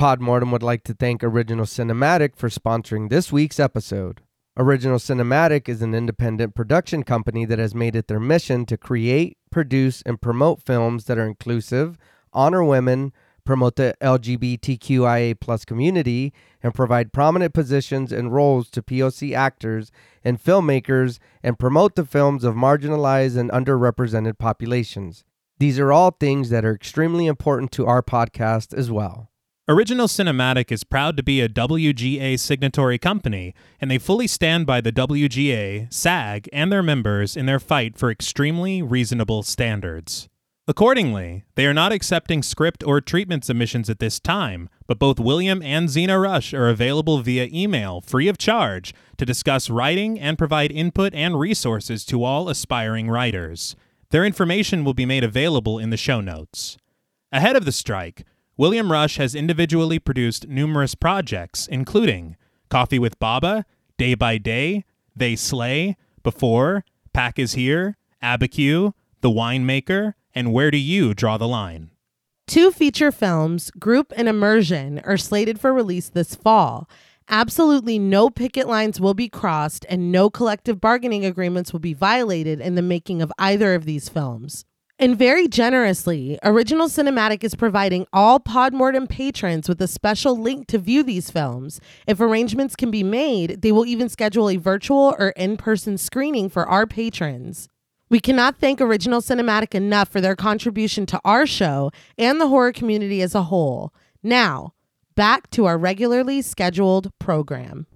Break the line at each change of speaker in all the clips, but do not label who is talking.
Podmortem would like to thank Original Cinematic for sponsoring this week's episode. Original Cinematic is an independent production company that has made it their mission to create, produce, and promote films that are inclusive, honor women, promote the LGBTQIA plus community, and provide prominent positions and roles to POC actors and filmmakers and promote the films of marginalized and underrepresented populations. These are all things that are extremely important to our podcast as well.
Original Cinematic is proud to be a WGA signatory company, and they fully stand by the WGA, SAG, and their members in their fight for extremely reasonable standards. Accordingly, they are not accepting script or treatment submissions at this time, but both William and Zena Rush are available via email, free of charge, to discuss writing and provide input and resources to all aspiring writers. Their information will be made available in the show notes. Ahead of the strike, William Rush has individually produced numerous projects, including Coffee with Baba, Day by Day, They Slay, Before, Pack is Here, Abiquiu, The Winemaker, and where do you draw the line?
Two feature films, Group and Immersion, are slated for release this fall. Absolutely no picket lines will be crossed and no collective bargaining agreements will be violated in the making of either of these films. And very generously, Original Cinematic is providing all Podmortem patrons with a special link to view these films. If arrangements can be made, they will even schedule a virtual or in person screening for our patrons. We cannot thank Original Cinematic enough for their contribution to our show and the horror community as a whole. Now, back to our regularly scheduled program.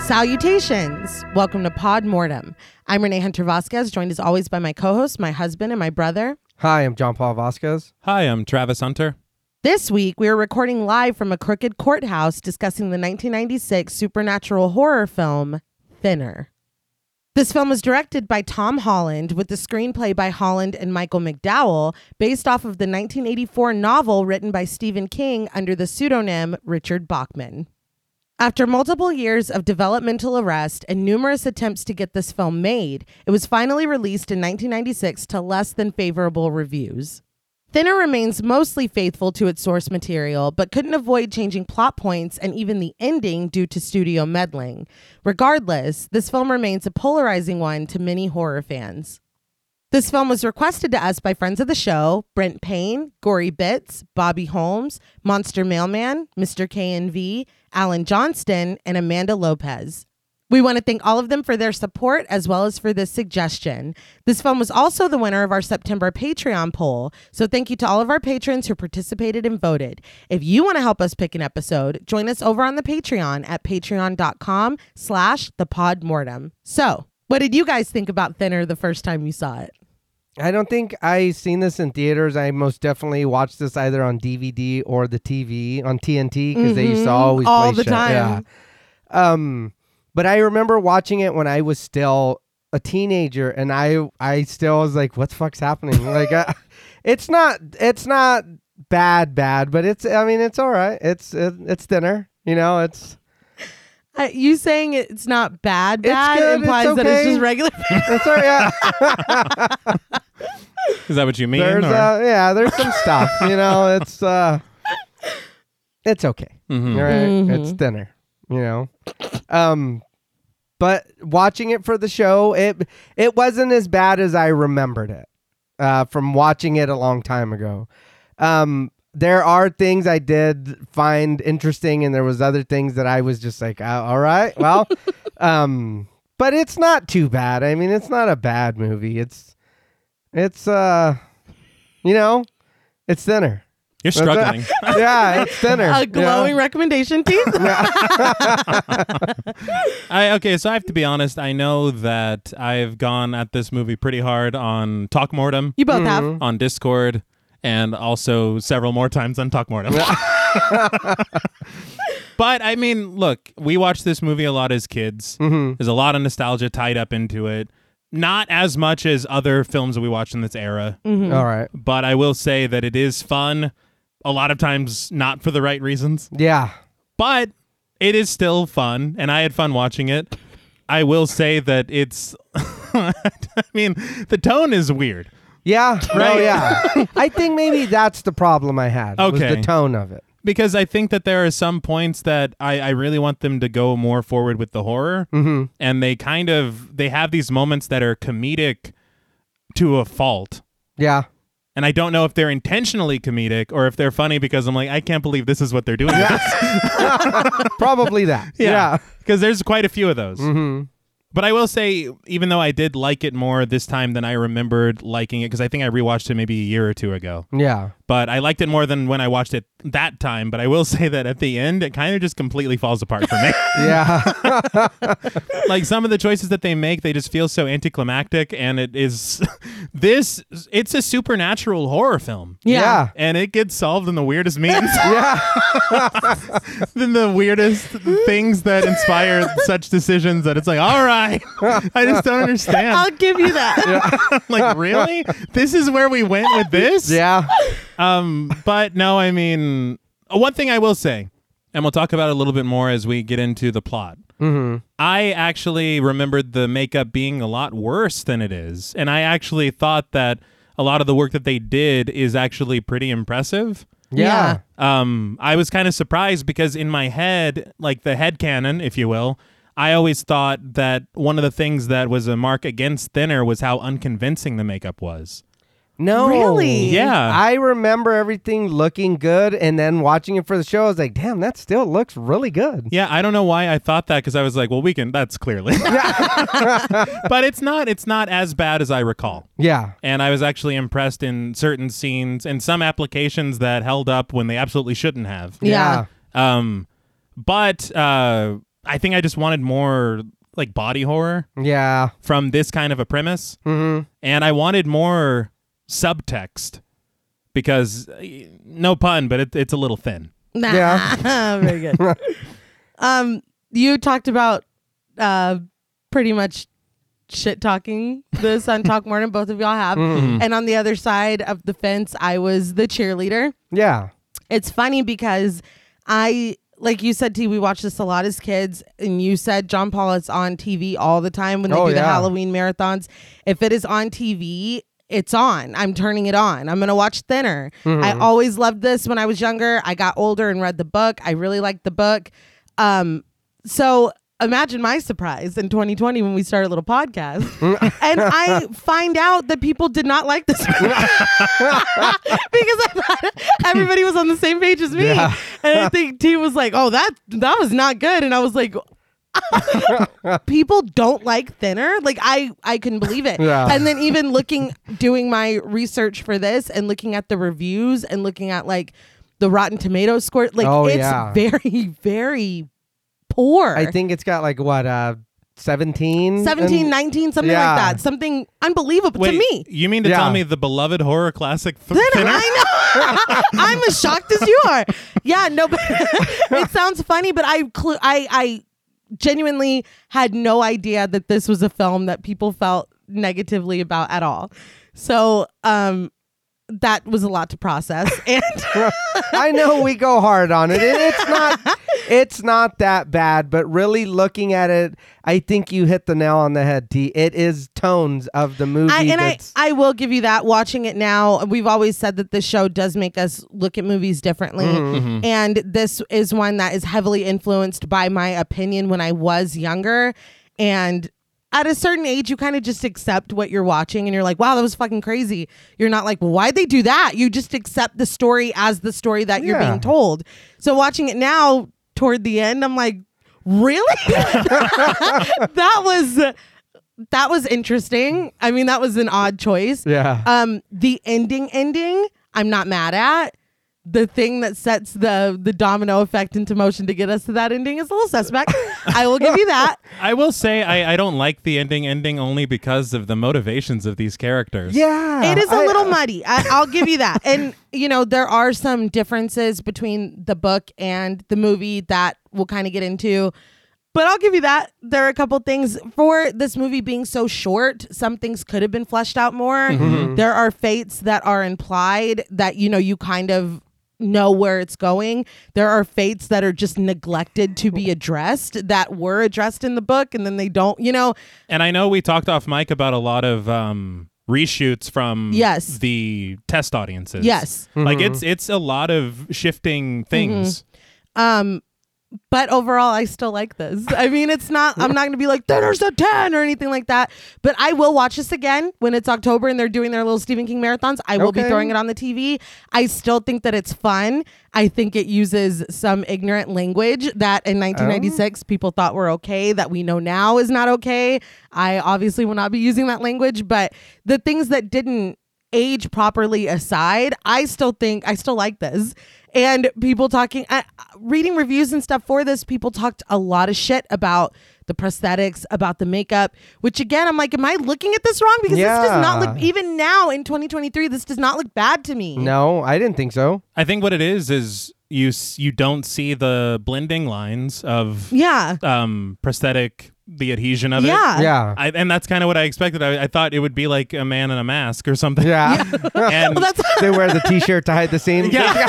Salutations! Welcome to Pod Mortem. I'm Renee Hunter Vasquez, joined as always by my co host, my husband, and my brother.
Hi, I'm John Paul Vasquez.
Hi, I'm Travis Hunter.
This week, we are recording live from a crooked courthouse discussing the 1996 supernatural horror film, Thinner. This film was directed by Tom Holland with the screenplay by Holland and Michael McDowell, based off of the 1984 novel written by Stephen King under the pseudonym Richard Bachman. After multiple years of developmental arrest and numerous attempts to get this film made, it was finally released in 1996 to less than favorable reviews. Thinner remains mostly faithful to its source material, but couldn't avoid changing plot points and even the ending due to studio meddling. Regardless, this film remains a polarizing one to many horror fans. This film was requested to us by friends of the show Brent Payne, Gory Bits, Bobby Holmes, Monster Mailman, Mr. K and V, Alan Johnston, and Amanda Lopez. We want to thank all of them for their support as well as for this suggestion. This film was also the winner of our September Patreon poll, so thank you to all of our patrons who participated and voted. If you want to help us pick an episode, join us over on the Patreon at patreon.com slash thepodmortem. So, what did you guys think about Thinner the first time you saw it?
I don't think I seen this in theaters. I most definitely watched this either on DVD or the TV on TNT because they used to always
Mm-hmm. all
play
the
show-
time.
Yeah. Um, but I remember watching it when I was still a teenager, and I I still was like, "What the fuck's happening?" like, uh, it's not it's not bad bad, but it's I mean it's all right. It's it, it's thinner, you know. It's
Uh, you saying it's not bad
It's
bad
good, it's
implies that
okay.
it's just regular.
it's all yeah.
Is that what you mean?
there's
or-
uh, yeah, there's some stuff, you know. It's uh, it's okay.
Mhm.
All right?
Mhm.
It's thinner, you know. Um but watching it for the show, it it wasn't as bad as I remembered it. Uh from watching it a long time ago. Um there are things I did find interesting and there was other things that I was just like, "Uh, all right. Well, um but it's not too bad. I mean, it's not a bad movie. It's it's uh you know, it's thinner.
You're struggling.
yeah, it's thinner.
A
yeah.
glowing recommendation to you.
I okay, so I have to be honest. I know that I've gone at this movie pretty hard on Talk Mortem,
Mm-hmm.
You both have.
on Discord, and also several more times on Talk Mortem. but I mean, look, we watched this movie a lot as kids. There's a lot of nostalgia tied up into it. Not as much as other films that we watched in this era,
All right.
but I will say that it is fun. A lot of times, not for the right reasons
Yeah.
but it is still fun and i had fun watching it i will say that it's i mean the tone is weird
Yeah. No,
Right.
yeah. I think maybe that's the problem I had. Was
Okay.
the tone of it.
because i think that there are some points that i, I really want them to go more forward with the horror mm-hmm. and they kind of they have these moments that are comedic to a fault
Yeah.
and I don't know if they're intentionally comedic or if they're funny because I'm like, I can't believe this is what they're doing. with us.
Probably that. yeah.
Because there's quite a few of those. But I will say, even though I did like it more this time than I remembered liking it, because I think I rewatched it maybe a year or two ago,
Yeah.
but I liked it more than when I watched it that time. But I will say that at the end, it kind of just completely falls apart for me.
Yeah.
like some of the choices that they make, they just feel so anticlimactic. And it is this, it's a supernatural horror film.
Yeah.
And it gets solved in the weirdest means,
Yeah.
in the weirdest things that inspire such decisions that it's like, all right, I just don't understand.
I'll give you that.
like really this is where we went with this
Yeah.
um but no i mean uh, one thing i will say and we'll talk about it a little bit more as we get into the plot mm-hmm. i actually remembered the makeup being a lot worse than it is and i actually thought that a lot of the work that they did is actually pretty impressive
Yeah.
um, I was kind of surprised because in my head, like the head canon, if you will, I always thought that one of the things that was a mark against Thinner was how unconvincing the makeup was.
No.
Really?
Yeah.
I remember everything looking good, and then watching it for the show, I was like, "Damn, that still looks really good."
yeah, I don't know why I thought that because I was like, well, we can. That's clearly, but it's not. It's not as bad as I recall.
Yeah.
And I was actually impressed in certain scenes and some applications that held up when they absolutely shouldn't have.
Yeah.
Um, but uh, I think I just wanted more like body horror.
Yeah. Yeah.
from this kind of a premise,
Mm-hmm.
and I wanted more subtext because, eh, no pun, but it, it's a little thin.
Nah.
Yeah.
Very good. um, you talked about uh, pretty much shit talking this on Talk Morning. Both of y'all have.
Mm-hmm.
And on the other side of the fence, I was the cheerleader.
Yeah.
It's funny because I, like you said, T, we watched this a lot as kids, and you said John Paul it's on TV all the time when they
Oh,
do the
yeah.
Halloween marathons. If it is on TV, it's on. I'm turning it on. I'm gonna watch Thinner. I
Mm-hmm.
always loved this when I was younger. I got older and read the book. I really liked the book. Um, so imagine my surprise in 2020 when we started a little podcast and I find out that people did not like this movie. because I thought everybody was on the same page as me. And I think T was like, oh, that that was not good. And I was like, people don't like thinner like i i couldn't believe it
Yeah.
and then even looking doing my research for this and looking at the reviews and looking at like the rotten tomato score like
Oh,
it's
yeah.
very very poor
I think it's got like what uh, seventeen.
17 19 something
Yeah.
like that something unbelievable to me
you mean to
Yeah.
tell me the beloved horror classic th-
Then
Thinner?
I know. I'm as shocked as you are. Yeah, no, but it sounds funny, but I, clu I, I genuinely had no idea that this was a film that people felt negatively about at all. So, um, that was a lot to process. And
I know we go hard on it. and It's not it's not that bad, but really looking at it, I think you hit the nail on the head, T. It is tones of the movie
I, and I,
that's
I will give you that. Watching it now, we've always said that this show does make us look at movies differently.
Mm-hmm.
And this is one that is heavily influenced by my opinion when I was younger. And at a certain age, you kind of just accept what you're watching and you're like, wow, that was fucking crazy. You're not like, well, why'd they do that? You just accept the story as the story that you're
Yeah.
being told. So watching it now toward the end, I'm like, really? that was that was interesting. I mean, that was an odd choice.
yeah.
Um, the ending ending, I'm not mad at. the thing that sets the the domino effect into motion to get us to that ending is a little suspect. I will give you that.
I will say I, I don't like the ending ending only because of the motivations of these characters.
Yeah.
It is a
I- uh,
little muddy. I, I'll give you that. And you know there are some differences between the book and the movie that we'll kind of get into. But I'll give you that. There are a couple things for this movie being so short. Some things could have been fleshed out more.
Mm-hmm.
There are fates that are implied that you know you kind of know where it's going. There are fates that are just neglected to be addressed that were addressed in the book and then they don't, you know.
And I know we talked off mic about a lot of um, reshoots from
Yes.
the test audiences.
Yes.
Like
Mm-hmm.
it's it's a lot of shifting things.
Um, but overall, I still like this. I mean, it's not, I'm not going to be like, there's a 10 or anything like that. But I will watch this again when it's October and they're doing their little Stephen King marathons. I will be
Okay.
throwing it on the TV. I still think that it's fun. I think it uses some ignorant language that in 1996 people thought were okay, that we know now is not okay. I obviously will not be using that language, but the things that didn't age properly aside, I still think I still like this. And people talking, I, reading reviews and stuff for this, people talked a lot of shit about the prosthetics, about the makeup, which again, I'm like, am I looking at this wrong? Because this does not
Yeah.
look, even now in 2023, this does not look bad to me.
No, I didn't think so.
I think what it is is you s- you don't see the blending lines of
Yeah.
um, prosthetic the adhesion of it.
Yeah.
Yeah.
I, and that's kind of what I expected. I, I thought it would be like a man in a mask or something.
Yeah.
And
Well, that's
they wear the t-shirt to hide the seam.
yeah,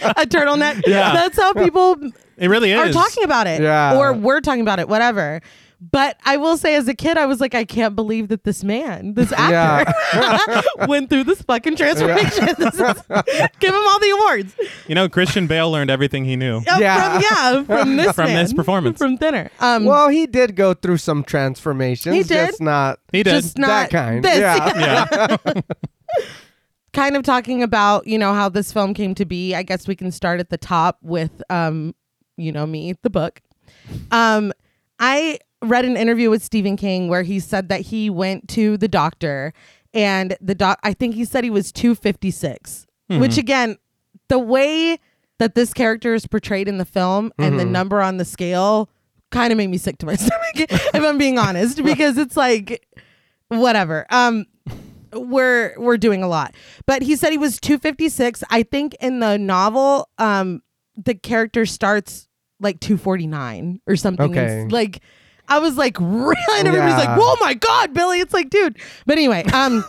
a turtleneck.
Yeah.
That's how people
it really
are
is.
talking about it
Yeah.
or we're talking about it, whatever. But I will say, as a kid, I was like, I can't believe that this man, this actor, went through this fucking transformation. This is- give him all the awards.
you know, Christian Bale learned everything he knew.
Uh,
Yeah.
From, yeah, from this
From
man.
this performance.
From thinner. Um,
Well, he did go through some transformations.
He did.
Just not
He did.
just not
that kind.
This.
Yeah.
yeah.
kind of talking about you know how this film came to be i guess we can start at the top with um you know me the book um i read an interview with stephen king where he said that he went to the doctor and the doc i think he said he was 256 which again the way that this character is portrayed in the film and the number on the scale kind of made me sick to my stomach if i'm being honest because it's like whatever um we're we're doing a lot. But he said he was 256. I think in the novel, um, the character starts like 249 or something.
Okay.
It's like I was like, really? And everybody's
Yeah.
like, oh my god, Billy. It's like, dude. But anyway, um,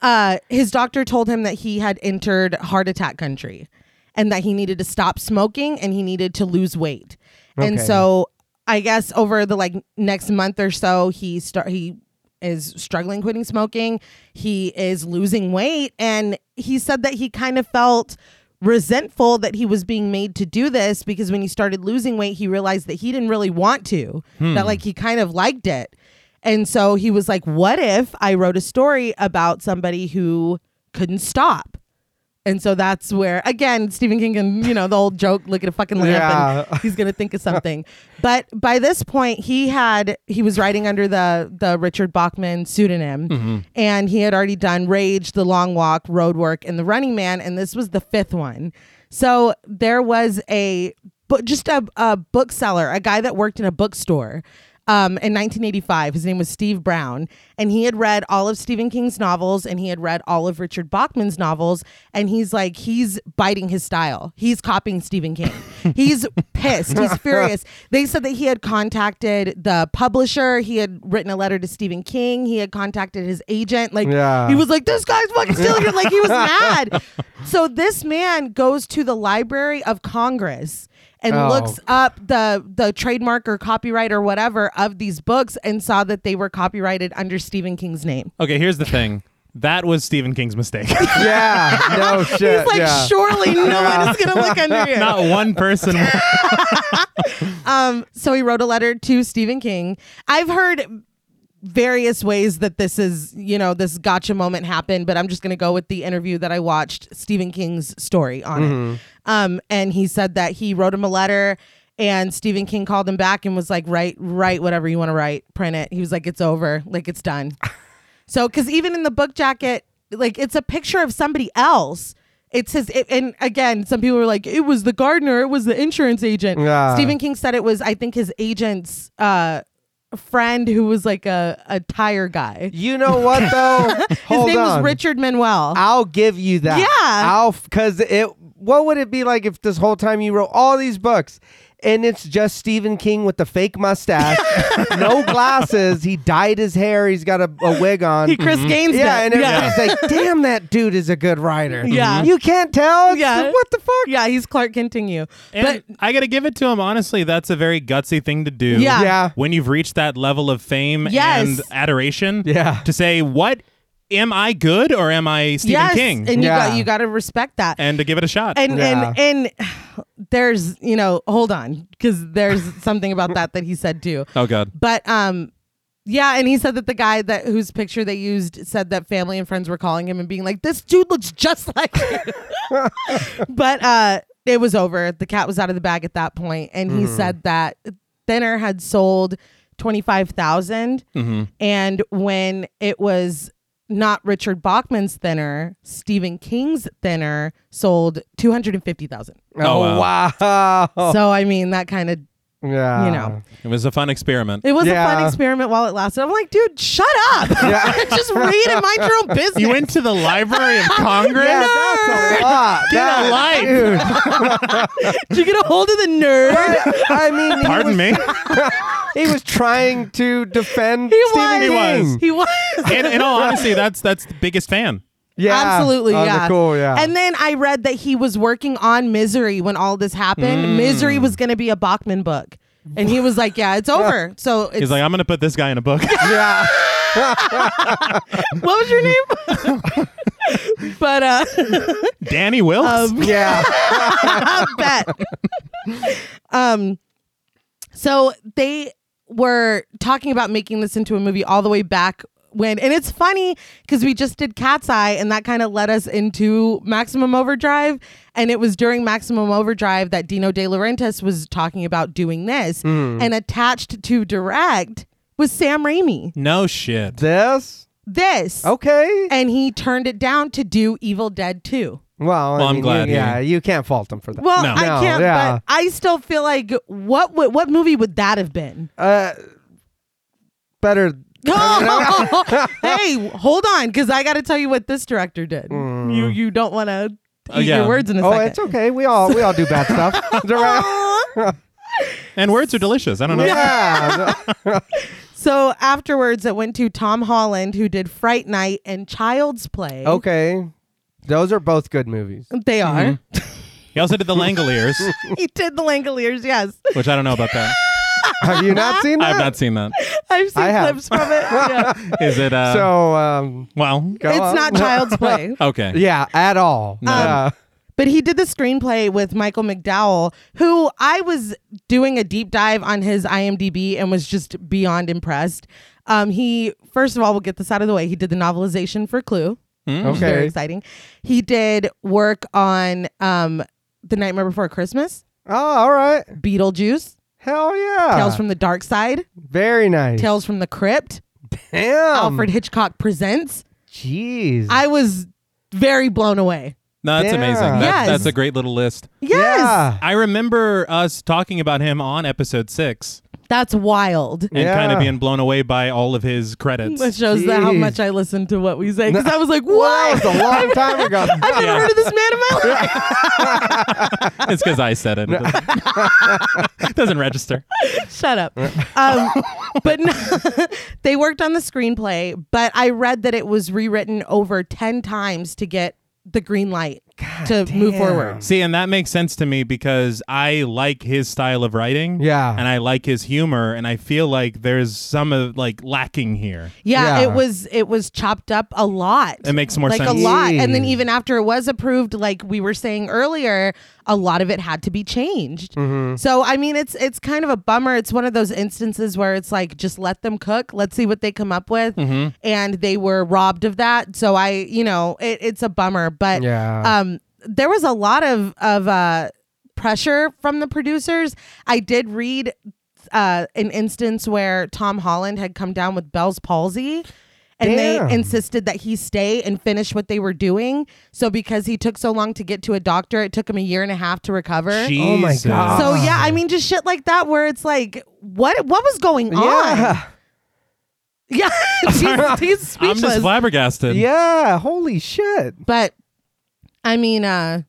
uh, his doctor told him that he had entered heart attack country, and that he needed to stop smoking and he needed to lose weight. And
Okay.
so I guess over the like next month or so, he start he is struggling quitting smoking. He is losing weight, and he said that he kind of felt resentful that he was being made to do this because when he started losing weight, he realized that he didn't really want to. That like he kind of liked it. And so he was like, What if I wrote a story about somebody who couldn't stop? And so that's where, again, Stephen King and, you know, the old joke, look at a fucking lamp
Yeah.
and he's going to think of something. but by this point, he had, he was writing under the, the Richard Bachman pseudonym and he had already done Rage, The Long Walk, Road Work, and The Running Man. And this was the fifth one. So there was a, but just a, a bookseller, a guy that worked in a bookstore um, in 1985. His name was Steve Brown, and he had read all of Stephen King's novels and he had read all of Richard Bachman's novels. And he's like, he's biting his style. He's copying Stephen King. he's pissed. He's furious. They said that he had contacted the publisher. He had written a letter to Stephen King. He had contacted his agent. Like,
Yeah.
he was like, this guy's fucking stealing it. Like, he was mad. So this man goes to the Library of Congress and
Oh,
looks up the the trademark or copyright or whatever of these books and saw that they were copyrighted under Stephen King's name.
Okay, here's the thing. That was Stephen King's mistake.
Yeah. No shit.
He's like,
yeah.
surely no one is gonna look under here.
Not one person.
Um, so he wrote a letter to Stephen King. I've heard various ways that this is, you know, this gotcha moment happened, but I'm just going to go with the interview that I watched Stephen King's story on it. Um, and he said that he wrote him a letter and Stephen King called him back and was like, write, write whatever you want to write, print it. He was like, it's over. Like it's done. so, cause even in the book jacket, like it's a picture of somebody else It's his, it, and again, some people were like, it was the gardener, it was the insurance agent.
Yeah.
Stephen King said it was, I think, his agent's uh, friend who was like a, a tire guy.
You know what though?
his
Hold
name
on.
was Richard Manuel.
I'll give you that.
Yeah.
I'll because it. What would it be like if this whole time you wrote all these books? And it's just Stephen King with the fake mustache, no glasses. He dyed his hair. He's got a, a wig on.
Mm-hmm.
He Chris Gaines.
yeah,
did.
and everybody's like, "Damn, that dude is a good writer."
Yeah.
you can't tell. It's-
Yeah.
what the fuck?
yeah, he's Clark Kenting you.
And I got to give it to him. Honestly, that's a very gutsy thing to do.
Yeah.
Yeah.
When you've reached that level of fame
Yes.
and adoration,
Yeah.
to say, what am I good or am I Stephen
yes,
King?
and you
Yeah.
got you got to respect that.
And to give it a shot.
and
Yeah.
and and there's you know hold on because there's something about that that he said too
oh, God.
but um yeah and he said that the guy that whose picture they used said that family and friends were calling him and being like this dude looks just like you." but uh it was over the cat was out of the bag at that point and he said that thinner had sold 25,000
Mm-hmm.
and when it was not Richard Bachman's thinner, Stephen King's thinner sold 250,000.
Oh,
Oh, wow.
So I mean that kind of
Yeah.
you know.
It was a fun experiment.
It was a
Yeah.
fun experiment while it lasted. I'm like, dude, shut up.
Yeah.
Just read and mind your own business.
you went to the Library of Congress?
Yeah, that's a lot. That-
life.
dude.
Did you get a hold of the nerd?
I mean, he was-
Pardon me.
He was trying to defend
He
Stephen
was. He
King.
was.
He was.
in, in all honesty, that's that's the biggest fan.
Yeah,
Absolutely,
Oh, they're
yeah.
cool, yeah.
And then I read that he was working on Misery when all this happened. Misery was going to be a Bachman book. And he was like, yeah, it's over. So it's
He's like, I'm going to put this guy in a book.
yeah,
what was your name? but uh
Danny Wilkes.
Um, yeah,
I bet. um so they were talking about making this into a movie all the way back when and it's funny because we just did cat's eye and that kind of led us into maximum overdrive and it was during maximum overdrive that dino de laurentiis was talking about doing this and attached to direct was sam raimi
no shit.
this
this
okay.
and he turned it down to do evil dead 2
well, I
Well, I'm
mean,
glad
You,
he-
yeah, you can't fault him for that.
Well,
No.
I
No,
can't.
yeah.
But I still feel like what would what movie would that have been?
uh, better.
hey, hold on, because I got to tell you what this director did. You you don't want to
Oh,
eat
yeah.
your words in a
Mm. Oh,
second.
it's okay. We all we all do bad stuff. They're right-
Aw.
And words are delicious. I don't know.
yeah,
so afterwards, it went to Tom Holland, who did Fright Night and Child's Play.
okay. Those are both good movies.
They are.
Mm-hmm. He also did the Langoliers,
he did the Langoliers. Yes,
which I don't know about that.
Have you not seen that?
I've not seen that.
I've seen
I have.
clips from it. Yeah.
Is it? Uh,
So, um,
well,
go
it's
on.
not Child's Play.
okay.
Yeah, at all. No.
But he did the screenplay with Michael McDowell, who I was doing a deep dive on his IMDb and was just beyond impressed. Um, he, first of all, we'll get this out of the way. He did the novelization for Clue. It's Very
okay.
exciting. He did work on um, The Nightmare Before Christmas,
Oh, all right.
Beetlejuice,
Hell yeah.
Tales from the Dark Side,
Very nice.
Tales from the Crypt,
Damn.
Alfred Hitchcock Presents.
Jeez.
I was very blown away.
No, that's
Yeah.
amazing. That,
Yes.
That's a great little list.
Yes.
Yeah.
I remember us talking about him on episode six
That's wild.
and
Yeah.
kind of being blown away by all of his credits.
Which shows that how
Jeez.
much I listened to what we say. Because I was like,
Wow,
what?
that was a long time ago.
I've never
Yeah.
heard of this man in my life.
it's because I said it. It doesn't register.
Shut up. Um, but no, they worked on the screenplay, but I read that it was rewritten over 10 times to get the green light to move forward.
See, and that makes sense to me because I like his style of writing.
Yeah.
And I like his humor. And I feel like there's some of like lacking here.
Yeah,
Yeah.
it was it was chopped up a lot.
It makes more
like
sense.
a lot. And then
Jeez.
even after it was approved, like we were saying earlier, a lot of it had to be changed.
Mm-hmm.
So I mean, it's it's kind of a bummer. It's one of those instances where it's like just let them cook, let's see what they come up with,
Mm-hmm.
and they were robbed of that. So I, you know, it, it's a bummer, but
Yeah.
um, there was a lot of of uh, pressure from the producers. I did read uh, an instance where Tom Holland had come down with Bell's palsy. and
Damn.
they insisted that he stay and finish what they were doing. So because he took so long to get to a doctor, it took him a year and a half to recover.
Oh my
Jesus.
God.
So yeah, I mean, just shit like that, where it's like, what what was going on?
Yeah.
Yeah, he's, he's
I'm
speechless.
just flabbergasted.
Yeah. Holy shit.
but I mean, uh,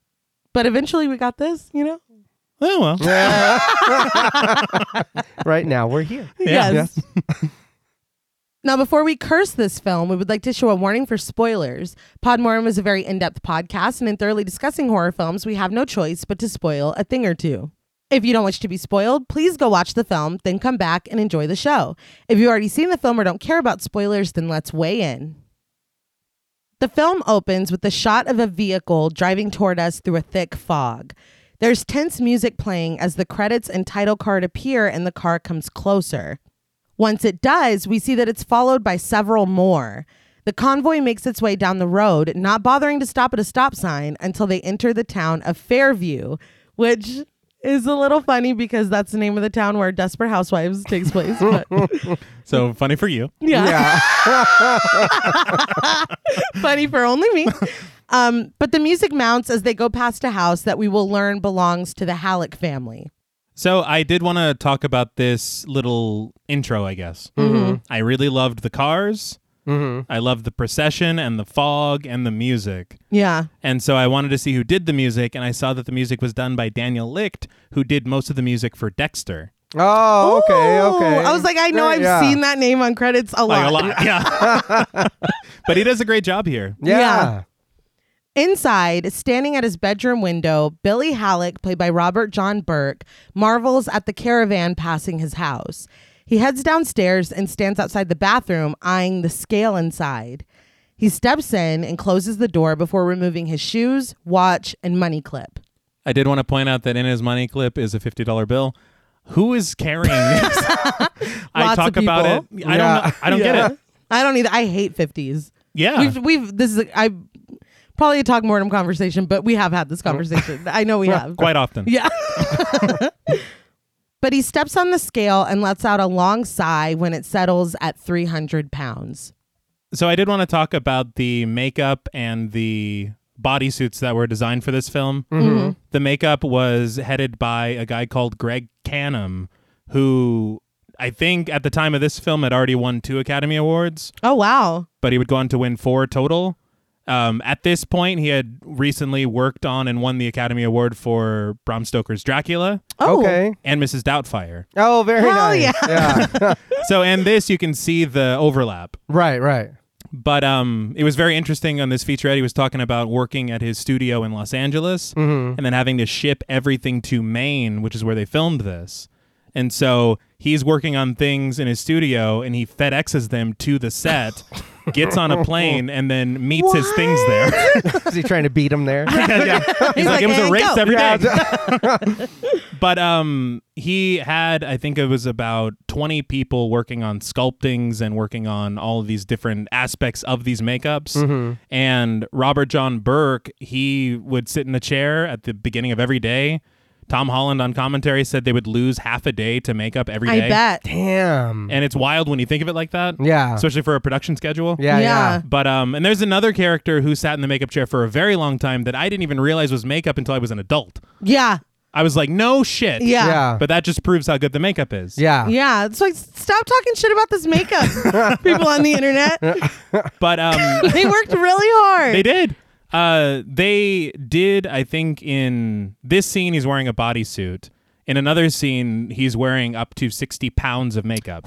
but eventually we got this, you know.
Oh well.
Right now we're here.
Yeah.
Yes. now, before we curse this film, we would like to show a warning for spoilers. Podmorum is a very in depth podcast, and in thoroughly discussing horror films, we have no choice but to spoil a thing or two. If you don't wish to be spoiled, please go watch the film, then come back and enjoy the show. If you've already seen the film or don't care about spoilers, then let's weigh in. The film opens with a shot of a vehicle driving toward us through a thick fog. There's tense music playing as the credits and title card appear and the car comes closer. Once it does, we see that it's followed by several more. The convoy makes its way down the road, not bothering to stop at a stop sign until they enter the town of Fairview, which is a little funny because that's the name of the town where Desperate Housewives takes place. But
So funny for you.
yeah.
Yeah.
funny for only me. Um, but the music mounts as they go past a house that we will learn belongs to the Halleck family.
So I did want to talk about this little intro, I guess.
Mm-hmm.
I really loved the cars.
Mhm.
I loved the procession and the fog and the music.
Yeah.
And so I wanted to see who did the music, and I saw that the music was done by Daniel Licht, who did most of the music for Dexter.
Oh, okay,
Ooh.
okay.
I was like, I know I've
Yeah.
seen that name on credits a lot.
Like a lot, yeah. but he does a great job here.
Yeah.
Yeah. Inside, standing at his bedroom window, Billy Halleck, played by Robert John Burke, marvels at the caravan passing his house. He heads downstairs and stands outside the bathroom, eyeing the scale inside. He steps in and closes the door before removing his shoes, watch, and money clip.
I did want to point out that in his money clip is a $50 bill. Who is carrying this? I
Lots of
talk about it.
people.
I don't
Yeah.
know. I don't
Yeah.
get it.
I don't either. I hate 50s.
Yeah.
We've, we've, this is, a, I probably a talk mortem conversation, but we have had this conversation. I know we have.
quite often.
Yeah. but he steps on the scale and lets out a long sigh when it settles at 300 pounds.
So I did want to talk about the makeup and the bodysuits that were designed for this film.
Mm-hmm.
The makeup was headed by a guy called Greg Canham, who I think at the time of this film had already won two Academy Awards,
Oh, wow.
but he would go on to win four total. Um, at this point, he had recently worked on and won the Academy Award for Bram Stoker's Dracula
Oh,
Okay.
and Mrs. Doubtfire.
Oh, very
Hell
nice.
yeah.
So, and this you can see the overlap.
right, right.
But um, it was very interesting on this featurette. He was talking about working at his studio in Los Angeles and then having to ship everything to Maine, which is where they filmed this. And so he's working on things in his studio and he FedExes them to the set, gets on a plane, and then meets his things there.
Is he trying to beat him there?
Yeah, yeah. He's,
He's
like,
like,
it was
"Hey,
a race
go."
every
Yeah.
day. but um, he had, I think it was about 20 people working on sculptings and working on all of these different aspects of these makeups.
Mm-hmm.
And Robert John Burke, he would sit in a chair at the beginning of every day. Tom Holland on commentary said they would lose half a day to make up every
I
day.
bet.
Damn.
And it's wild when you think of it like that.
Yeah.
Especially for a production schedule.
yeah, yeah.
Yeah.
But um, and there's another character who sat in the makeup chair for a very long time that I didn't even realize was makeup until I was an adult.
Yeah.
I was like, no shit.
Yeah.
Yeah.
But that just proves how good the makeup is.
Yeah.
Yeah. It's like, stop talking shit about this makeup, people on the internet.
But um,
They worked really hard.
they did. Uh, they did. I think in this scene he's wearing a bodysuit. In another scene, he's wearing up to sixty pounds of makeup.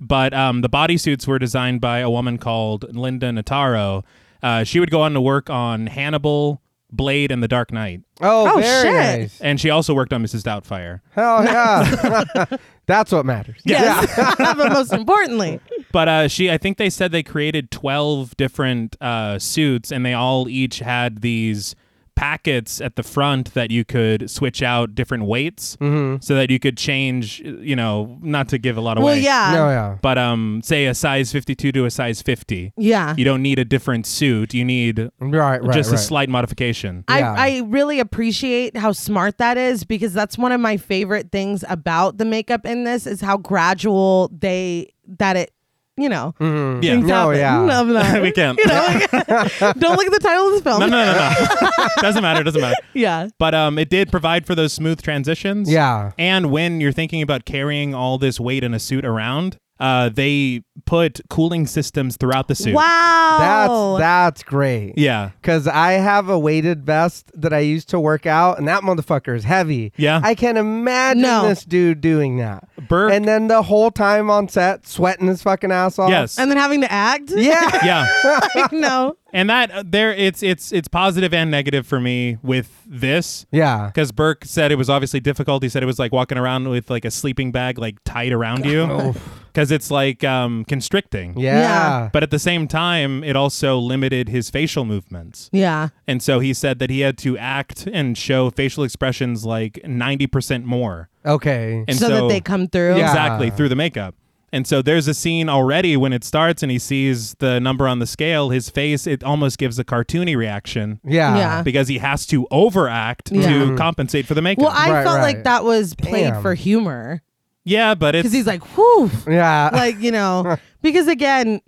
But um, the bodysuits were designed by a woman called Linda Nataro. Uh, she would go on to work on Hannibal, Blade, and The Dark Knight.
Oh,
Oh,
very
shit.
nice.
And she also worked on Mrs. Doubtfire.
Hell yeah. That's what matters.
Yes. but most importantly,
But uh, she, I think they said they created 12 different uh, suits, and they all each had these packets at the front that you could switch out different weights so that you could change, you know, not to give a lot away.
Mm-hmm. well, yeah.
No, yeah.
But um, say a size 52 to a size 50.
Yeah.
You don't need a different suit. You need
Right, right.
just
right.
a slight modification.
I,
Yeah.
I really appreciate how smart that is because that's one of my favorite things about the makeup in this is how gradual they that it you know,
Mhm.
Yeah.
things
No,
happen.
yeah.
Of that.
we can't.
You know, like, don't look at the title of the film.
No, no, no, no. doesn't matter. Doesn't matter.
Yeah.
But um, it did provide for those smooth transitions.
Yeah.
And when you're thinking about carrying all this weight in a suit around, uh, they put cooling systems throughout the suit.
Wow. Oh.
That's that's great.
Yeah.
Cause I have a weighted vest that I used to work out, and that motherfucker is heavy.
Yeah.
I can imagine
No.
this dude doing that.
Burke.
and uh, then the whole time on set, sweating his fucking ass off.
yes.
and then having to act.
Yeah.
yeah.
Like, no.
And that uh, there, it's it's it's positive and negative for me with this.
Yeah.
Because Burke said it was obviously difficult. He said it was like walking around with like a sleeping bag like tied around you, because it's like um, constricting.
Yeah.
Yeah.
But at the same time, it also limited his facial movements.
Yeah.
And so he said that he had to act and show facial expressions like 90% more.
Okay.
And
so, that they come through.
Yeah.
Exactly, through the makeup. And so there's a scene already when it starts and he sees the number on the scale, his face, it almost gives a cartoony reaction
yeah.
Yeah.
because he has to overact
Yeah.
Mm-hmm.
to compensate for the makeup.
Well, I
Right,
felt
right.
like that was played
Damn.
for humor
yeah, but
because
it's.
he's like, whew.
Yeah.
Like, you know, because again,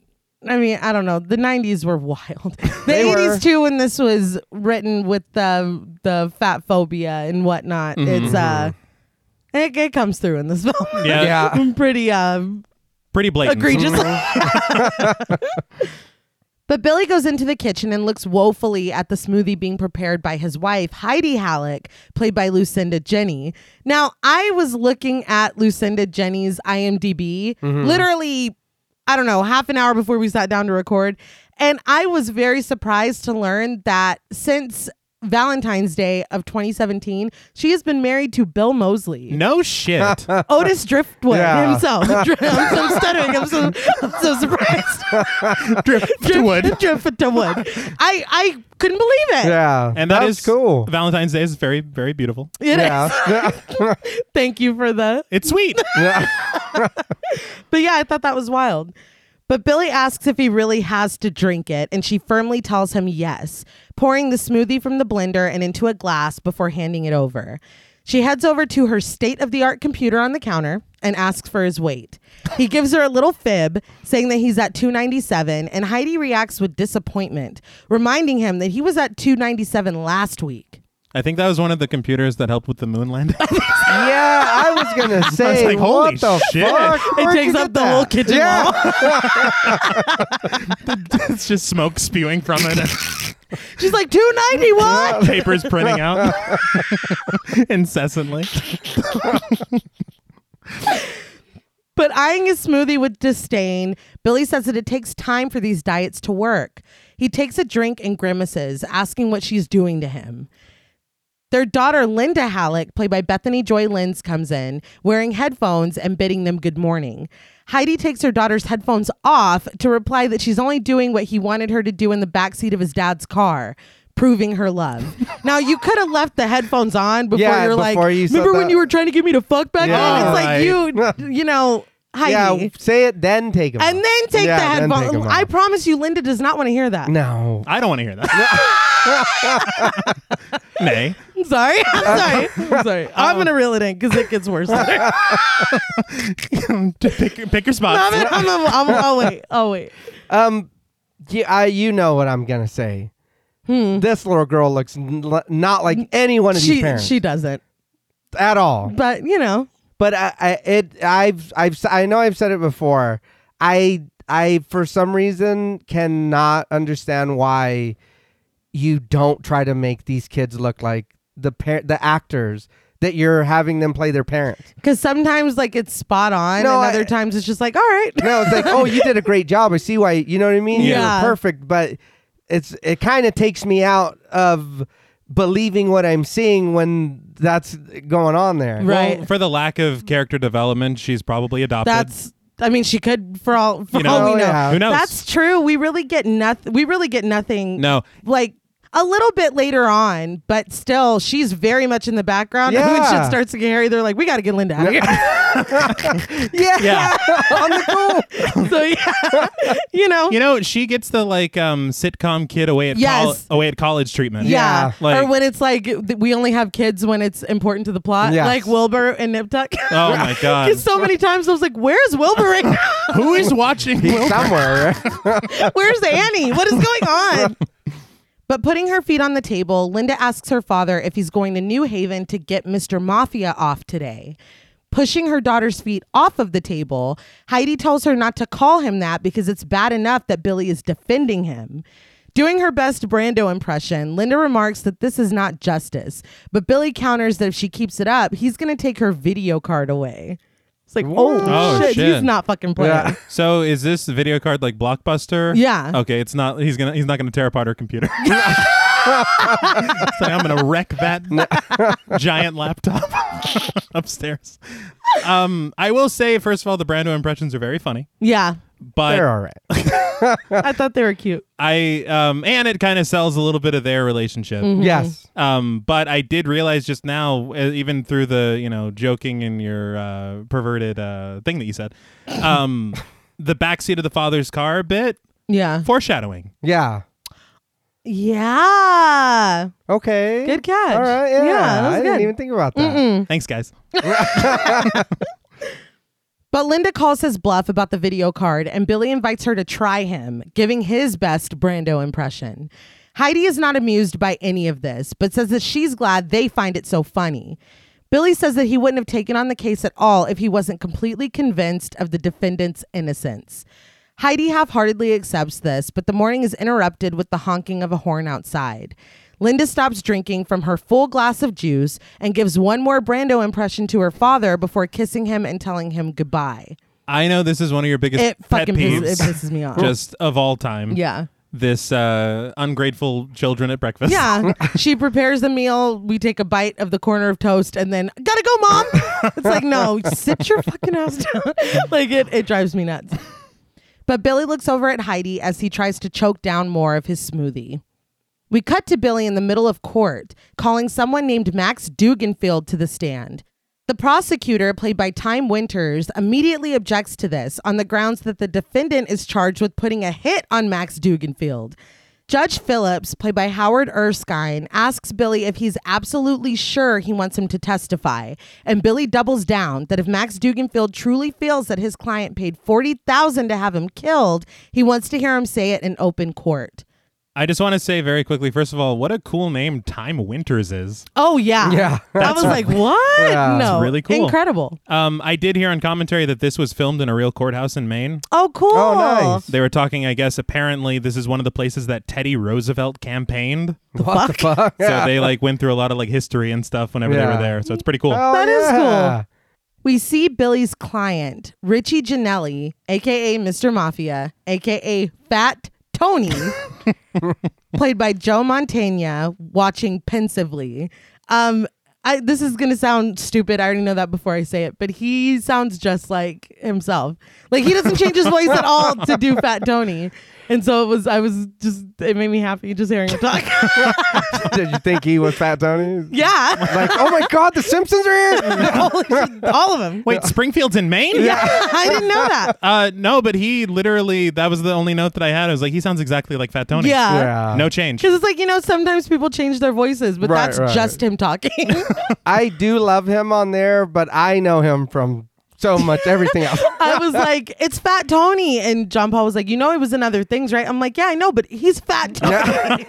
I mean, I don't know. The 90s were wild. The
They
80s
were.
too when this was written with the the fat phobia and whatnot.
Mm-hmm.
It's uh it, it comes through in this film.
Yeah,
yeah.
Pretty um
pretty blatant.
egregious. but Billy goes into the kitchen and looks woefully at the smoothie being prepared by his wife, Heidi Halleck, played by Lucinda Jenny. Now, I was looking at Lucinda Jenny's IMDb literally, I don't know, half an hour before we sat down to record. And I was very surprised to learn that since Valentine's Day of 2017, she has been married to Bill Mosley.
No shit.
Otis Driftwood
Yeah.
himself. Dr- I'm so stuttering. I'm so, I'm so surprised.
Driftwood.
Driftwood. I, I couldn't believe it.
Yeah.
And that
That's
is
cool.
Valentine's Day is very, very beautiful.
It is.
yeah.
Thank you for the.
It's sweet.
yeah.
But yeah, I thought that was wild. But Billy asks if he really has to drink it, and she firmly tells him yes, pouring the smoothie from the blender and into a glass before handing it over. She heads over to her state of the art computer on the counter and asks for his weight. He gives her a little fib, saying that he's at 297, and Heidi reacts with disappointment, reminding him that he was at 297 last week.
I think that was one of the computers that helped with the moon landing.
Yeah, I was gonna say,
like, holy
what the
shit.
fuck?
It
Where'd
takes
you
up
get
the
that?
whole kitchen
yeah.
it's just smoke spewing from it. and-
She's like, 291?
papers printing out incessantly.
But eyeing his smoothie with disdain, Billy says that it takes time for these diets to work. He takes a drink and grimaces, asking what she's doing to him. Their daughter, Linda Halleck, played by Bethany Joy Lenz, comes in wearing headphones and bidding them good morning. Heidi takes her daughter's headphones off to reply that she's only doing what he wanted her to do in the backseat of his dad's car, proving her love. now, you could have left the headphones on before
Yeah,
you're
before
like,
you said
remember when
that."
you were trying to get me to fuck back
Yeah.
then? It's like,
Right.
you, you know, Heidi.
Yeah, say it then take them.
And then take
Yeah, then
the
take
headphones.
'em
I
off.
promise you, Linda does not want to hear that.
no.
I don't want to hear that. Nay.
I'm sorry. I'm sorry. I'm sorry.
Um,
I'm going to reel it in because it gets worse. later.
pick, pick your
I'm
spots.
gonna- I'm gonna- I'm gonna- oh, wait. Oh, wait.
Um, you, I, you know what I'm gonna say. This little girl looks n- l- not like any one of these
Hmm. She,
parents
she doesn't.
at all.
But, you know,
But I, I, it, I've, I've, s- I know I've said it before. I, I, for some reason, cannot understand why you don't try to make these kids look like the par- the actors that you're having them play their parents.
because sometimes, like, it's spot on,
No,
and
I-
other times it's just like, all right.
No, it's like, oh, you did a great job. I see why. You know what I mean? You were
Yeah.
perfect, but it's it kind of takes me out of believing what I'm seeing when that's going on there.
Right.
Well, for the lack of character development, she's probably adopted.
That's. I mean, she could for all for
You know?
all we
Oh,
know.
yeah.
Who knows?
That's true. We really get nothing. We really get nothing.
no.
like a little bit later on, but still, she's very much in the background. And when
Yeah.
shit starts to get hairy, they're like, we got to get Linda out of here.
Yeah.
Yeah.
on the cool.
so, yeah, you know.
You know, she gets the like um sitcom kid away at
Yes.
col- away at college treatment.
Yeah.
Yeah, like-
or when it's like th- we only have kids when it's important to the plot,
Yes.
like Wilbur and Nip Tuck.
Oh my god.
'Cause so many times I was like, where's Wilbur right now?
Who is watching? Wilbur?
Somewhere.
Where's Annie? What is going on? But putting her feet on the table, Linda asks her father if he's going to New Haven to get Mr. Mafia off today. Pushing her daughter's feet off of the table, Heidi tells her not to call him that because it's bad enough that Billy is defending him. Doing her best Brando impression, Linda remarks that this is not justice, but Billy counters that if she keeps it up, he's going to take her video card away. It's like, oh,
Oh,
shit,
shit.
he's not fucking playing.
Yeah.
So is this video card like Blockbuster?
Yeah.
Okay, it's not. He's gonna. He's not gonna tear apart her computer. it's like I'm gonna wreck that giant laptop upstairs. Um, I will say first of all, the Brando impressions are very funny,
yeah.
but
They're all right.
I thought they were cute.
I um and it kind of sells a little bit of their relationship.
Mm-hmm. Yes.
Um, but I did realize just now, uh, even through the you know joking and your uh, perverted uh, thing that you said, um, the backseat of the father's car bit
Yeah.
foreshadowing.
Yeah.
Yeah.
Okay.
Good catch.
All right. Yeah.
Yeah, that was
I didn't
good.
even think about that.
Mm.
Thanks, guys.
But Linda calls his bluff about the video card, and Billy invites her to try him, giving his best Brando impression. Heidi is not amused by any of this, but says that she's glad they find it so funny. Billy says that he wouldn't have taken on the case at all if he wasn't completely convinced of the defendant's innocence. Heidi half heartedly accepts this, but the morning is interrupted with the honking of a horn outside. Linda stops drinking from her full glass of juice and gives one more Brando impression to her father before kissing him and telling him goodbye.
I know this is one of your biggest
It
pet
fucking pisses, it
peeves,
pisses me off.
just of all time.
yeah.
This uh, ungrateful children at breakfast.
Yeah. she prepares the meal. We take a bite of the corner of toast and then, gotta go, mom. it's like, no, sit your fucking ass down. like, it, it drives me nuts. But Billy looks over at Heidi as he tries to choke down more of his smoothie. We cut to Billy in the middle of court, calling someone named Max Duganfield to the stand. The prosecutor, played by Time Winters, immediately objects to this on the grounds that the defendant is charged with putting a hit on Max Duganfield. Judge Phillips, played by Howard Erskine, asks Billy if he's absolutely sure he wants him to testify, and Billy doubles down that if Max Duganfield truly feels that his client paid 40,000 to have him killed, he wants to hear him say it in open court.
I just want to say very quickly, first of all, what a cool name Time Winters is.
Oh yeah,
Yeah.
I was like, what?
Yeah.
No,
really cool.
incredible.
Um, I did hear on commentary that this was filmed in a real courthouse in Maine.
Oh, cool.
Oh, nice.
They were talking, I guess, apparently this is one of the places that Teddy Roosevelt campaigned.
What the fuck?
So they like went through a lot of like history and stuff whenever they
Yeah.
were there. So it's pretty cool.
That is
Oh, yeah.
We see Billy's client, Richie Janelli, aka Mr. Mafia, aka Fat Tony, played by Joe Montana, watching pensively. Um, I, this is gonna sound stupid. I already know that before I say it, but he sounds just like himself. Like he doesn't change his voice at all to do Fat Tony. And so it was. I was just. It made me happy just hearing him talk.
Did you think he was Fat Tony?
yeah,
Like, oh my God, the Simpsons are here.
Holy shit, all of them.
Wait, Springfield's in Maine?
I didn't know that.
Uh, no, but he literally, that was the only note that I had. I was like, he sounds exactly like Fat Tony.
Yeah.
Yeah.
No change.
Because it's like, you know, sometimes people change their voices, but
Right,
that's
right.
just him talking.
I do love him on there, but I know him from so much everything else.
I was like, it's Fat Tony. And John Paul was like, you know, he was in other things, right? I'm like, yeah, I know, but he's Fat Tony.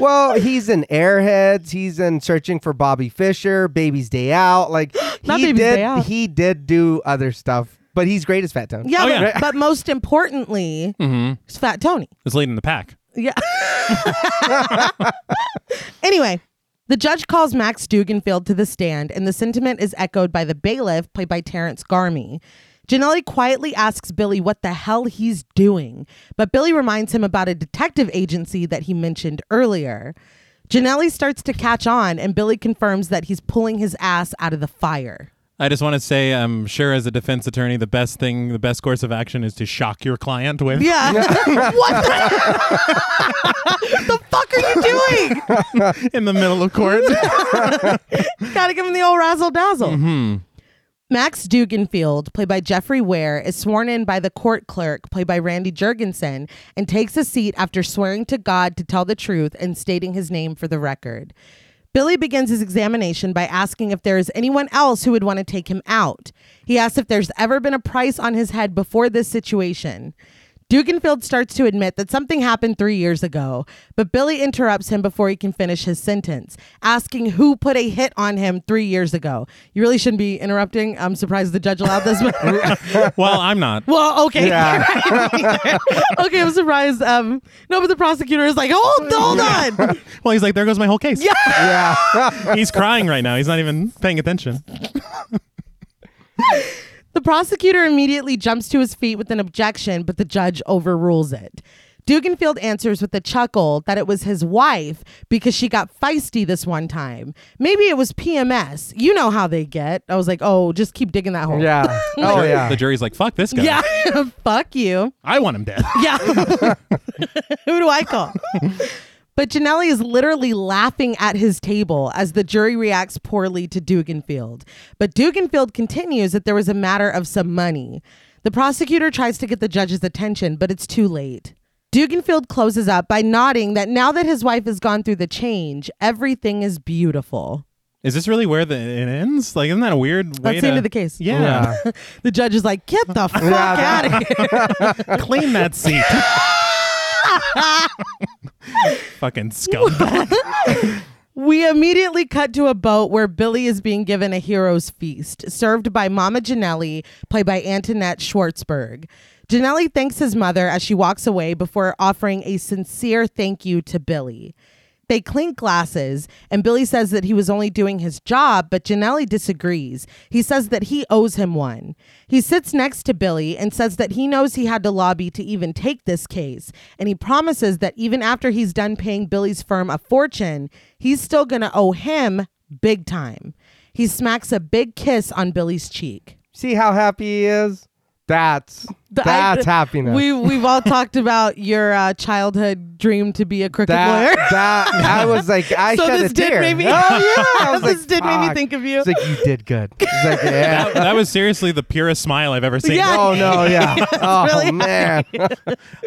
well, he's in Airheads. He's in Searching for Bobby Fisher, Baby's Day Out. Like
Not
he
Baby's
did,
Day Out.
he did do other stuff, but he's great as Fat Tony.
Yeah, Mm-hmm.
Oh,
but,
yeah.
but most importantly, it's Fat Tony.
It's leading the pack.
Yeah. anyway, the judge calls Max Duganfield to the stand, and the sentiment is echoed by the bailiff, played by Terrence Garmy. Janelli quietly asks Billy what the hell he's doing, but Billy reminds him about a detective agency that he mentioned earlier. Janelli starts to catch on, and Billy confirms that he's pulling his ass out of the fire.
I just want to say, I'm sure as a defense attorney, the best thing, the best course of action is to shock your client with.
Yeah. what the, the fuck are you doing?
in the middle of court.
Gotta give him the old razzle dazzle. Max Duganfield, played by Jeffrey Ware, is sworn in by the court clerk, played by Randy Jurgensen, and takes a seat after swearing to God to tell the truth and stating his name for the record. Billy begins his examination by asking if there is anyone else who would want to take him out. He asks if there's ever been a price on his head before this situation. Duganfield starts to admit that something happened three years ago, but Billy interrupts him before he can finish his sentence, asking who put a hit on him three years ago. You really shouldn't be interrupting. I'm surprised the judge allowed this. but-
well, I'm not.
well, okay.
Yeah.
okay, I'm surprised. Um, no, but the prosecutor is like, hold, hold on.
Well, he's like, there goes my whole case.
Yeah.
He's crying right now. He's not even paying attention.
The prosecutor immediately jumps to his feet with an objection, but the judge overrules it. Duganfield answers with a chuckle that it was his wife because she got feisty this one time. Maybe it was PMS. You know how they get. I was like, oh, just keep digging that hole.
Yeah. Oh yeah.
The jury's like, fuck this guy.
Yeah. Fuck you.
I want him dead.
Yeah. Who do I call? But Janelli is literally laughing at his table as the jury reacts poorly to Duganfield. But Duganfield continues that there was a matter of some money. The prosecutor tries to get the judge's attention, but it's too late. Duganfield closes up by nodding that now that his wife has gone through the change, everything is beautiful.
Is this really where the, it ends? Like, isn't that a weird way
That's
to
the end of the case.
Yeah.
The judge is like, get the fuck out of here.
Clean that seat. Fucking scumbag.
We immediately cut to a boat where Billy is being given a hero's feast, served by Mama Janelli, played by Antoinette Schwartzberg. Janelli thanks his mother as she walks away before offering a sincere thank you to Billy. They clink glasses, and Billy says that he was only doing his job, but Janelli disagrees. He says that he owes him one. He sits next to Billy and says that he knows he had to lobby to even take this case, and he promises that even after he's done paying Billy's firm a fortune, he's still going to owe him big time. He smacks a big kiss on Billy's cheek.
See how happy he is. That's
The- I-
that's happiness.
We we've all talked about your uh, childhood dream to be a cricket
that,
lawyer.
that I was like I
So
shed
this
a
did
tear.
make me-
Oh yeah, I was
This
like,
did make me
fuck.
think of you.
It's like you did good. It's like yeah.
that, that was seriously the purest smile I've ever seen.
Yeah.
Oh no, yeah. Oh
really
man.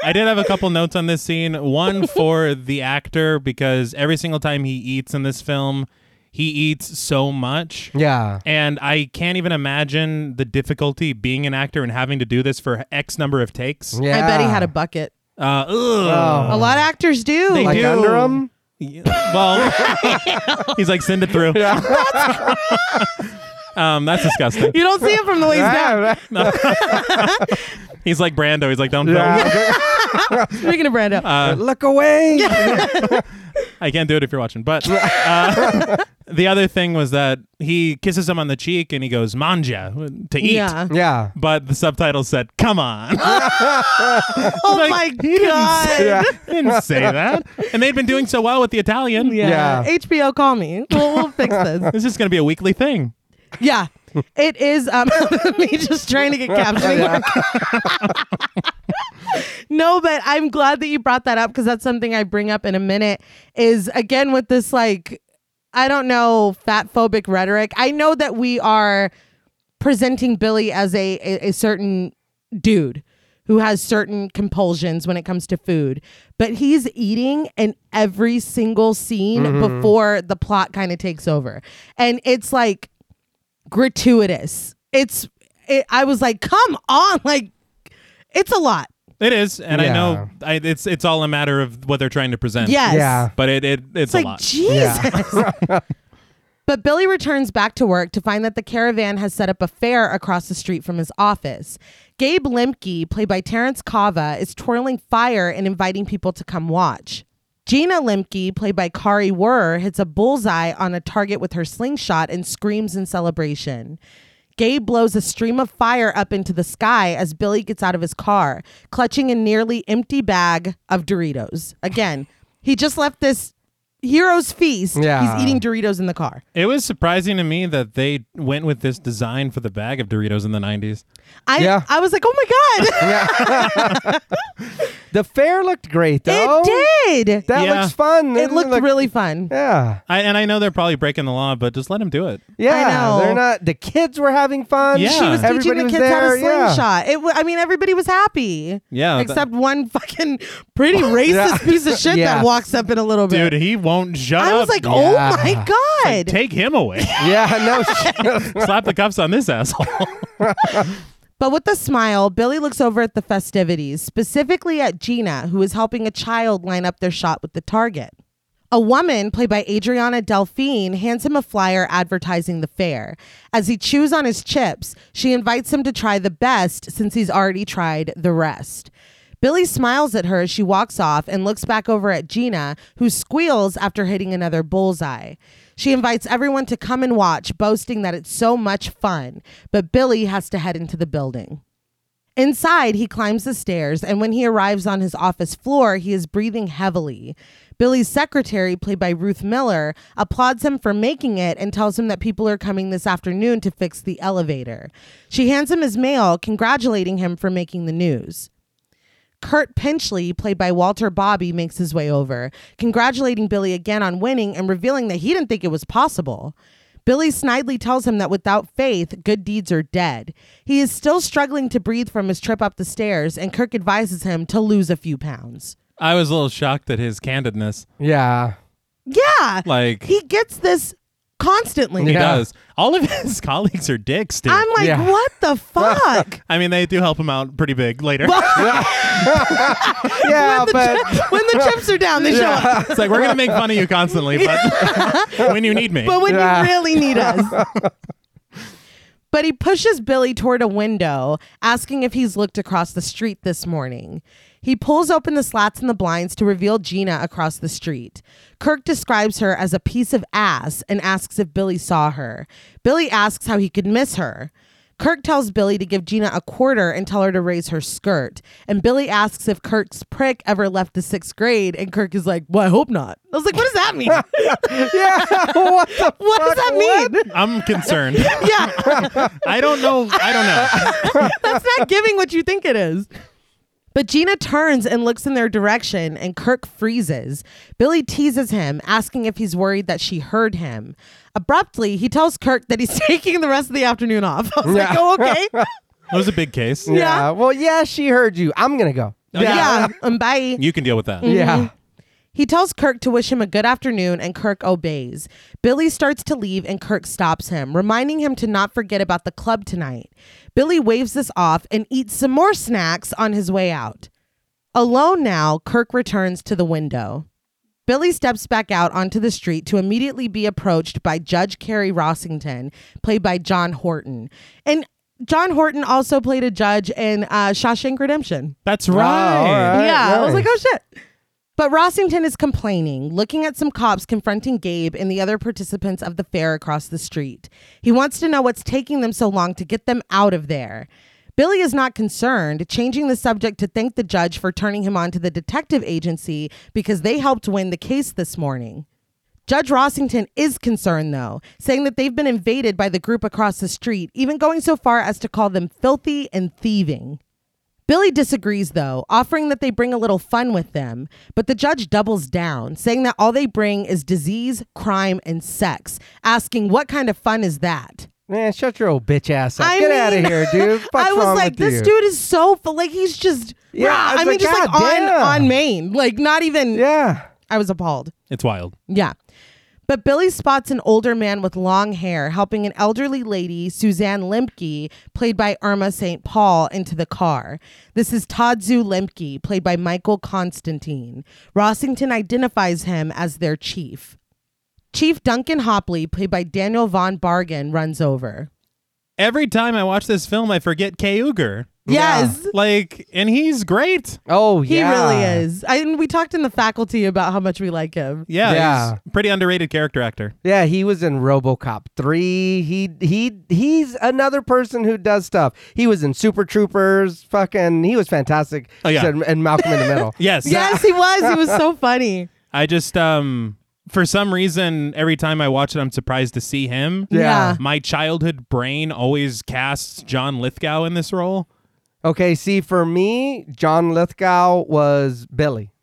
I did have a couple notes on this scene. One for the actor, because every single time he eats in this film, he eats so much.
yeah.
And I can't even imagine the difficulty being an actor and having to do this for X number of takes.
Yeah. Oh.
I bet he had a bucket.
Uh, ugh.
A lot of actors do.
They
like
do.
under him.
Yeah. Well, he's like, send it through. um, that's disgusting.
You don't see him from the waist down.
Yeah, right.
He's like Brando. He's like, don't. film.
Yeah.
Speaking of Brando,
Uh,
Look away.
I can't do it if you're watching. But uh, the other thing was that he kisses him on the cheek and he goes manja to eat.
yeah.
Yeah.
But the subtitle said, "Come on."
Oh
Like,
my
he didn't
god.
say-
Yeah.
Didn't say that. And they'd been doing so well with the Italian.
Yeah.
HBO, call me. We'll, we'll fix this.
This is going to be a weekly thing.
Yeah. It is um, me just trying to get captioning work. no, but I'm glad that you brought that up because that's something I bring up in a minute. Is again with this like, I don't know, fat phobic rhetoric. I know that we are presenting Billy as a, a, a certain dude who has certain compulsions when it comes to food, but he's eating in every single scene before the plot kind of takes over. And it's like gratuitous. It's, it, I was like, come on. Like, it's a lot.
It is, and I
Yeah.
know I, it's it's all a matter of what they're trying to present.
Yes.
Yeah.
but it, it it's,
It's
a
like,
lot.
Jesus. but Billy returns back to work to find that the caravan has set up a fair across the street from his office. Gabe Lemke, played by Terrence Kava, is twirling fire and inviting people to come watch. Gina Lemke, played by Kari Werr, hits a bullseye on a target with her slingshot and screams in celebration. Gabe blows a stream of fire up into the sky as Billy gets out of his car, clutching a nearly empty bag of Doritos. Again, he just left this Heroes Feast,
Yeah.
he's eating Doritos in the car.
It was surprising to me that they went with this design for the bag of Doritos in the 90s.
I
Yeah.
I was like, oh my god,
The fair looked great though.
it did.
That
Yeah.
looks fun.
it looked
Like-
really fun.
Yeah.
I, and I know they're probably breaking the law, but just let them do it.
Yeah.
know.
They're not the kids were having fun.
Yeah. She was
Everybody
Teaching the
was
kids
there.
how to
yeah.
slingshot. It wa- I mean, everybody was happy.
Yeah, that-
Except one fucking pretty racist piece of shit
Yeah.
that walks up in a little bit.
Dude, he won't shut
I
up.
was like,
dude.
oh
Yeah.
my god.
Take him away.
Yeah, no shit.
Slap the cuffs on this asshole.
But with a smile, Billy looks over at the festivities, specifically at Gina, who is helping a child line up their shot with the target. A woman, played by Adriana Delphine, hands him a flyer advertising the fair. As he chews on his chips, she invites him to try the best since he's already tried the rest. Billy smiles at her as she walks off and looks back over at Gina, who squeals after hitting another bullseye. She invites everyone to come and watch, boasting that it's so much fun, but Billy has to head into the building. Inside, he climbs the stairs, and when he arrives on his office floor, he is breathing heavily. Billy's secretary, played by Ruth Miller, applauds him for making it and tells him that people are coming this afternoon to fix the elevator. She hands him his mail, congratulating him for making the news. Kurt Pinchley, played by Walter Bobby, makes his way over, congratulating Billy again on winning and revealing that he didn't think it was possible. Billy snidely tells him that without faith, good deeds are dead. He is still struggling to breathe from his trip up the stairs, and Kirk advises him to lose a few pounds.
I was a little shocked at his candidness.
yeah.
Yeah.
Like,
he gets this
He
constantly.
Yeah.
does. All of his colleagues are dicks, dude.
I'm like,
Yeah.
what the fuck?
I mean, they do help him out pretty big later.
Yeah,
The
but
chip- when the chips are down, they show up.
it's like we're gonna make fun of you constantly, but when you need me,
but when
Yeah.
you really need us. but he pushes Billy toward a window, asking if he's looked across the street this morning. He pulls open the slats in the blinds to reveal Gina across the street. Kirk describes her as a piece of ass and asks if Billy saw her. Billy asks how he could miss her. Kirk tells Billy to give Gina a quarter and tell her to raise her skirt. And Billy asks if Kirk's prick ever left the sixth grade. And Kirk is like, Well, I hope not. I was like, What does that mean?
yeah, what the
What does that mean?
I'm concerned.
Yeah,
I don't know. I don't know.
that's not giving what you think it is. But Gina turns and looks in their direction, and Kirk freezes. Billy teases him, asking if he's worried that she heard him. Abruptly, he tells Kirk that he's taking the rest of the afternoon off. I was like, oh, okay.
That was a big case.
Yeah. Well, yeah, she heard you. I'm gonna go.
Yeah. Um, bye.
You can deal with that.
Yeah.
Mm-hmm. He tells Kirk to wish him a good afternoon, and Kirk obeys. Billy starts to leave, and Kirk stops him, reminding him to not forget about the club tonight. Billy waves this off and eats some more snacks on his way out. Alone now, Kirk returns to the window. Billy steps back out onto the street to immediately be approached by Judge Carrie Rossington, played by John Horton. And John Horton also played a judge in uh, Shawshank Redemption
That's
Oh, all
right.
right.
yeah, I was
nice.
like, oh shit. But Rossington is complaining, looking at some cops confronting Gabe and the other participants of the fair across the street. He wants to know what's taking them so long to get them out of there. Billy is not concerned, changing the subject to thank the judge for turning him on to the detective agency because they helped win the case this morning. Judge Rossington is concerned, though, saying that they've been invaded by the group across the street, even going so far as to call them filthy and thieving. Billy disagrees, though, offering that they bring a little fun with them. But the judge doubles down, saying that all they bring is disease, crime, and sex, asking what kind of fun is that?
Man, shut your old bitch ass up.
I
Get out of
mean,
here, dude. What's
I
wrong
was like,
with
this
you?
dude is so full. Like, he's just,
Yeah,
yeah,
I
I,
was
mean,
like,
just like
"God damn."
on, on Maine. Like, not even,
Yeah.
I was appalled.
It's wild.
Yeah. But Billy spots an older man with long hair helping an elderly lady, Suzanne Limpke, played by Irma St. Paul, into the car. This is Tadzu Limpke, played by Michael Constantine. Rossington identifies him as their chief. Chief Duncan Hopley, played by Daniel Von Bargen, runs over.
Every time I watch this film, I forget Kay Uger.
Yeah.
Yes,
Like, and he's great.
Oh
he
yeah.
really is. I, and we talked in the faculty about how much we like him.
Yeah.
Yeah.
he's a pretty underrated character actor.
Yeah, he was in RoboCop 3. He he he's another person who does stuff. He was in Super Troopers, fucking he was fantastic.
Oh, yeah.
And, and Malcolm in the Middle.
Yes.
Yes, he was. He was so funny.
I just um for some reason, every time I watch it, I'm surprised to see him.
Yeah.
My childhood brain always casts John Lithgow in this role.
Okay, see, for me, John Lithgow was Billy.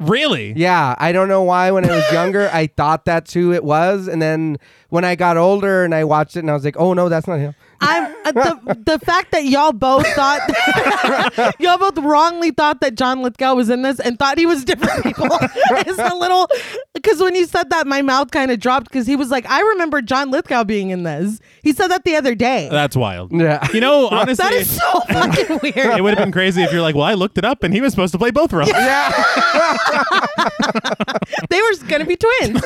Really?
Yeah, I don't know why when I was younger, I thought that's who it was. And then when I got older and I watched it and I was like, oh, no, that's not him.
I'm uh, the the fact that y'all both thought y'all both wrongly thought that John Lithgow was in this and thought he was different people is a little because when you said that my mouth kind of dropped because he was like I remember John Lithgow being in this. He said that the other day.
That's wild.
Yeah.
You know, honestly,
that is so fucking
it
weird.
would have been crazy if you're like, well, I looked it up and he was supposed to play both roles.
Yeah.
they were gonna be twins.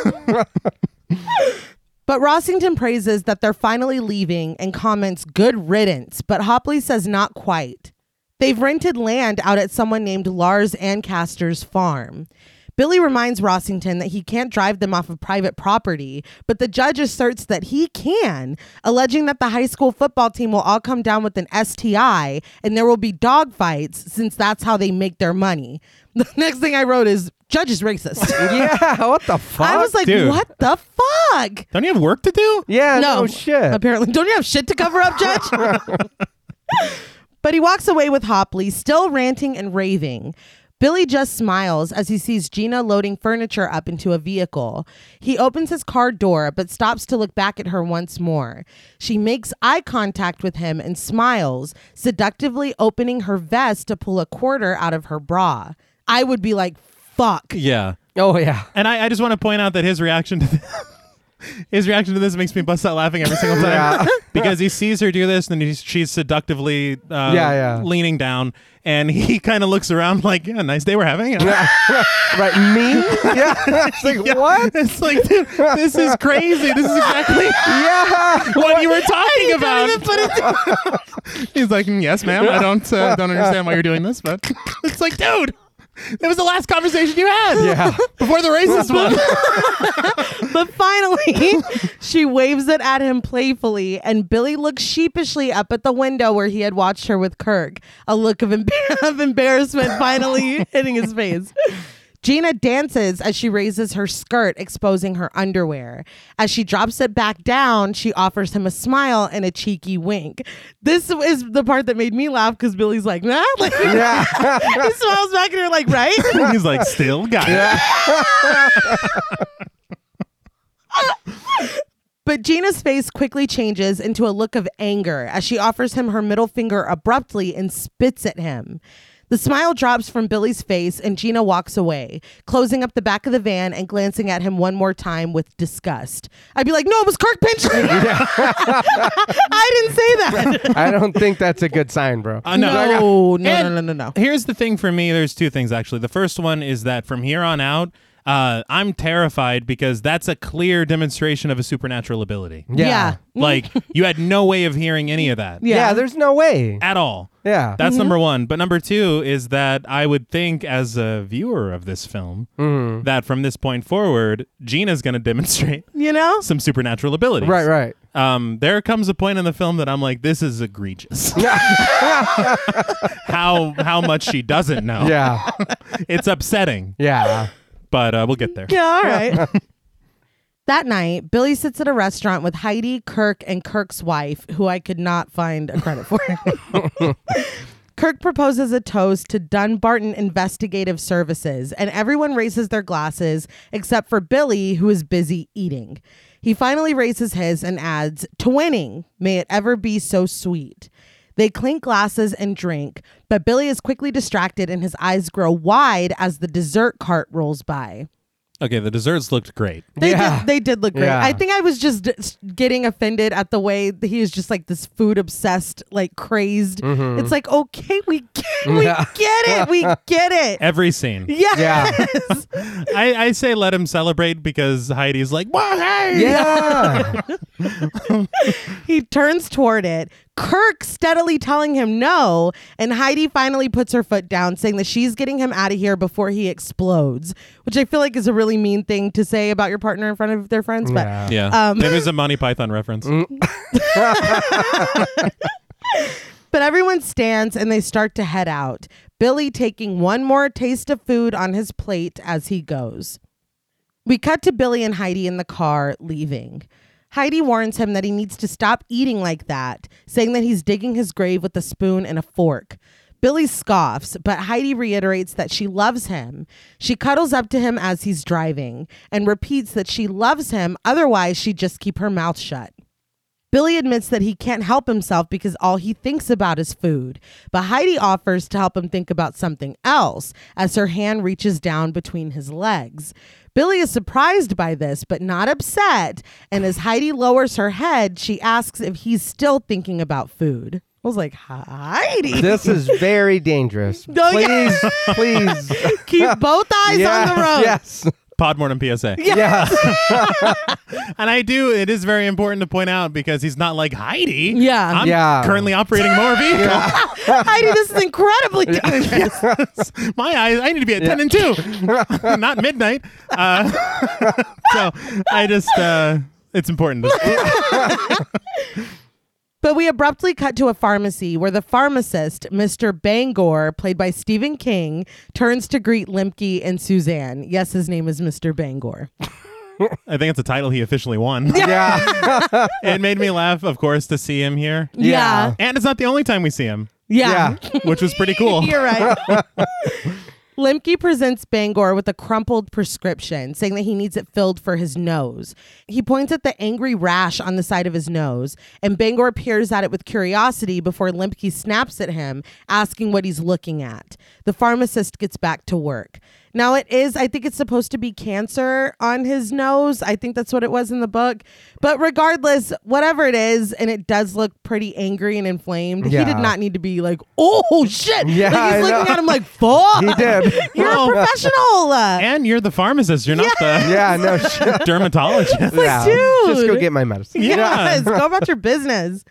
But Rossington praises that they're finally leaving and comments good riddance, but Hopley says not quite. They've rented land out at someone named Lars Ancaster's farm. Billy reminds Rossington that he can't drive them off of private property, but the judge asserts that he can, alleging that the high school football team will all come down with an STI and there will be dogfights since that's how they make their money. The next thing I wrote is judge is racist.
yeah. What the fuck?
I was like,
dude.
what the fuck?
Don't you have work to do?
yeah, no,
no
shit.
Apparently, don't you have shit to cover up, Judge? but he walks away with Hopley, still ranting and raving. Billy just smiles as he sees Gina loading furniture up into a vehicle. He opens his car door but stops to look back at her once more. She makes eye contact with him and smiles, seductively opening her vest to pull a quarter out of her bra. I would be like, fuck.
Yeah.
Oh, yeah.
And I, I just want to point out that his reaction to his reaction to this makes me bust out laughing every single time
Yeah.
because he sees her do this and he's, she's seductively uh,
Yeah, yeah.
leaning down and he kind of looks around like, yeah, nice day we're having.
right. Me? Yeah. It's like, what?
It's like, dude, this is crazy. This is exactly
Yeah.
what you were talking about.
Don't even put it
He's like, "Mm, yes, ma'am. I don't uh, don't understand why you're doing this, but it's like, dude, that was the last conversation you had.
Yeah.
Before the racist one.
But finally, she waves it at him playfully, and Billy looks sheepishly up at the window where he had watched her with Kirk, a look of, embar- of embarrassment finally hitting his face. Gina dances as she raises her skirt, exposing her underwear. As she drops it back down, she offers him a smile and a cheeky wink. This is the part that made me laugh because Billy's like, nah. Like,
Yeah.
he smiles back at her, like, right?
He's like, still got it.
But Gina's face quickly changes into a look of anger as she offers him her middle finger abruptly and spits at him. The smile drops from Billy's face and Gina walks away, closing up the back of the van and glancing at him one more time with disgust. I'd be like, no, it was Kirk Pinchley. I didn't say that.
I don't think that's a good sign, bro.
Uh,
No, no, no,
And
no, no, no.
Here's the thing for me. There's two things actually. The first one is that from here on out, uh, I'm terrified because that's a clear demonstration of a supernatural ability.
Yeah.
Like you had no way of hearing any of that
Yeah.
Yeah.
there's no way.
at all.
Yeah.
Mm-hmm.
That's number one. But number two is that I would think, as a viewer of this film,
Mm-hmm.
that from this point forward, Gina's going to demonstrate
You know?
some supernatural abilities.
right, right.
Um, there comes a point in the film that I'm like, this is egregious. how how much she doesn't know.
Yeah.
It's upsetting,
Yeah.
but uh, we'll get there.
Yeah, all right. that night, Billy sits at a restaurant with Heidi, Kirk, and Kirk's wife, who I could not find a credit for. Kirk proposes a toast to Dunbarton Investigative Services, and everyone raises their glasses except for Billy, who is busy eating. He finally raises his and adds, To winning, may it ever be so sweet. They clink glasses and drink, but Billy is quickly distracted and his eyes grow wide as the dessert cart rolls by.
Okay, the desserts looked great.
They
Yeah.
did. They did look great.
Yeah.
I think I was just d- s- getting offended at the way that he is just like this food obsessed, like crazed. It's like okay, we get, we
Mm-hmm. Yeah.
get it, we get it.
Every scene.
Yes.
Yeah.
I, I say let him celebrate because Heidi's like, well, hey!
Yeah.
He turns toward it. Kirk steadily telling him no, and Heidi finally puts her foot down, saying that she's getting him out of here before he explodes, which I feel like is a really mean thing to say about your partner in front of their friends. But
Yeah.
Yeah. Maybe it's Um, a Monty Python reference.
Mm.
But everyone stands and they start to head out, Billy taking one more taste of food on his plate as he goes. We cut to Billy and Heidi in the car leaving. Heidi warns him that he needs to stop eating like that, saying that he's digging his grave with a spoon and a fork. Billy scoffs, but Heidi reiterates that she loves him. She cuddles up to him as he's driving and repeats that she loves him, otherwise, she'd just keep her mouth shut. Billy admits that he can't help himself because all he thinks about is food, but Heidi offers to help him think about something else as her hand reaches down between his legs. Billy is surprised by this, but not upset, and as Heidi lowers her head, she asks if he's still thinking about food. I was like, Heidi,
This is very dangerous.
Oh, yeah.
please, please.
keep both eyes on the road.
Yes.
Podmortem PSA.
Yes.
And I do, it is very important to point out because he's not like Heidi.
Yeah.
I'm
Yeah.
currently operating more vehicles.
Heidi, this is incredibly dangerous.
My eyes, I need to be at 10 and 2, not midnight. Uh, so I just, uh, it's important.
But we abruptly cut to a pharmacy where the pharmacist, Mr. Bangor, played by Stephen King, turns to greet Limke and Suzanne. Yes, his name is Mr. Bangor.
I think it's a title he officially won.
yeah.
It made me laugh, of course, to see him here.
Yeah.
And it's not the only time we see him,
Yeah.
Yeah.
which was pretty cool.
You're right. Limke presents Bangor with a crumpled prescription, saying that he needs it filled for his nose. He points at the angry rash on the side of his nose, and Bangor peers at it with curiosity before Limke snaps at him, asking what he's looking at. The pharmacist gets back to work. Now, it is, I think it's supposed to be cancer on his nose. I think that's what it was in the book. But regardless, whatever it is, and it does look pretty angry and inflamed, he did
Yeah.
not need to be like, oh shit.
Yeah,
like
I
he's looking
know.
at him like, fuck.
He did. Oh,
You're
Well,
a professional. Uh,
And you're the pharmacist, you're not
Yeah. No. Sh-
the dermatologist.
yeah. Just go
dude.
get my medicine.
yes, go about your business.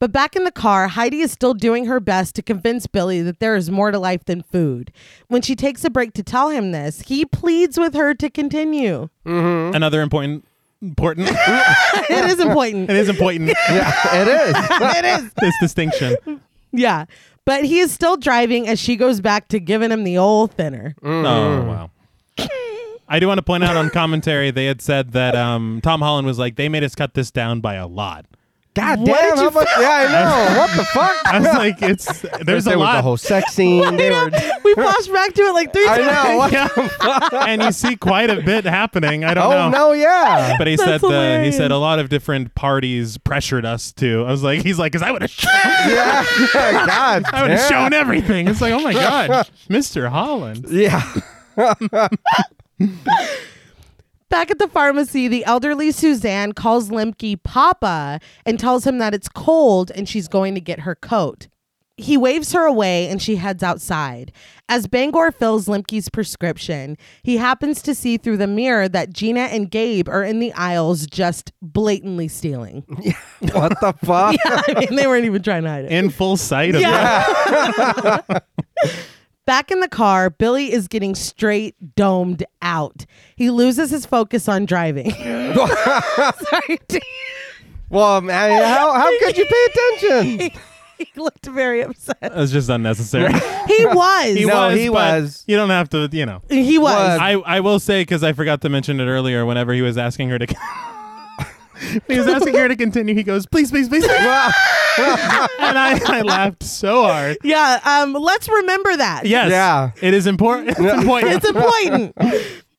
But back in the car, Heidi is still doing her best to convince Billy that there is more to life than food. When she takes a break to tell him this, he pleads with her to continue.
Another important, important, it
It is important.
is important,
Yeah. It is.
it is.
this distinction.
Yeah. But he is still driving as she goes back to giving him the old thinner.
Mm. Mm-hmm.
Oh wow. I do want to point out on commentary they had said that um, Tom Holland was like they made us cut this down by a lot.
God
What did
damn.
you
How much? Yeah. I know. What the fuck?
I was like, it's there's
there
a
was
lot.
the whole sex scene. They were.
We flashed back to it like three
I
times.
know. What?
Yeah. and you see quite a bit happening. I don't
Oh no.
know.
Yeah.
But he
That's
said the, he
hilarious.
said a lot of different parties pressured us to. I was like, he's like, because I would have,
Yeah. God.
I would have
damn.
shown everything. It's like, oh my god, Mr. Holland.
Yeah.
Back at the pharmacy, the elderly Suzanne calls Limke Papa and tells him that it's cold and she's going to get her coat. He waves her away and she heads outside. As Bangor fills Limke's prescription, he happens to see through the mirror that Gina and Gabe are in the aisles just blatantly stealing.
What the fuck?
I mean, they weren't even trying to hide it.
In full sight of
Yeah. Back in the car, Billy is getting straight domed out. He loses his focus on driving. Sorry, Dave.
Well, man, how how could you pay attention?
he looked very upset.
it was just unnecessary.
He was.
He
No,
was,
he
but
was. Uh,
You don't have to, you know.
He was.
Was.
I, I will say because I forgot to mention it earlier. Whenever he was asking her to, he was asking her to continue. He goes, "Please, please, please," and
Well,
I, I laughed so hard.
Yeah. Um. Let's remember that.
Yes,
Yeah.
it is important. It's important.
It's important.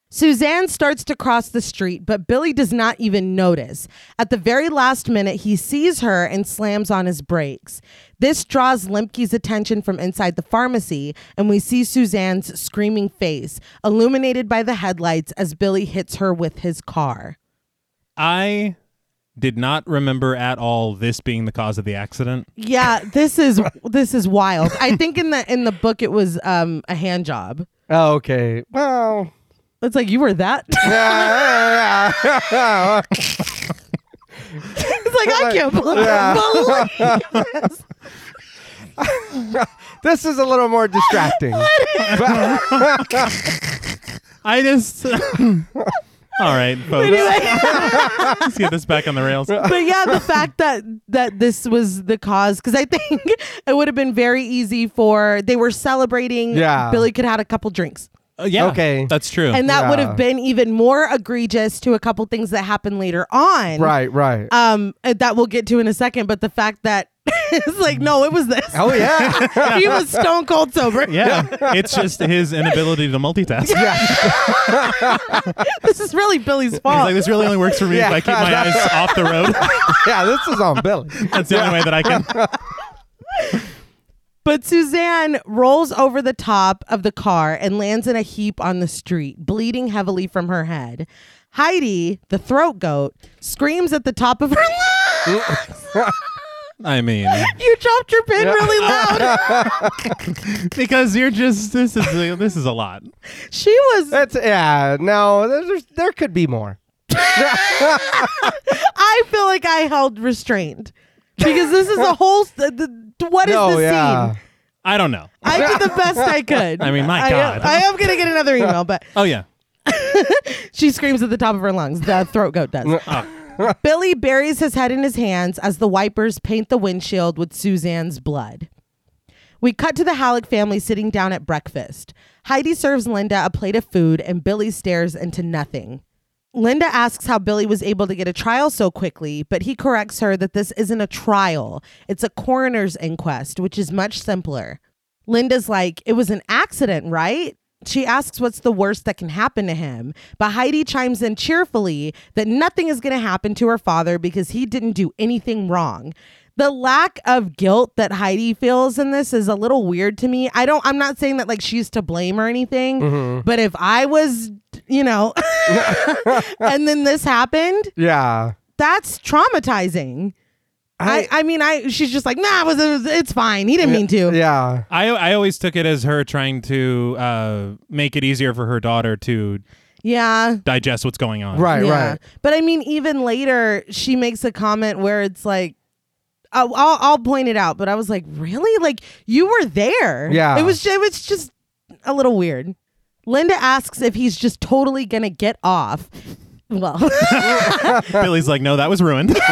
Suzanne starts to cross the street, but Billy does not even notice. At the very last minute, he sees her and slams on his brakes. This draws Limke's attention from inside the pharmacy, and we see Suzanne's screaming face, illuminated by the headlights as Billy hits her with his car.
I did not remember at all this being the cause of the accident.
Yeah, this is this is wild. I think in the in the book it was um a hand job.
oh, okay. Well.
It's like you were that.
yeah, yeah, yeah.
it's like I can't believe, believe this.
this is a little more distracting.
I just. all right, folks.
Anyway.
Let's get this back on the rails.
but yeah, the fact that that this was the cause, because I think it would have been very easy for they were celebrating.
Yeah.
Billy could have had a couple drinks.
Uh, yeah.
Okay.
That's true.
And that would
Yeah.
have been even more egregious to a couple things that happened later on.
Right, right.
Um, uh, that we'll get to in a second. But the fact that it's like, no, it was this.
oh yeah.
he was stone cold sober.
yeah. it's just his inability to multitask. He's
This is really Billy's fault.
like, this really only works for me
Yeah.
if I keep my eyes off the road.
yeah, this is on Billy.
That's the only way that I can.
but Suzanne rolls over the top of the car and lands in a heap on the street, bleeding heavily from her head. Heidi, the throat goat, screams at the top of her lungs.
I mean,
You dropped your pin really loud.
because you're just this is a, this is a lot.
She was
That's yeah. No, there's, there's- there could be more.
I feel like I held restrained because this is a whole. The, the, what is
no,
the
yeah.
scene?
I don't know.
I did the best I could.
I mean, my
I am-
God.
I am gonna get another email, but
Oh yeah.
she screams at the top of her lungs. The throat goat does. Billy buries his head in his hands as the wipers paint the windshield with Suzanne's blood. We cut to the Halleck family sitting down at breakfast. Heidi serves Linda a plate of food, and Billy stares into nothing. Linda asks how Billy was able to get a trial so quickly, but he corrects her that this isn't a trial. It's a coroner's inquest, which is much simpler. Linda's like, It was an accident, right? She asks what's the worst that can happen to him, but Heidi chimes in cheerfully that nothing is going to happen to her father because he didn't do anything wrong. The lack of guilt that Heidi feels in this is a little weird to me. I don't I'm not saying that like she's to blame or anything,
Mm-hmm.
but if I was, you know, and then this happened,
Yeah.
that's traumatizing. I, I mean I she's just like, "Nah, it was, it was- it's fine. He didn't mean to."
Yeah.
I I always took it as her trying to uh, make it easier for her daughter to
yeah.
digest what's going on.
Right, right.
But I mean, even later, she makes a comment where it's like, I'll, I'll, I'll point it out, but I was like, really? Like, you were there.
Yeah.
It was, it was just a little weird. Linda asks if he's just totally going to get off. Well,
Billy's like, no, that was ruined.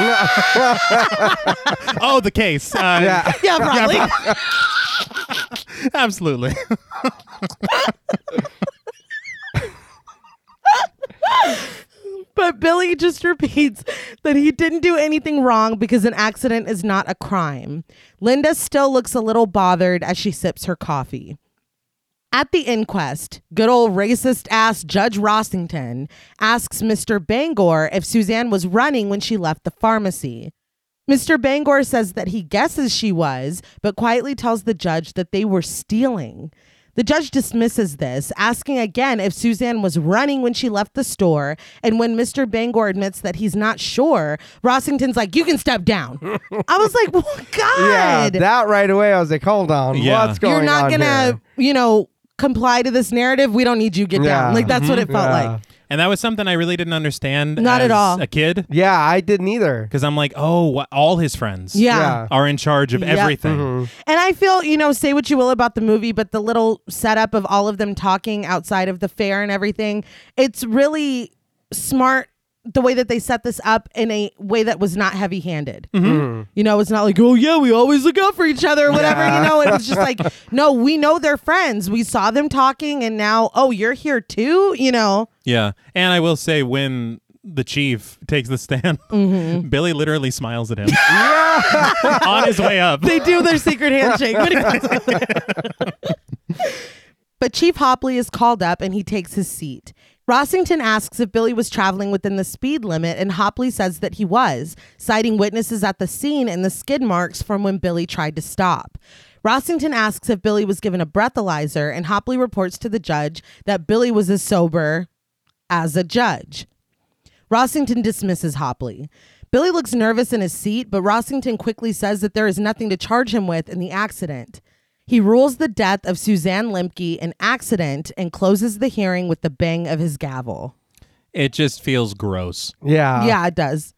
oh, the case. Uh,
Yeah.
yeah, probably.
Absolutely.
But Billy just repeats that he didn't do anything wrong because an accident is not a crime. Linda still looks a little bothered as she sips her coffee. At the inquest, good old racist ass Judge Rossington asks Mr. Bangor if Suzanne was running when she left the pharmacy. Mr. Bangor says that he guesses she was, but quietly tells the judge that they were stealing. The judge dismisses this, asking again if Suzanne was running when she left the store. And when Mr. Bangor admits that he's not sure, Rossington's like, You can step down. I was like, well,
Yeah.
God.
That right away, I was like, hold on.
Yeah.
What's going
You're
on?
not gonna,
here?
you know, comply to this narrative. We don't need you.
Yeah.
Get
Mm-hmm.
down. Like that's what it felt
Yeah.
like.
And that was something I really didn't understand.
Not
as
at all.
A kid,
Yeah, I didn't either.
because I'm like, oh, wh- all his friends.
Yeah.
Yeah.
Are in charge of
Yep.
everything.
Mm-hmm.
And I feel, you know, say what you will about the movie, but the little setup of all of them talking outside of the fair and everything, it's really smart the way that they set this up in a way that was not heavy handed.
Mm-hmm.
You know, it's not like, oh, yeah, we always look out for each other or whatever. You know, it was just like, no, we know they're friends. We saw them talking and now, oh, you're here too. You know,
Yeah. And I will say, when the chief takes the stand, Billy literally smiles at him on his way up.
they do their secret handshake. when it comes- but Chief Hopley is called up and he takes his seat. Rossington asks if Billy was traveling within the speed limit, and Hopley says that he was, citing witnesses at the scene and the skid marks from when Billy tried to stop. Rossington asks if Billy was given a breathalyzer, and Hopley reports to the judge that Billy was as sober as a judge. Rossington dismisses Hopley. Billy looks nervous in his seat, but Rossington quickly says that there is nothing to charge him with in the accident. He rules the death of Suzanne Lemke an accident and closes the hearing with the bang of his gavel.
It just feels gross.
Yeah.
yeah, it does.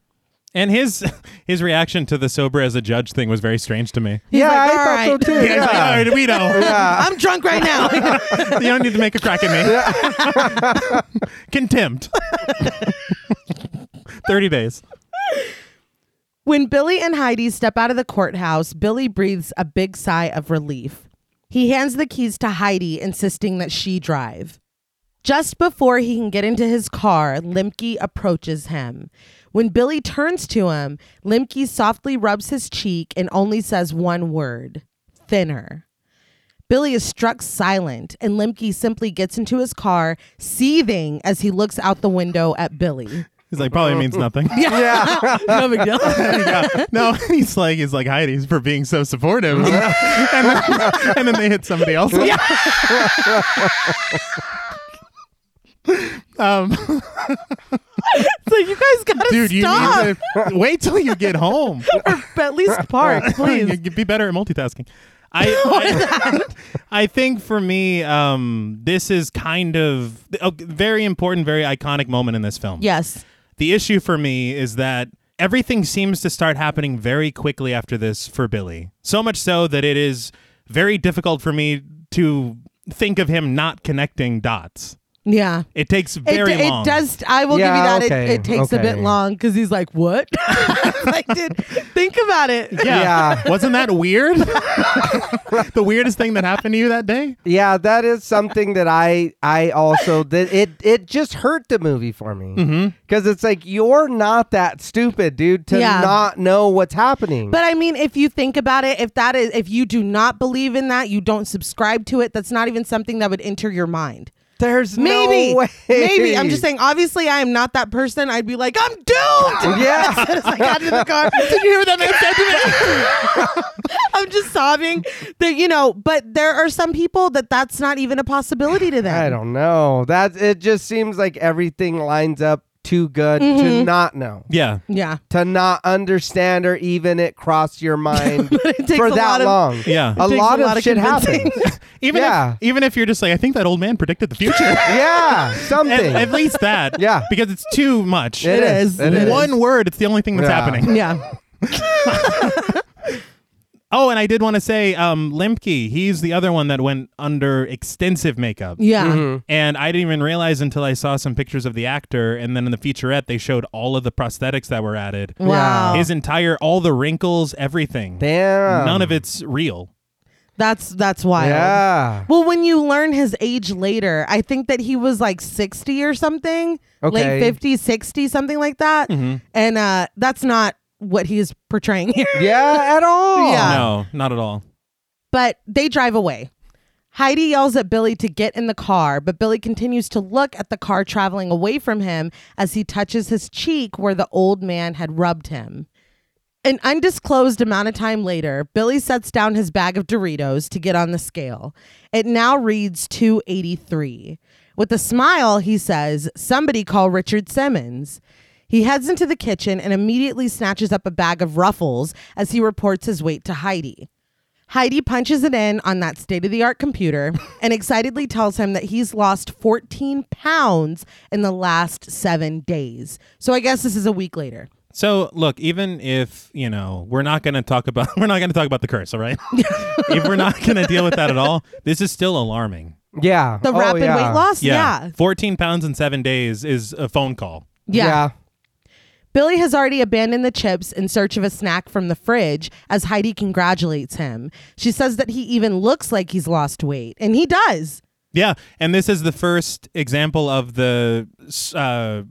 And his his reaction to the sober as a judge thing was very strange to me.
He's
Yeah,
like,
I
"All
thought so
right."
too.
He's like,
Yeah.
"All right, we know.
I'm drunk right now.
you don't need to make a crack at me. Contempt. Thirty days.
when Billy and Heidi step out of the courthouse, Billy breathes a big sigh of relief. He hands the keys to Heidi, insisting that she drive. Just before he can get into his car, Limke approaches him. When Billy turns to him, Limke softly rubs his cheek and only says one word thinner. Billy is struck silent, and Limke simply gets into his car, seething as he looks out the window at Billy.
He's like, probably means nothing. Yeah.
Yeah.
No big deal.
No, he's like, he's like, Heidi's for being so supportive. and, then, and then they hit somebody else. um,
so you guys gotta
dude, you
stop.
need to wait till you get home.
But at least park, please.
You'd be better at multitasking. I, I, I think for me, um, this is kind of a very important, very iconic moment in this film.
yes.
The issue for me is that everything seems to start happening very quickly after this for Billy. So much so that it is very difficult for me to think of him not connecting dots.
Yeah.
It takes
It,
very
it
long.
does. I will
Yeah,
give you that.
okay,
It, it takes a bit
okay.
long because he's like, "What?" like, dude, think about it.
Yeah.
Yeah.
Wasn't that weird? the weirdest thing that happened to you that day?
Yeah, that is something that I I also that it it just hurt the movie for me because it's like you're not that stupid, dude, to
Yeah.
not know what's happening.
But I mean, if you think about it, if that is, if you do not believe in that, you don't subscribe to it. That's not even something that would enter your mind.
There's
Maybe,
no way.
maybe. I'm just saying. Obviously, I am not that person. I'd be like, I'm doomed.
Yeah.
As I got in the car, did you hear what that man said to me? I'm just sobbing. That you know, but there are some people that that's not even a possibility to them.
I don't know. That it just seems like everything lines up too good
Mm-hmm.
to not know.
Yeah.
Yeah.
To not understand or even it crossed your mind
it takes
for
a
that
lot of-
long.
Yeah. It
A,
takes a
lot
lot
of
of
shit
convincing.
happens.
Even
Yeah.
if, even if you're just like, I think that old man predicted the future.
yeah.
at,
Something.
at least that.
Yeah.
Because it's too much.
It
is.
It is.
One word, it's the only thing that's
Yeah.
happening.
Yeah.
Oh, and I did want to say, um, Limke, he's the other one that went under extensive makeup.
Yeah.
Mm-hmm.
And I didn't even realize until I saw some pictures of the actor, and then in the featurette they showed all of the prosthetics that were added.
Wow.
His entire, all the wrinkles, everything.
Damn.
None of it's real.
That's that's wild.
Yeah.
Well, when you learn his age later, I think that he was like 60 or something,
Okay. Mm-hmm.
late 50, 60, something like that. And uh, that's not what he is portraying here.
Yeah, at all.
Yeah.
Oh, No, not at all.
But they drive away. Heidi yells at Billy to get in the car, but Billy continues to look at the car traveling away from him as he touches his cheek where the old man had rubbed him. An undisclosed amount of time later, Billy sets down his bag of Doritos to get on the scale. It now reads 283. With a smile, he says, Somebody call Richard Simmons. He heads into the kitchen and immediately snatches up a bag of ruffles as he reports his weight to Heidi. Heidi punches it in on that state of the art computer and excitedly tells him that he's lost 14 pounds in the last seven days. So I guess this is a week later.
So look, even if you know we're not going to talk about we're not going to talk about the curse, all right? if we're not going to deal with that at all, this is still alarming.
Yeah.
The
Oh,
rapid
yeah.
weight loss? Yeah.
fourteen pounds in seven days is a phone call.
yeah. Billy has already abandoned the chips in search of a snack from the fridge as Heidi congratulates him. She says that he even looks like he's lost weight, and he does.
Yeah, and this is the first example of the uh,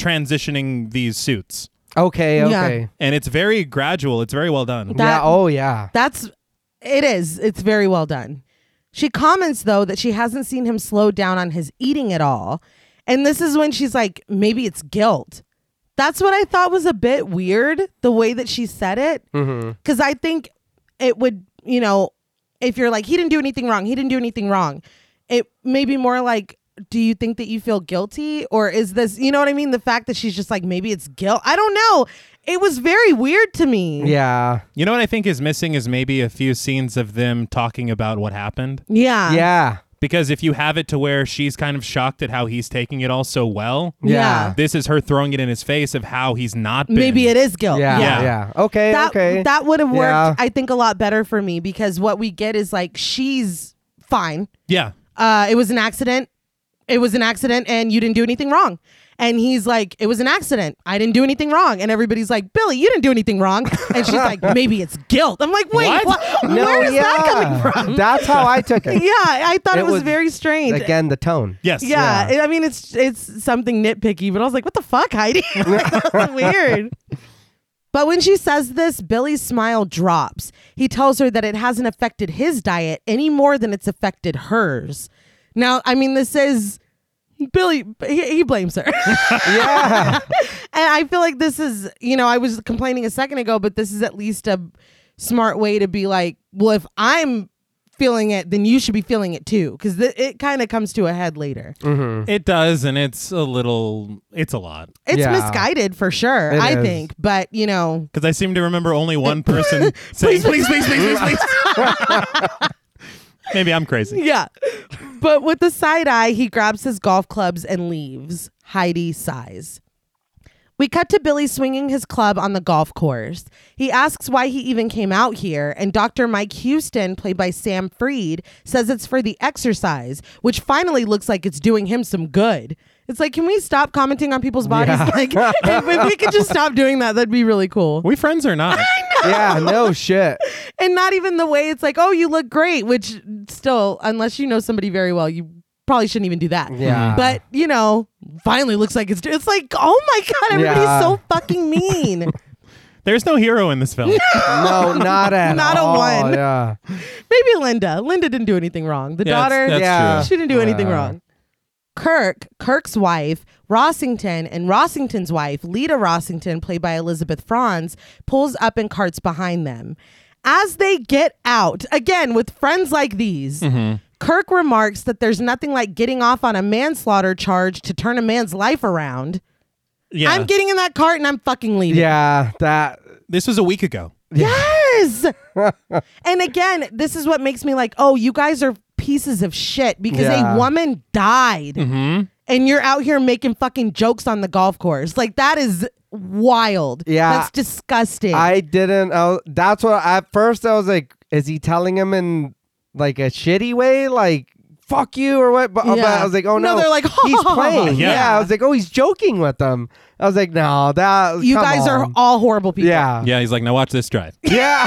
transitioning these suits,
Okay,
Yeah.
okay.
and it's very gradual. It's very well done.
That-
yeah, oh yeah.
That's it is. It's very well done. She comments though that she hasn't seen him slow down on his eating at all. And this is when she's like, maybe it's guilt. That's what I thought was a bit weird, the way that she said it.
Mm-hmm.
Because I think it would, you know, if you're like, he didn't do anything wrong, he didn't do anything wrong, it may be more like, do you think that you feel guilty? Or is this, you know what I mean? The fact that she's just like, maybe it's guilt. I don't know. It was very weird to me.
Yeah.
You know what I think is missing is maybe a few scenes of them talking about what happened.
Yeah.
yeah.
Because if you have it to where she's kind of shocked at how he's taking it all so well,
Yeah.
this is her throwing it in his face of how he's not. Been.
Maybe it is guilt.
Yeah.
Yeah.
Yeah. Okay,
That
okay.
that would have worked,
Yeah.
I think, a lot better for me because what we get is like she's fine.
Yeah.
Uh, it was an accident. it was an accident and you didn't do anything wrong. And he's like, it was an accident. I didn't do anything wrong. And everybody's like, Billy, you didn't do anything wrong. And she's like, maybe it's guilt. I'm like, wait,
What?
what? where is that coming from?
That's how I took it.
Yeah, I thought
It
it, was,
was-
very strange.
Again, the tone.
Yes.
yeah, I mean it's it's something nitpicky, but I was like, what the fuck, Heidi? Like, That's weird. But when she says this, Billy's smile drops. He tells her that it hasn't affected his diet any more than it's affected hers. Now, I mean, this is Billy. He, he blames her.
Yeah.
And I feel like this is, you know, I was complaining a second ago, but this is at least a smart way to be like, well, if I'm feeling it, then you should be feeling it too. Because th- it kind of comes to a head later.
It does, and it's a little, it's a lot.
It's
Yeah.
misguided for sure,
It
I
is.
think. But, you know,
Because I seem to remember only one person saying, please, please, please, please, please. Maybe I'm crazy.
yeah. but with the side eye, he grabs his golf clubs and leaves. Heidi sighs. We cut to Billy swinging his club on the golf course. He asks why he even came out here, and Dr. Mike Houston, played by Sam Freed, says it's for the exercise, which finally looks like it's doing him some good. It's like, can we stop commenting on people's bodies? Like, if, if we could just stop doing that, that'd be really cool.
We friends or not?
yeah. No shit.
and not even the way it's like, oh, you look great, which still, unless you know somebody very well, you probably shouldn't even do that.
Yeah.
Hmm.
But you know, finally looks like it's it's like, oh my god, everybody's
Yeah.
so fucking mean.
There's no hero in this film.
No, not at
Not a
all.
one.
Yeah.
Maybe Linda. Linda didn't do anything wrong. The
Yeah, it's-
daughter,
that's
Yeah.
true.
she didn't do anything
Yeah.
wrong. Kirk, Kirk's wife, Rossington, and Rossington's wife, Lita Rossington, played by Elizabeth Franz, pulls up in carts behind them. As they get out, again with friends like these,
Mm-hmm.
Kirk remarks that there's nothing like getting off on a manslaughter charge to turn a man's life around.
Yeah.
I'm getting in that cart and I'm fucking leaving.
Yeah. That.
this was a week ago.
Yes. and again, this is what makes me like, oh, you guys are pieces of shit because
Yeah.
a woman died
Mm-hmm.
and you're out here making fucking jokes on the golf course. Like, that is wild.
Yeah.
That's disgusting.
I didn't. I, that's what. At first, I was like, "Is he telling him in like a shitty way, like fuck you or what?" But, but
Yeah.
I was like, "Oh
No,
no,
they're like,
he's playing."
Yeah.
Yeah. I was like, "Oh, he's joking with them." I was like, "No, that
you
come
guys are
on."
all horrible people.
yeah,
Yeah, he's like, now watch this drive.
yeah,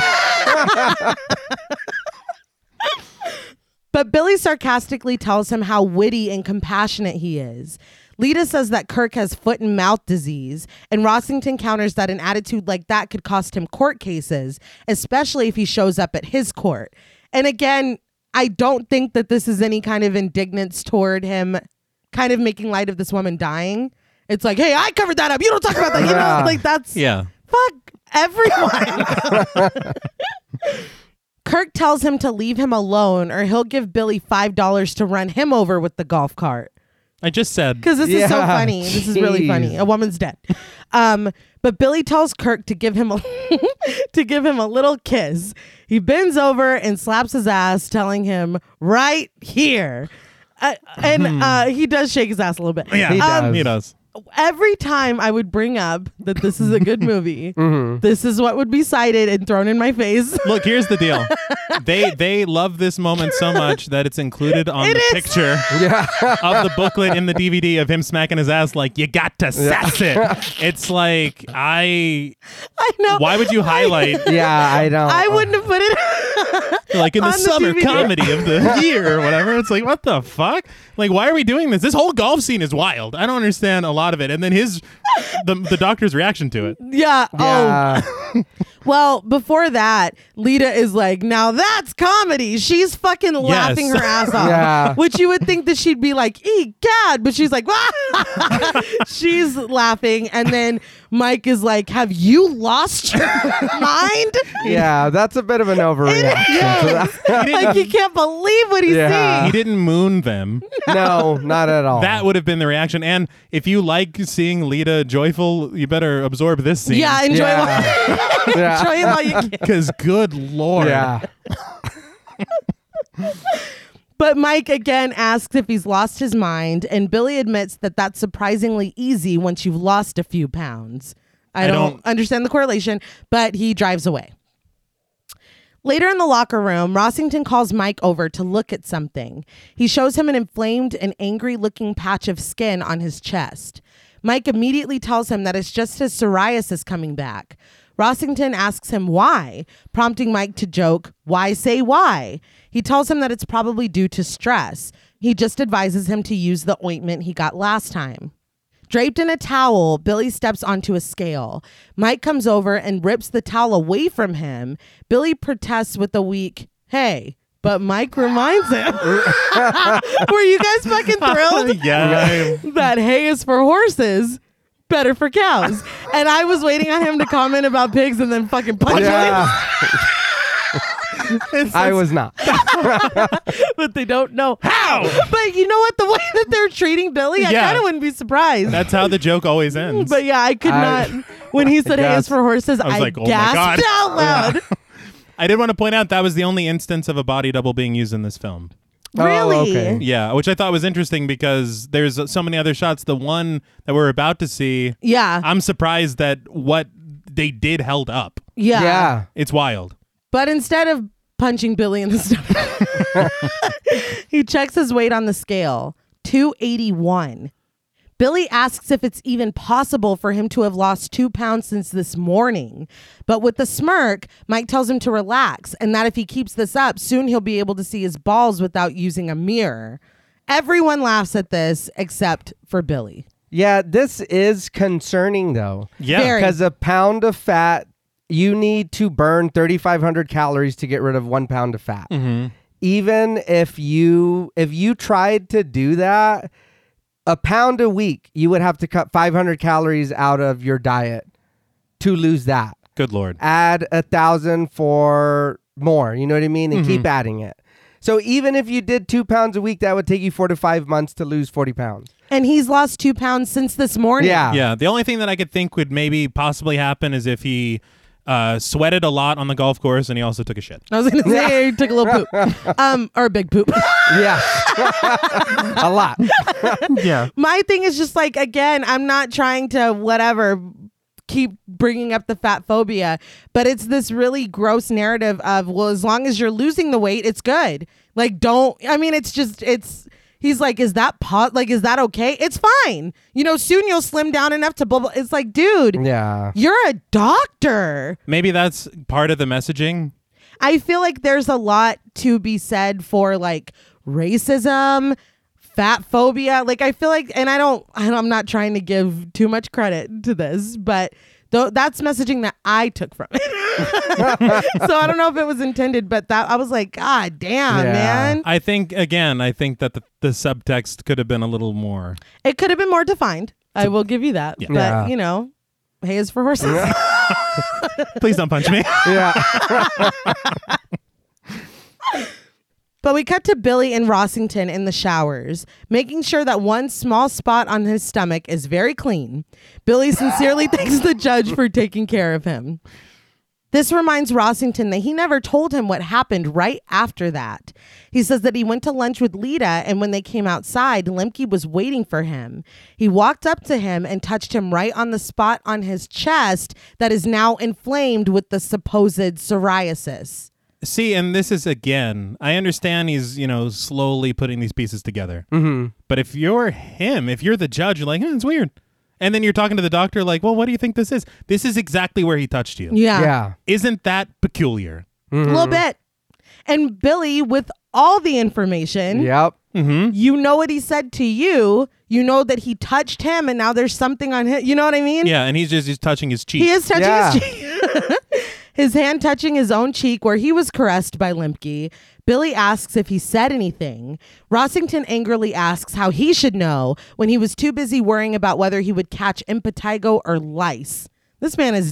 But Billy sarcastically tells him how witty and compassionate he is. Lita says that Kirk has foot and mouth disease, and Rossington counters that an attitude like that could cost him court cases, especially if he shows up at his court. And again, I don't think that this is any kind of indignance toward him, kind of making light of this woman dying. It's like, hey, I covered that up. You don't talk about that. You
Yeah.
know, like that's
Yeah.
fuck everyone. Kirk tells him to leave him alone or he'll give Billy $5 to run him over with the golf cart.
I just said,
Because this is so
Yeah,
funny. This is really
jeez.
funny. A woman's dead. Um, but Billy tells Kirk to give him a to give him a little kiss. He bends over and slaps his ass, telling him right here. Uh, and
Hmm.
uh, he does shake his ass a little bit.
yeah, um,
He does.
He does.
every time I would bring up that this is a good movie,
Mm-hmm.
this is what would be cited and thrown in my face.
Look, here's the deal. They they love this moment so much that it's included on
It
the
is.
picture of the booklet in the DVD of him smacking his ass like you got to sass it. It's like I
I know.
why would you highlight
yeah. I don't.
I wouldn't have put it.
like in the
On the
summer
DVD.
comedy of the year or whatever. It's like, what the fuck? Like, why are we doing this? This whole golf scene is wild. I don't understand a lot of it. And then his, the, the doctor's reaction to it.
yeah. Oh.
Yeah.
Well, before that, Lita is like, now that's comedy. She's fucking laughing her ass off.
Yeah.
Which you would think that she'd be like, "E God," but she's like, "Wah!" she's laughing. And then Mike is like, Have you lost your mind?
yeah, that's a bit of an overreaction. to that.
like you can't believe what he's
Yeah.
He
seeing.
didn't moon them.
No, not at all.
That would have been the reaction. And if you like seeing Lita joyful, you better absorb this scene.
Yeah, enjoy
yeah. yeah.
Enjoy it while you can.
Because good lord.
yeah.
But Mike again asks if he's lost his mind, and Billy admits that that's surprisingly easy once you've lost a few pounds. I,
I
don't,
don't-
understand the correlation, but he drives away. Later in the locker room, Rossington calls Mike over to look at something. He shows him an inflamed and angry looking patch of skin on his chest. Mike immediately tells him that it's just his psoriasis coming back. Rossington asks him why, prompting Mike to joke, Why say why? He tells him that it's probably due to stress. He just advises him to use the ointment he got last time. Draped in a towel, Billy steps onto a scale. Mike comes over and rips the towel away from him. Billy protests with a weak, hey, but Mike reminds him. Were you guys fucking thrilled?
Oh, yeah.
that hay is for horses, better for cows. and I was waiting on him to comment about pigs and then fucking punch him.
Yeah,
It's-
I was not.
But they don't know
How?
But you know what? The way that they're treating Billy, I
Yeah.
kind of wouldn't be surprised.
That's how the joke always ends.
but yeah, I could
I-
not. When he said hay is
Yes.
for horses, I,
was like, oh my
gasped
God.
out loud.
I did want to point out that was the only instance of a body double being used in this film.
Oh,
Really?
okay.
Yeah, which I thought was interesting because there's so many other shots. The one that we're about to see,
Yeah.
I'm surprised that what they did held up.
yeah.
Yeah.
It's wild.
But instead of punching Billy in the stomach, he checks his weight on the scale 281. Billy asks if it's even possible for him to have lost two pounds since this morning. But with a smirk, Mike tells him to relax and that if he keeps this up, soon he'll be able to see his balls without using a mirror. Everyone laughs at this except for Billy.
Yeah, this is concerning though.
Yeah.
Very.
Because a pound of fat, you need to burn 3,500 calories to get rid of one pound of fat. Even if you if you tried to do that, a pound a week, you would have to cut 500 calories out of your diet to lose that.
Good lord.
Add a thousand for more. You know what I mean? And keep adding it. So even if you did two pounds a week, that would take you four to five months to lose 40 pounds.
And he's lost two pounds since this morning.
Yeah.
Yeah, the only thing that I could think would maybe possibly happen is if he uh, sweated a lot on the golf course and he also took a shit.
I was going to say he took a little poop. Um, or a big poop.
Yeah. a lot.
Yeah.
my thing is just like again i'm not trying to whatever keep bringing up the fat phobia but it's this really gross narrative of well as long as you're losing the weight it's good like don't i mean it's just it's he's like is that pot like is that okay it's fine you know soon you'll slim down enough to blah blah it's like dude
Yeah.
you're a doctor
Maybe that's part of the messaging.
I feel like there's a lot to be said for like racism, fat phobia. Like I feel like, and I don't, I don't I'm not trying to give too much credit to this, but though that's messaging that I took from it. so I don't know if it was intended, but that I was like, God damn,
Yeah.
man,
I think again, I think that the, the subtext could have been a little more.
it could have been more defined. I will give you that, but
Yeah.
you know, hay is for horses.
Please don't punch me.
Yeah.
But we cut to Billy and Rossington in the showers, making sure that one small spot on his stomach is very clean. Billy sincerely thanks the judge for taking care of him. This reminds Rossington that he never told him what happened right after that. He says that he went to lunch with Lita, and when they came outside, Lemke was waiting for him. He walked up to him and touched him right on the spot on his chest that is now inflamed with the supposed psoriasis.
See, and this is again, I understand he's, you know, slowly putting these pieces together. Mm-hmm. But if you're him, if you're the judge, you're like, eh, it's weird. And then you're talking to the doctor, like, well, what do you think this is? This is exactly where he touched you.
Yeah.
Isn't that peculiar?
a little bit. And Billy, with all the information,
Yep.
you know what he said to you. You know that he touched him, and now there's something on him. You know what I mean?
Yeah, and he's just he's touching his cheek.
He is touching
Yeah.
his cheek. his hand touching his own cheek where he was caressed by Limpke. Billy asks if he said anything. Rossington angrily asks how he should know when he was too busy worrying about whether he would catch impetigo or lice. This man is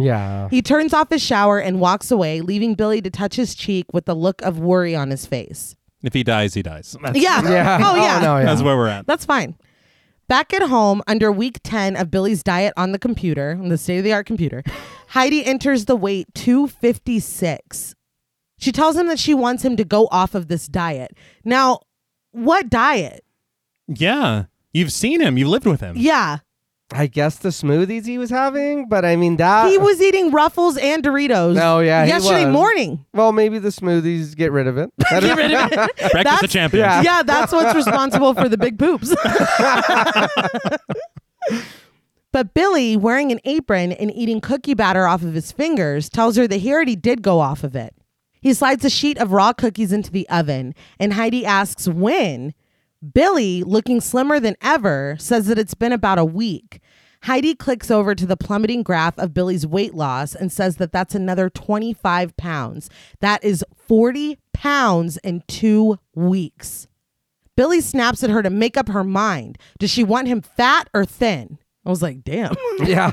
Yeah.
He turns off his shower and walks away, leaving Billy to touch his cheek with the look of worry on his face.
If he dies, he dies. That's,
Yeah.
Yeah.
Oh, yeah.
no, yeah.
that's where we're at.
That's fine. Back at home, under week 10 of Billy's diet on the computer, on the state of the art computer, Heidi enters the weight 256. She tells him that she wants him to go off of this diet. Now, what diet?
Yeah. You've seen him, you've lived with him.
Yeah.
I guess the smoothies he was having, but I mean that
he was eating Ruffles and Doritos.
No, Uh, Oh, yeah, he
yesterday
was.
morning.
Well, maybe the smoothies get rid of it. That is-
Breakfast of champions.
Yeah.
Yeah, that's what's responsible for the big poops. but Billy, wearing an apron and eating cookie batter off of his fingers, tells her that he already did go off of it. He slides a sheet of raw cookies into the oven, and Heidi asks when. Billy, looking slimmer than ever, says that it's been about a week. Heidi clicks over to the plummeting graph of Billy's weight loss and says that that's another 25 pounds. That is 40 pounds in two weeks. Billy snaps at her to make up her mind. Does she want him fat or thin? I was like, damn.
yeah.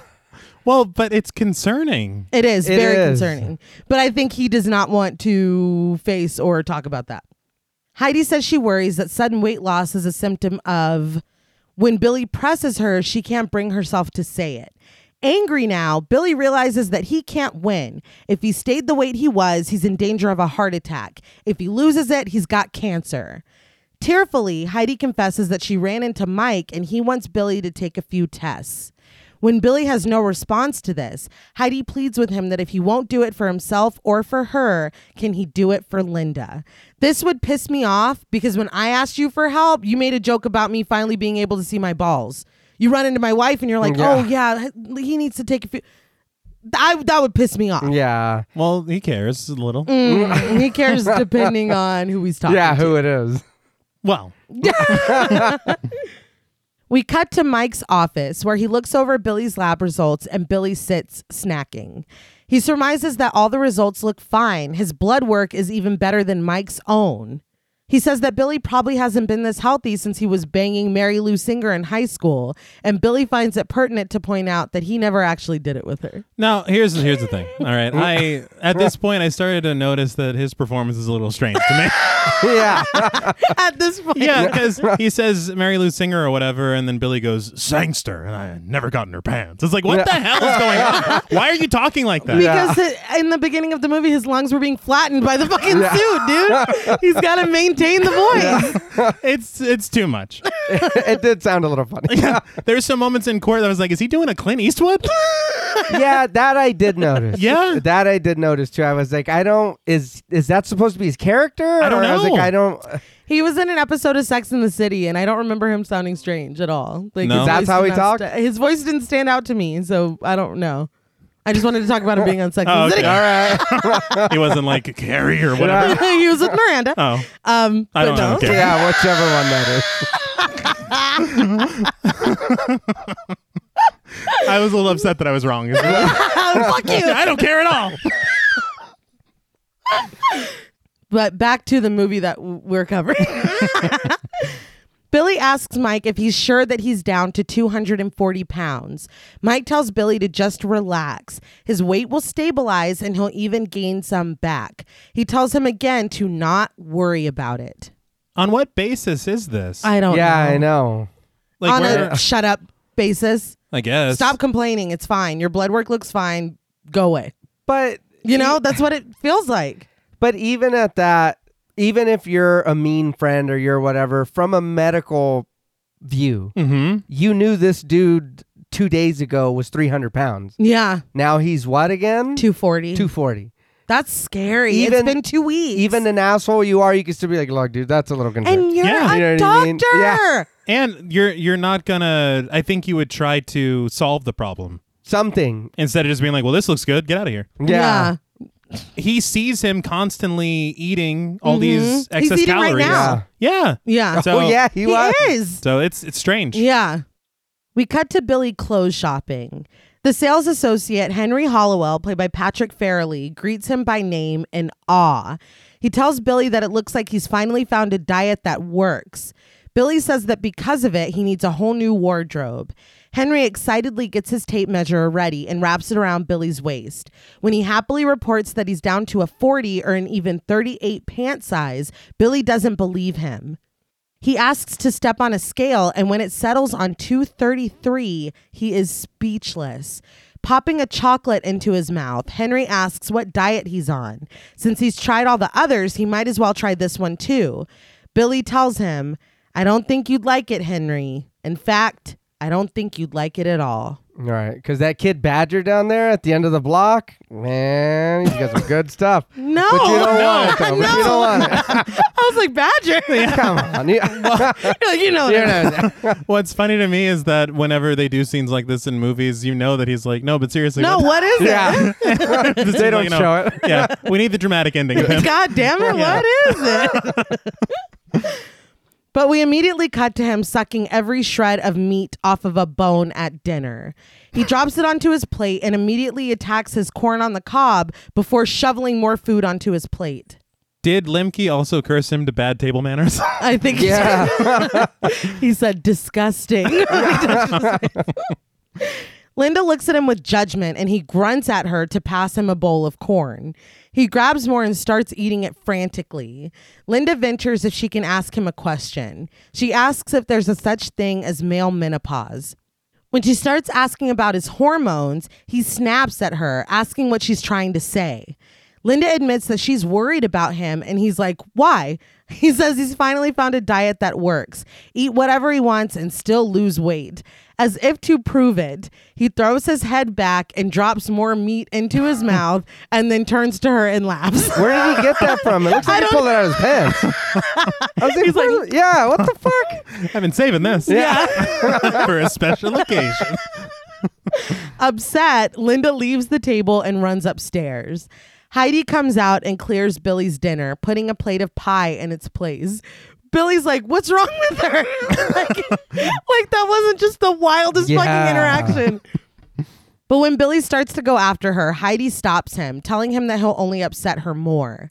Well, but it's concerning.
It is
It
very
is.
concerning. But I think he does not want to face or talk about that. Heidi says she worries that sudden weight loss is a symptom of when Billy presses her, she can't bring herself to say it. Angry now, Billy realizes that he can't win. If he stayed the weight he was, he's in danger of a heart attack. If he loses it, he's got cancer. Tearfully, Heidi confesses that she ran into Mike and he wants Billy to take a few tests. When Billy has no response to this, Heidi pleads with him that if he won't do it for himself or for her, can he do it for Linda? This would piss me off because when I asked you for help, you made a joke about me finally being able to see my balls. You run into my wife and you're like,
Yeah.
oh, yeah, he needs to take a few. I, that would piss me off.
Mm. Yeah.
Well, he cares a little.
Mm, he cares depending on who he's talking
Yeah,
to.
who it is.
Well,
We cut to Mike's office where he looks over Billy's lab results and Billy sits snacking. He surmises that all the results look fine. His blood work is even better than Mike's own. He says that Billy probably hasn't been this healthy since he was banging Mary Lou Singer in high school, and Billy finds it pertinent to point out that he never actually did it with her.
now here's here's the thing. All right, I at this point I started to notice that his performance is a little strange to me.
Yeah.
At this point,
Yeah, because he says Mary Lou Singer or whatever, and then Billy goes sangster, and I never got in her pants. It's like, what the hell is going on? Why are you talking like that?
Because it- in the beginning of the movie, his lungs were being flattened by the fucking suit, dude. He's got to maintain the voice.
It's it's too much.
it did sound a little funny.
There's some moments in court that I was like, is he doing a Clint Eastwood?
yeah, that I did notice.
Yeah.
That I did notice too. I was like, I don't is is that supposed to be his character? I
don't
I was like,
know.
I don't
He was in an episode of Sex in the City, and I don't remember him sounding strange at all. Like
No.
his
That's
voice
how
did
he
not
talked?
sta- his voice didn't stand out to me, so I don't know. I just wanted to talk about him being on Sex
Oh,
and the
okay.
City.
he wasn't like Carrie or whatever.
he was with Miranda.
Oh,
Um,
I don't
but
know.
no.
Okay.
Yeah, whichever one that is.
I was a little upset that I was wrong.
Oh, Fuck you.
I don't care at all.
But back to the movie that w- we're covering. Billy asks Mike if he's sure that he's down to 240 pounds. Mike tells Billy to just relax. His weight will stabilize and he'll even gain some back. He tells him again to not worry about it.
On what basis is this?
I don't
yeah,
know.
I know.
like,
On
where,
a shut up basis.
I guess.
Stop complaining. It's fine. Your blood work looks fine. Go away.
But
You know, that's what it feels like.
But even at that, even if you're a mean friend or you're whatever, from a medical view,
Hmm.
Mm-hmm.
you knew this dude two days ago was 300 pounds.
Yeah.
Now he's what again?
240.
240.
That's scary. it's
Even-
been two weeks.
Even an asshole you are, you can still be like, look, dude, that's a little concerned.
and you're
Yeah.
a
You know what I
doctor.
mean? Yeah.
And you're you're not gonna. I think you would try to solve the problem
Something.
instead of just being like, "Well, this looks good. Get out of here."
Yeah.
He sees him constantly eating all these
Mm-hmm. He's
excess
eating right
calories.
now.
Yeah.
yeah, yeah.
So-
oh, yeah, he,
he
was.
is.
So it's it's strange.
Yeah. We cut to Billy clothes shopping. The sales associate, Henry Hollowell, played by Patrick Farrelly, greets him by name in awe. He tells Billy that it looks like he's finally found a diet that works. Billy says that because of it, he needs a whole new wardrobe. Henry excitedly gets his tape measure ready and wraps it around Billy's waist. When he happily reports that he's down to a 40 or an even 38 pant size, Billy doesn't believe him. He asks to step on a scale, and when it settles on 233, he is speechless. Popping a chocolate into his mouth, Henry asks what diet he's on. Since he's tried all the others, he might as well try this one too. Billy tells him, I don't think you'd like it, Henry. In fact, I don't think you'd like it at all.
All right, because that kid Badger down there at the end of the block, man, he's got some good stuff.
No,
But you don't want it,
no,
though. But you don't want it.
I was like Badger.
Come on. You,
You're like, you know,
you know that.
What's funny to me is that whenever they do scenes like this in movies, you know that he's like, no, but seriously,
no,
what
what is it?
Yeah. they don't show it.
yeah, we need the dramatic ending. Of him.
God damn it,
Yeah.
what is it? but we immediately cut to him sucking every shred of meat off of a bone at dinner. He drops it onto his plate and immediately attacks his corn on the cob before shoveling more food onto his plate.
Did Limke also curse him to bad table manners?
I think he
Yeah.
He said, disgusting. Linda looks at him with judgment and he grunts at her to pass him a bowl of corn. He grabs more and starts eating it frantically. Linda ventures if she can ask him a question. She asks if there's a such thing as male menopause. When she starts asking about his hormones, he snaps at her, asking what she's trying to say. Linda admits that she's worried about him, and he's like, Why? He says he's finally found a diet that works eat whatever he wants and still lose weight. As if to prove it, he throws his head back and drops more meat into his mouth and then turns to her and laughs.
Where did he get that from? It looks like he pulled it out of his pants. I was like, "Where the- yeah, what the fuck?
I've been saving this for a special occasion.
Upset, Linda leaves the table and runs upstairs. Heidi comes out and clears Billy's dinner, putting a plate of pie in its place. Billy's like, "What's wrong with her?" like, like that wasn't just the wildest
Yeah.
fucking interaction. But when Billy starts to go after her, Heidi stops him, telling him that he'll only upset her more.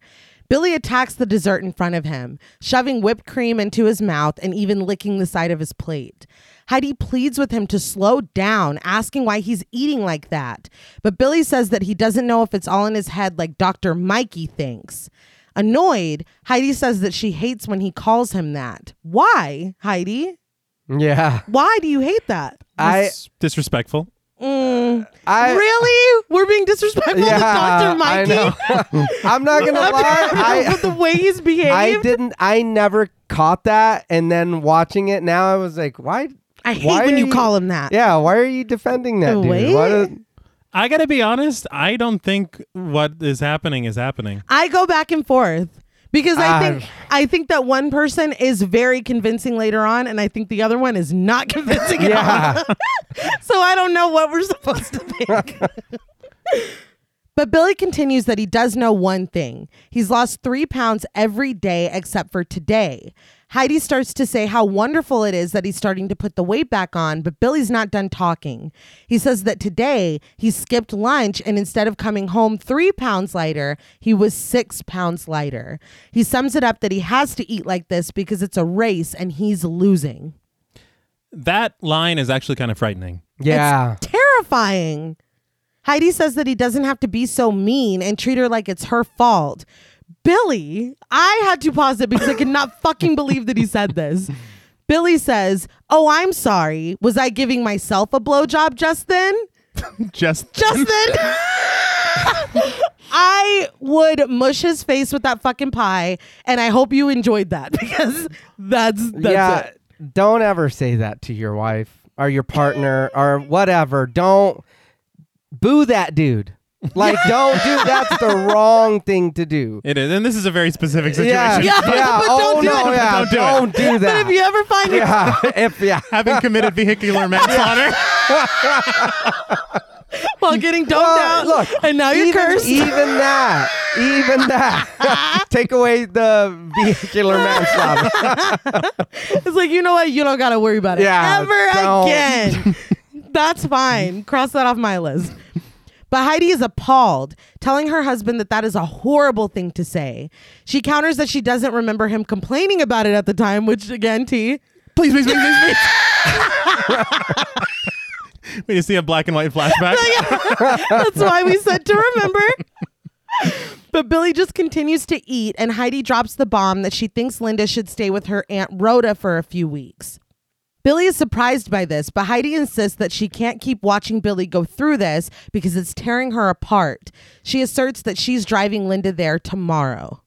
Billy attacks the dessert in front of him, shoving whipped cream into his mouth and even licking the side of his plate. Heidi pleads with him to slow down, asking why he's eating like that. But Billy says that he doesn't know if it's all in his head like Dr. Mikey thinks. Annoyed, Heidi says that she hates when he calls him that. Why, Heidi?
Yeah.
Why do you hate that?
I,
Dis- disrespectful.
Mm.
I,
really? We're being disrespectful
yeah,
to Dr.
I
Mikey?
know. I'm not going to lie. I,
with the way he's behaved.
I didn't. I never caught that, and then watching it now, I was like, why?
I hate
why
when
are
you call him that.
Yeah, why are you defending that dude?
Wait.
Why does-
I gotta be honest. I don't think what is happening is happening.
I go back and forth because I
Ah.
think I think that one person is very convincing later on, and I think the other one is not convincing at all.
yeah,
so I don't know what we're supposed to think. but Billy continues that he does know one thing he's lost three pounds every day except for today. Heidi starts to say how wonderful it is that he's starting to put the weight back on, but Billy's not done talking. He says that today he skipped lunch and instead of coming home three pounds lighter, he was six pounds lighter. He sums it up that he has to eat like this because it's a race and he's losing.
That line is actually kind of frightening.
yeah.
terrifying. Heidi says that he doesn't have to be so mean and treat her like it's her fault. Billy, I had to pause it because I could not fucking believe that he said this. Billy says, Oh, I'm sorry. Was I giving myself a blowjob just then?
Just,
Just then? I would mush his face with that fucking pie, and I hope you enjoyed that because that's, that's
yeah.
it.
Don't ever say that to your wife or your partner or whatever. Don't boo that dude. Like, don't do. That's the wrong thing to do.
it is, and this is a very specific situation.
Yeah, yeah.
but
oh
don't do
no,
it.
yeah.
Don't do it.
Don't do that.
But if you ever find your
yeah, if yeah.
Having committed vehicular manslaughter.
while getting dumped
Well,
out. and now you're
even,
cursed.
Even that, even that. Take away the vehicular manslaughter.
it's like, you know what? You don't got to worry about it
Yeah,
ever
don't.
again. That's fine. Cross that off my list. But Heidi is appalled, telling her husband that that is a horrible thing to say. She counters that she doesn't remember him complaining about it at the time, which again, T.
please, please, please, please, please. we just see a black and white flashback.
That's why we said to remember. But Billy just continues to eat, and Heidi drops the bomb that she thinks Linda should stay with her Aunt Rhoda for a few weeks. Billy is surprised by this, but Heidi insists that she can't keep watching Billy go through this because it's tearing her apart. She asserts that she's driving Linda there tomorrow.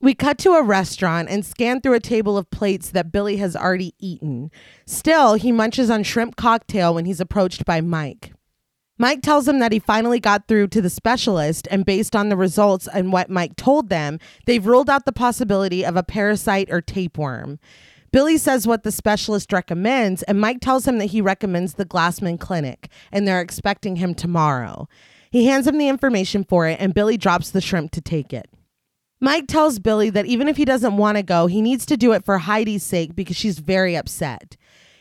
We cut to a restaurant and scan through a table of plates that Billy has already eaten. Still, he munches on shrimp cocktail when he's approached by Mike. Mike tells him that he finally got through to the specialist, and based on the results and what Mike told them, they've ruled out the possibility of a parasite or tapeworm. Billy says what the specialist recommends, and Mike tells him that he recommends the Glassman Clinic, and they're expecting him tomorrow. He hands him the information for it, and Billy drops the shrimp to take it. Mike tells Billy that even if he doesn't want to go, he needs to do it for Heidi's sake because she's very upset.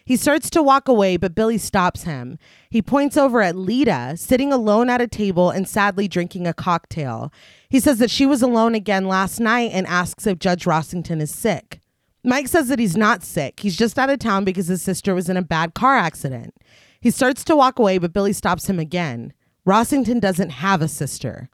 He starts to walk away, but Billy stops him. He points over at Lita, sitting alone at a table and sadly drinking a cocktail. He says that she was alone again last night and asks if Judge Rossington is sick. Mike says that he's not sick. He's just out of town because his sister was in a bad car accident. He starts to walk away, but Billy stops him again. Rossington doesn't have a sister.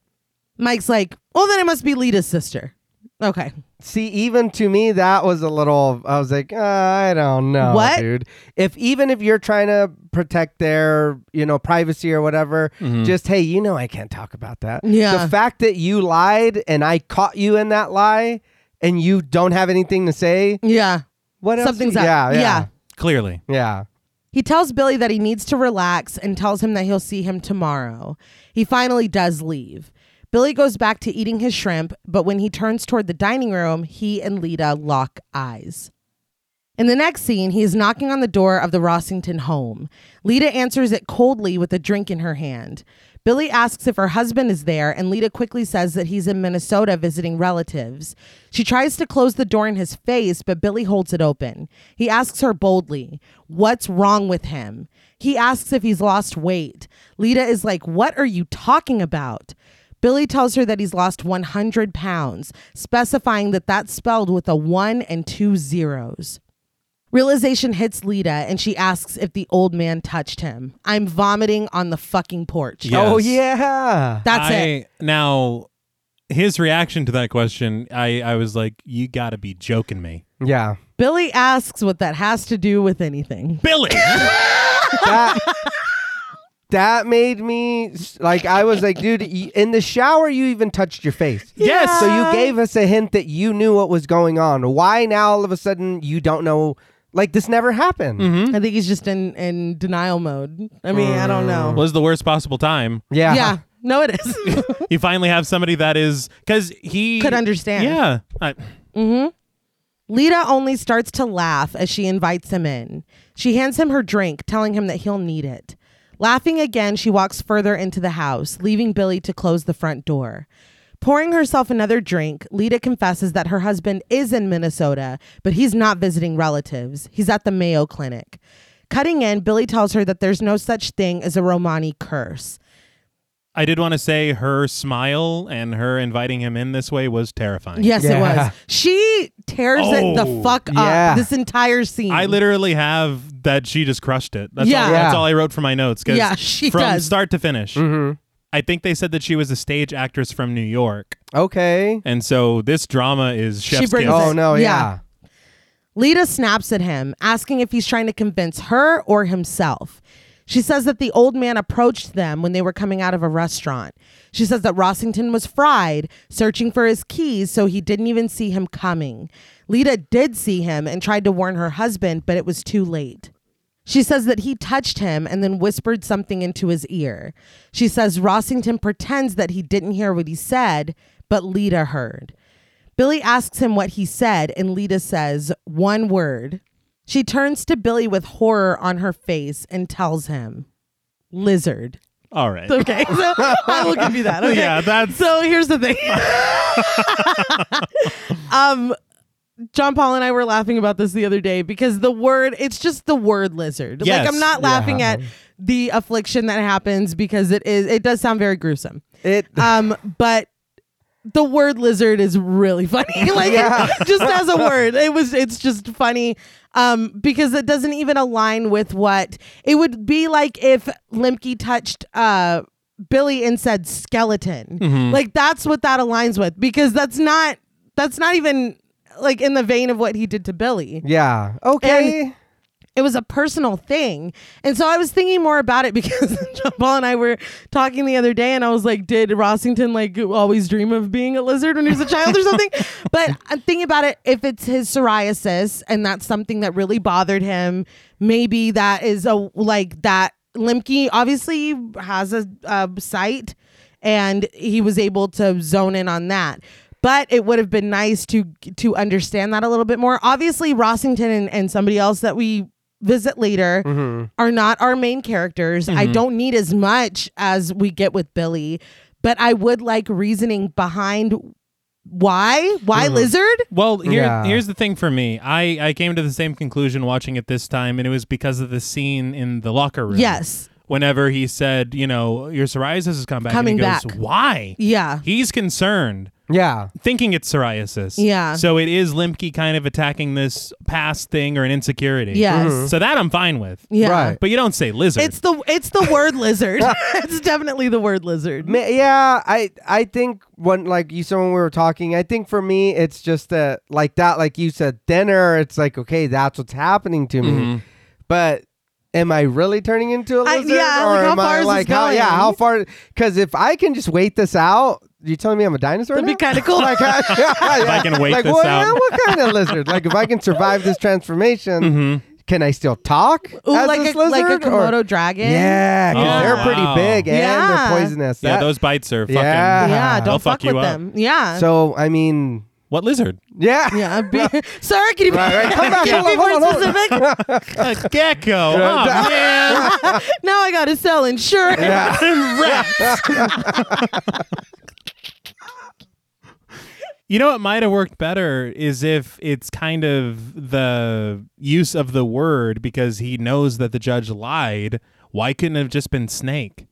Mike's like, well, then it must be Lita's sister. Okay.
See, even to me, that was a little. I was like, uh, I don't know,
What?
dude. If even if you're trying to protect their, you know, privacy or whatever, just hey, you know, I can't talk about that.
Yeah.
The fact that you lied and I caught you in that lie, and you don't have anything to say.
Yeah.
What else?
Something's up.
yeah, yeah,
Clearly.
yeah.
He tells Billy that he needs to relax and tells him that he'll see him tomorrow. He finally does leave. Billy goes back to eating his shrimp, but when he turns toward the dining room, he and Lita lock eyes. In the next scene, he is knocking on the door of the Rossington home. Lita answers it coldly with a drink in her hand. Billy asks if her husband is there, and Lita quickly says that he's in Minnesota visiting relatives. She tries to close the door in his face, but Billy holds it open. He asks her boldly, What's wrong with him? He asks if he's lost weight. Lita is like, What are you talking about? Billy tells her that he's lost 100 pounds, specifying that that's spelled with a one and two zeros. Realization hits Lita and she asks if the old man touched him. I'm vomiting on the fucking porch.
Yeah.
Oh
Yes.
yeah.
That's
I,
it.
Now, his reaction to that question, I, I was like, you gotta be joking me.
Yeah.
Billy asks what that has to do with anything.
Billy!
that that made me like I was like, dude, y- in the shower you even touched your face.
Yes.
So you gave us a hint that you knew what was going on. Why now all of a sudden you don't know? Like this never happened.
Hmm?
I think he's just in, in denial mode. I mean, I don't know.
was the worst possible time.
Yeah.
yeah. No, it is.
You finally have somebody that is, because he.
Could understand.
Yeah. I,
Lita only starts to laugh as she invites him in. She hands him her drink, telling him that he'll need it. Laughing again, she walks further into the house, leaving Billy to close the front door. Pouring herself another drink, Lita confesses that her husband is in Minnesota, but he's not visiting relatives. He's at the Mayo Clinic. Cutting in, Billy tells her that there's no such thing as a Romani curse.
I did want to say her smile and her inviting him in this way was terrifying.
Yes, it
Yeah.
was. She tears it the
Oh,
fuck up
yeah.
this entire scene.
I literally have that she just crushed it. That's,
Yeah.
all, that's
Yeah. Mm-hmm.
all I wrote for my notes. 'cause
Yeah, she
From
does.
start to finish. I think they said that she was a stage actress from New York.
Okay.
And so this drama is
She
chef's
brings
kiss.
it-
Oh no.
Yeah.
Yeah.
Lita snaps at him, asking if he's trying to convince her or himself. She says that the old man approached them when they were coming out of a restaurant. She says that Rossington was fried, searching for his keys, so he didn't even see him coming. Lita did see him and tried to warn her husband, but it was too late. She says that he touched him and then whispered something into his ear. She says Rossington pretends that he didn't hear what he said, but Lita heard. Billy asks him what he said, and Lita says, one word. She turns to Billy with horror on her face and tells him, lizard.
All right.
Okay, so I will give you that. Okay.
Yeah, that's-
So here's the thing. um, John Paul and I were laughing about this the other day because the word, it's just the word lizard.
Yes.
Like I'm not laughing at the affliction that happens because it is, it does sound very gruesome.
It.
Um, but the word lizard is really funny. like just as a word. It was it's just funny. Um, because it doesn't even align with what it would be like if Limpke touched uh Billy and said skeleton. Like that's what that aligns with because that's not that's not even like in the vein of what he did to Billy.
yeah. Okay.
It was a personal thing. And so I was thinking more about it because John Paul and I were talking the other day, and I was like, did Rossington like always dream of being a lizard when he was a child or something? but I'm thinking about it if it's his psoriasis and that's something that really bothered him, maybe that is a like that. Limke obviously has a, a site and he was able to zone in on that. But it would have been nice to to understand that a little bit more. Obviously, Rossington and, and somebody else that we visit later
Mm-hmm.
are not our main characters. I don't need as much as we get with Billy, but I would like reasoning behind why why
Mm-hmm.
lizard.
Well, here
Yeah.
here's the thing for me. I I came to the same conclusion watching it this time, and it was because of the scene in the locker room.
Yes.
Whenever he said, you know, your psoriasis is coming back,
Coming
and he goes,
back.
why?
Yeah.
He's concerned,
Yeah.
thinking it's psoriasis.
Yeah.
So it is Limke kind of attacking this past thing or an insecurity.
Yes.
So that I'm fine with.
Yeah.
Right.
But you don't say lizard.
It's the it's the word lizard. it's definitely the word lizard.
Ma- Yeah, I I think when like you said when we were talking, I think for me it's just that like that like you said dinner. It's like okay, that's what's happening to me.
Mm-hmm.
But am I really turning into a
I-
lizard?
yeah,
or
like, how
am
far
I
is this
like how yeah
going?
how far? Because if I can just wait this out, you telling me I'm a dinosaur?
That'd be
now?
kind of cool.
like, yeah, yeah.
I can wait
like,
this
what,
out.
yeah, what kind of lizard? Like if I can survive this transformation,
Mm-hmm.
can I still talk
Ooh,
as
like
this
a,
lizard?
like a Komodo
or,
dragon.
yeah, 'cause
Oh,
they're
wow.
pretty big and
Yeah.
they're poisonous.
yeah,
That-
those bites are fucking.
Yeah.
Yeah,
Ah.
don't
They'll
fuck,
fuck you
with
up.
them. Yeah.
So I mean,
What lizard?
yeah,
yeah. I'd Be, Sorry, can you be,
Right, right. Come back,
can you be
hold on,
more
hold on,
specific?
A gecko. Oh,
Yeah.
man.
now I gotta sell insurance.
You know what might have worked better is if it's kind of the use of the word because he knows that the judge lied. Why couldn't it have just been snake?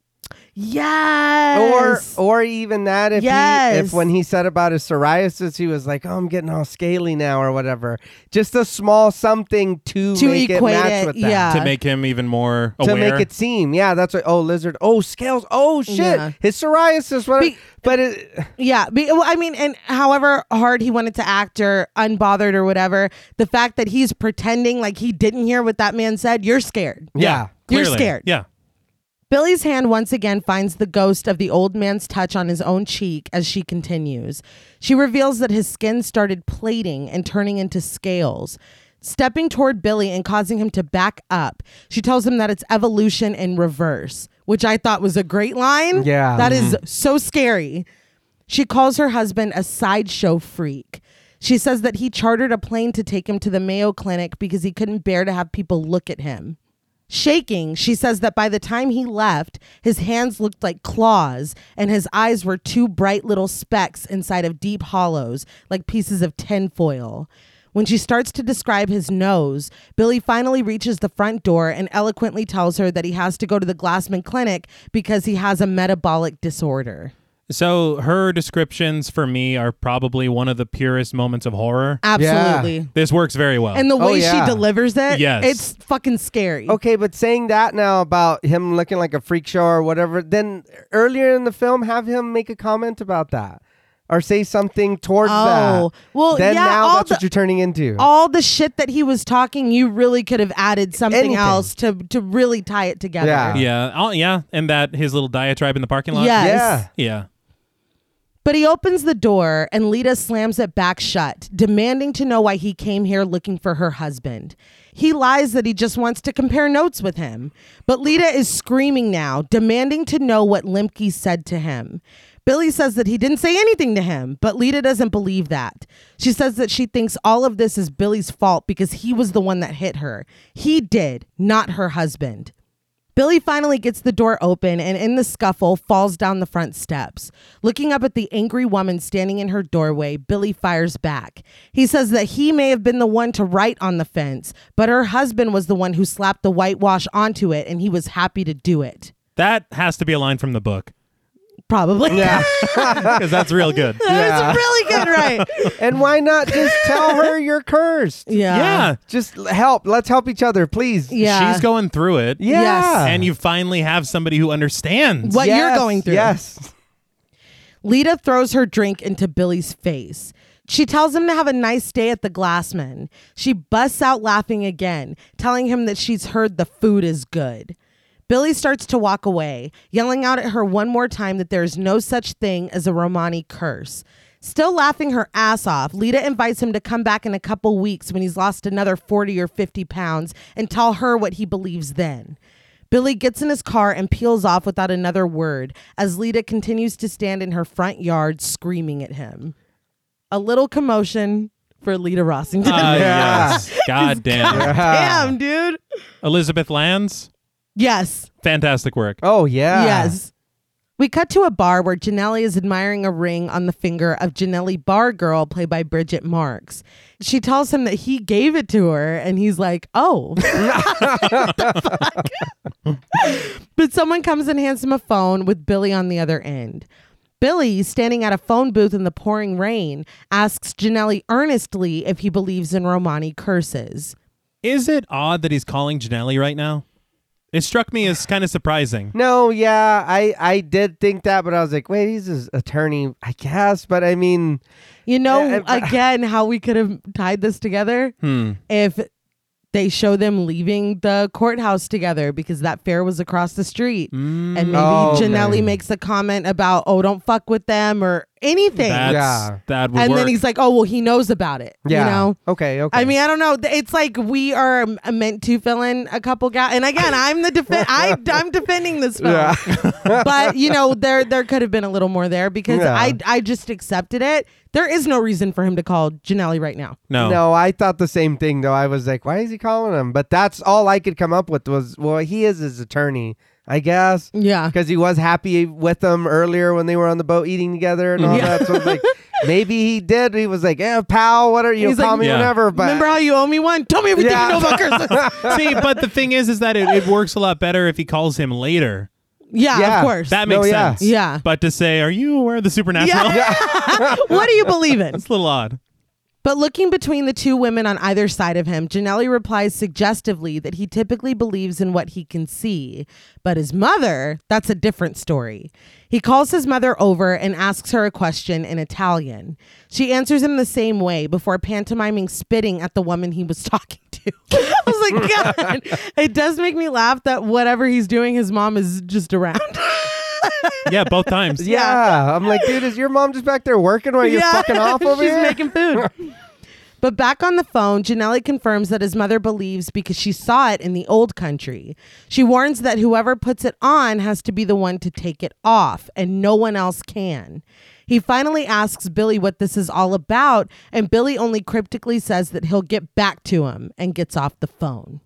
Or
Yes.
or even that if he,
Yes.
if when he said about his psoriasis, he was like, "Oh, I'm getting all scaly now," or whatever. Just a small something to,
To
make it
equate
match
it,
with that.
yeah.
to make him even more
Uh, To
aware.
make it seem, yeah, that's what. Oh, lizard. Oh, scales. Oh, shit.
Yeah.
His psoriasis. What?
Be-
but it,
yeah. Be, well, I mean, and however hard he wanted to act or unbothered or whatever, the fact that he's pretending like he didn't hear what that man said, you're scared.
yeah,
You're
Clearly.
scared.
Yeah.
Billy's hand once again finds the ghost of the old man's touch on his own cheek as she continues. She reveals that his skin started plating and turning into scales. Stepping toward Billy and causing him to back up, she tells him that it's evolution in reverse, which I thought was a great line.
Yeah.
That is so scary. She calls her husband a sideshow freak. She says that he chartered a plane to take him to the Mayo Clinic because he couldn't bear to have people look at him. Shaking, she says that by the time he left, his hands looked like claws and his eyes were two bright little specks inside of deep hollows, like pieces of tinfoil. When she starts to describe his nose, Billy finally reaches the front door and eloquently tells her that he has to go to the Glassman Clinic because he has a metabolic disorder.
So her descriptions for me are probably one of the purest moments of
Uh,
horror.
Absolutely.
This works very well.
And the way
Oh, yeah.
she delivers it,
Yes.
it's fucking scary.
Okay, but saying that now about him looking like a freak show or whatever, then earlier in the film, have him make a comment about that or say something towards
Oh,
that.
well,
then
yeah,
now
all
that's what
the-
you're turning into.
All the shit that he was talking, you really could have added something
Anything.
else to to really tie it together.
Yeah.
yeah. Oh, yeah. And that his little diatribe in the parking lot.
Yes.
Yeah.
Yeah.
But he opens the door and Lita slams it back shut, demanding to know why he came here looking for her husband. He lies that he just wants to compare notes with him. But Lita is screaming now, demanding to know what Limke said to him. Billy says that he didn't say anything to him, but Lita doesn't believe that. She says that she thinks all of this is Billy's fault because he was the one that hit her. He did, not her husband. Billy finally gets the door open and in the scuffle falls down the front steps. Looking up at the angry woman standing in her doorway, Billy fires back. He says that he may have been the one to write on the fence, but her husband was the one who slapped the whitewash onto it and he was happy to do it.
That has to be a line from the book
Probably.
Yeah.
because that's real good.
That's really good, right?
and why not just tell her you're cursed?
Yeah.
yeah.
Just l- help. Let's help each other, please.
Yeah.
She's going through it.
Yeah.
Yes.
And you finally have somebody who understands.
What you're
Yes,
going through.
Yes.
Lita throws her drink into Billy's face. She tells him to have a nice day at the Glassman. She busts out laughing again, telling him that she's heard the food is good. Billy starts to walk away, yelling out at her one more time that there is no such thing as a Romani curse. Still laughing her ass off, Lita invites him to come back in a couple weeks when he's lost another 40 or 50 pounds and tell her what he believes then. Billy gets in his car and peels off without another word as Lita continues to stand in her front yard screaming at him. A little commotion for Lita Rossington.
Ah,
Yeah.
yes. God damn.
Damn, dude.
Elizabeth Lands,
Yes.
fantastic work.
Oh yeah.
Yes. We cut to a bar where Janelli is admiring a ring on the finger of Janelli Bar Girl, played by Bridget Marks. She tells him that he gave it to her, and he's like, oh. What the fuck? but someone comes and hands him a phone with Billy on the other end. Billy, standing at a phone booth in the pouring rain, asks Janelli earnestly if he believes in Romani curses.
Is it odd that he's calling Janelli right now? It struck me as kind of surprising.
No, yeah, I I did think that, but I was like, wait, he's his attorney, I guess. But I mean,
You know,
Uh, uh,
again, how we could have tied this together?
Hmm.
if they show them leaving the courthouse together because that fair was across the street.
Mm.
And maybe
Oh, okay.
Janelli makes a comment about, oh, don't fuck with them or anything.
That's,
Yeah.
That would
and
work.
then he's like, oh, well, he knows about it.
yeah.
You know?
Okay. Okay.
I mean, I don't know. Th- It's like we are um, meant to fill in a couple guys. And again, I'm the defend. I, I'm defending this film,
Yeah.
but you know, there there could have been a little more there because
Yeah.
I I just accepted it. There is no reason for him to call Janelli right now.
no.
No, I thought the same thing though. I was like, why is he calling him? But that's all I could come up with was, well, he is his attorney, I guess,
Yeah,
because he was happy with them earlier when they were on the boat eating together and all
Yeah.
that. So I was like, maybe he did. He was like, eh, pal, what are you
He's
call
like,
me
Yeah.
whenever? But
Remember how you owe me one? Tell me everything
Yeah.
you know about curses.
See, but the thing is, is that it, it works a lot better if he calls him later.
yeah,
Yeah.
of course.
That
No,
makes
yeah.
sense.
Yeah.
But to say, are you aware of the supernatural?
yeah. what do you believe in?
It's a little odd.
But looking between the two women on either side of him, Janelli replies suggestively that he typically believes in what he can see. But his mother, that's a different story. He calls his mother over and asks her a question in Italian. She answers him the same way before pantomiming spitting at the woman he was talking to. I was like, God, it does make me laugh that whatever he's doing, his mom is just around.
Yeah, both times.
yeah. I'm like, dude, is your mom just back there working while you're fucking off over
she's
here?
making food. but back on the phone, Janelli confirms that his mother believes because she saw it in the old country. She warns that whoever puts it on has to be the one to take it off, and no one else can. He finally asks Billy what this is all about, and Billy only cryptically says that he'll get back to him and gets off the phone.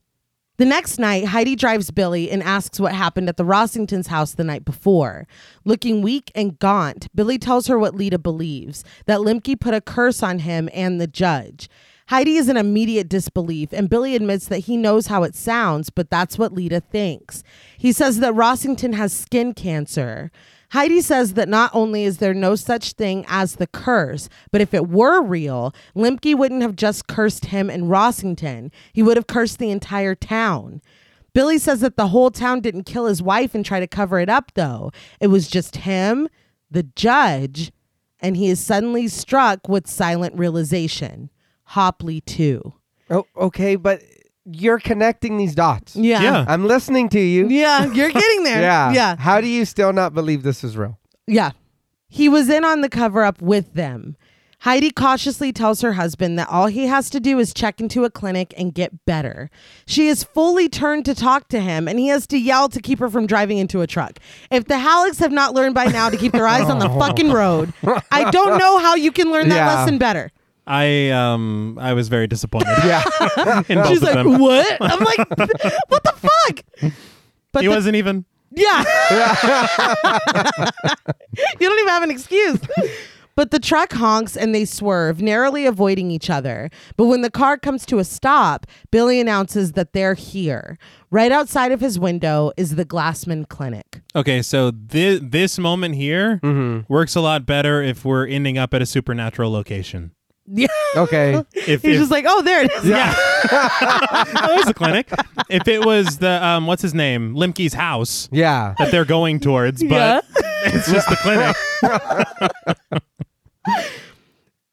The next night, Heidi drives Billy and asks what happened at the Rossingtons' house the night before. Looking weak and gaunt, Billy tells her what Lita believes that Limke put a curse on him and the judge. Heidi is in immediate disbelief, and Billy admits that he knows how it sounds, but that's what Lita thinks. He says that Rossington has skin cancer. Heidi says that not only is there no such thing as the curse, but if it were real, Limke wouldn't have just cursed him in Rossington. He would have cursed the entire town. Billy says that the whole town didn't kill his wife and try to cover it up, though. It was just him, the judge, and he is suddenly struck with silent realization. Hopley, too.
Oh, okay, but you're connecting these dots.
Yeah.
Yeah.
I'm listening to you.
Yeah, you're getting there.
Yeah.
Yeah.
How do you still not believe this is real?
Yeah. He was in on the cover up with them. Heidi cautiously tells her husband that all he has to do is check into a clinic and get better. She is fully turned to talk to him, and he has to yell to keep her from driving into a truck. If the Hallecks have not learned by now to keep their eyes on the fucking road, I don't know how you can learn that
Yeah.
lesson better.
I um I was very disappointed
Yeah.
in both
She's
of
like,
them.
"What?" I'm like, "What the fuck?" But
He
the-
wasn't even.
Yeah. you don't even have an excuse. But the truck honks and they swerve, narrowly avoiding each other. But when the car comes to a stop, Billy announces that they're here. Right outside of his window is the Glassman Clinic.
Okay, so this this moment here works a lot better if we're ending up at a supernatural location.
Yeah.
okay.
If,
He's
if-
just like, oh, there it is.
yeah, oh, there's a clinic. If it was the um what's his name Limke's house
Yeah.
that they're going towards, but it's just the clinic.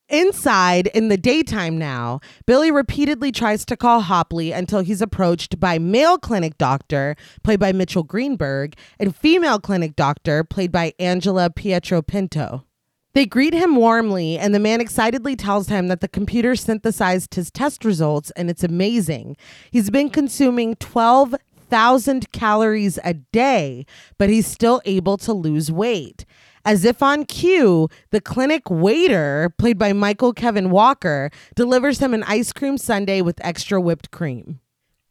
Inside, in the daytime now, Billy repeatedly tries to call Hopley until he's approached by male clinic doctor, played by Mitchell Greenberg, and female clinic doctor, played by Angela Pietro Pinto. They greet him warmly, and the man excitedly tells him that the computer synthesized his test results and it's amazing. He's been consuming 12,000 calories a day, but he's still able to lose weight. As if on cue, the clinic waiter, played by Michael Kevin Walker, delivers him an ice cream sundae with extra whipped cream.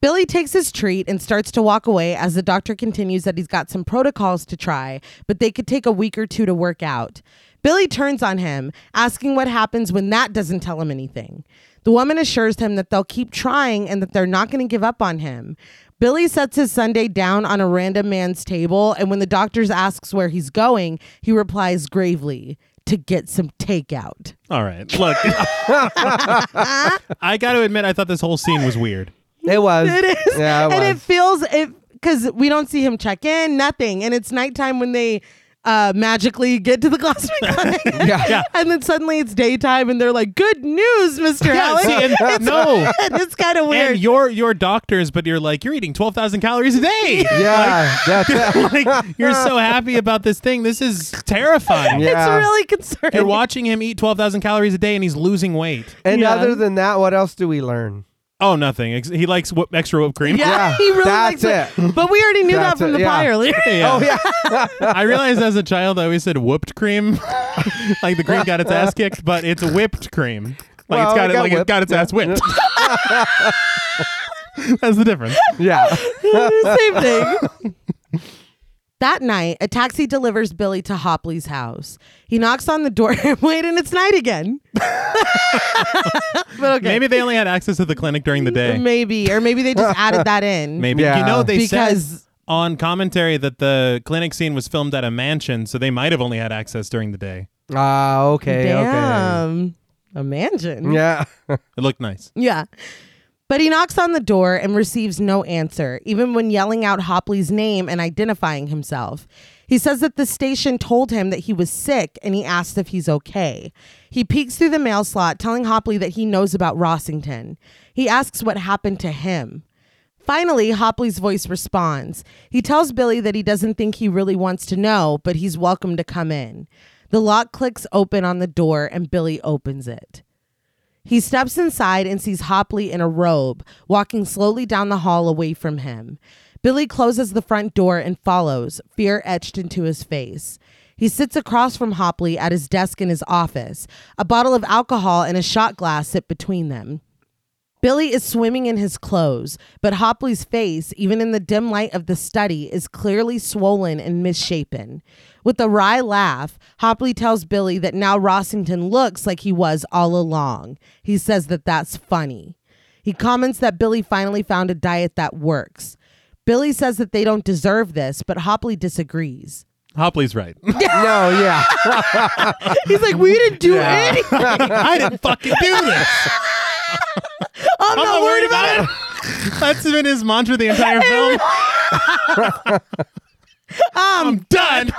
Billy takes his treat and starts to walk away as the doctor continues that he's got some protocols to try, but they could take a week or two to work out. Billy turns on him, asking what happens when that doesn't tell him anything. The woman assures him that they'll keep trying and that they're not going to give up on him. Billy sets his Sunday down on a random man's table, and when the doctor asks where he's going, he replies gravely, to get some takeout.
All right. Look, I got to admit, I thought this whole scene was weird.
It was.
It is.
Yeah, it
and it
was.
feels it because we don't see him check in, nothing. And it's nighttime when they uh, magically get to the Glassman clinic.
Yeah.
Yeah.
And then suddenly it's daytime and they're like, good news, Mr.
Yeah,
Allen.
see, and- no.
it's kind of weird.
And you're, you're doctors, but you're like, you're eating 12,000 calories a day.
Yeah, that's it.
Like, you're so happy about this thing. This is terrifying.
Yeah.
It's really concerning.
You're watching him eat 12,000 calories a day and he's losing weight.
And
Yeah.
other than that, what else do we learn?
Oh, nothing. Ex- He likes whi- extra whipped cream.
yeah,
Yeah,
he really
that's
likes it. But we already knew that
That's
from
it,
the
yeah.
pie earlier.
Yeah. Oh, yeah. I realized as a child I always said whooped cream, like the cream got its ass kicked, but it's whipped cream. Like
Well,
it's got
it
it,
got
like it
whipped,
got its ass whipped. That's the difference.
Yeah.
Same thing. That night, a taxi delivers Billy to Hopley's house. He knocks on the door. Wait, and it's night again. but okay.
Maybe they only had access to the clinic during the day.
Maybe, or maybe they just added that in.
Maybe
Yeah.
you know they said
Because-
on commentary that the clinic scene was filmed at a mansion, so they might have only had access during the day.
Ah, okay. Okay.
Damn. A mansion.
Yeah.
It looked nice.
Yeah. But he knocks on the door and receives no answer, even when yelling out Hopley's name and identifying himself. He says that the station told him that he was sick and he asked if he's okay. He peeks through the mail slot, telling Hopley that he knows about Rossington. He asks what happened to him. Finally, Hopley's voice responds. He tells Billy that he doesn't think he really wants to know, but he's welcome to come in. The lock clicks open on the door and Billy opens it. He steps inside and sees Hopley in a robe, walking slowly down the hall away from him. Billy closes the front door and follows, fear etched into his face. He sits across from Hopley at his desk in his office. A bottle of alcohol and a shot glass sit between them. Billy is swimming in his clothes, but Hopley's face, even in the dim light of the study, is clearly swollen and misshapen. With a wry laugh, Hopley tells Billy that now Rossington looks like he was all along. He says that that's funny. He comments that Billy finally found a diet that works. Billy says that they don't deserve this, but Hopley disagrees.
Hopley's right.
No, yeah.
He's like, We didn't do anything.
I didn't fucking do this.
I'm,
I'm
not worried about it.
it. That's been his mantra the entire film. I'm done.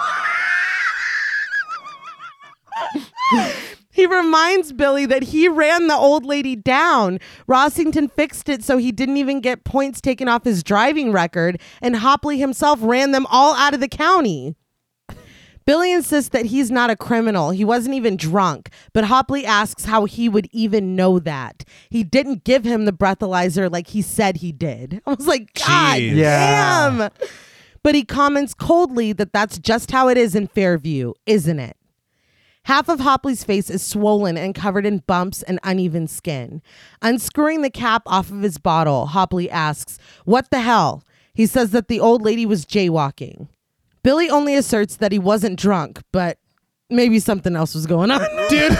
He reminds Billy that he ran the old lady down. Rossington fixed it so he didn't even get points taken off his driving record, and Hopley himself ran them all out of the county. Billy insists that he's not a criminal. He wasn't even drunk, but Hopley asks how he would even know that. He didn't give him the breathalyzer like he said he did. I was like, God
Jeez.
Yeah.
damn. But he comments coldly that that's just how it is in Fairview, isn't it? Half of Hopley's face is swollen and covered in bumps and uneven skin. Unscrewing the cap off of his bottle, Hopley asks, What the hell? He says that the old lady was jaywalking. Billy only asserts that he wasn't drunk, but maybe something else was going on.
dude.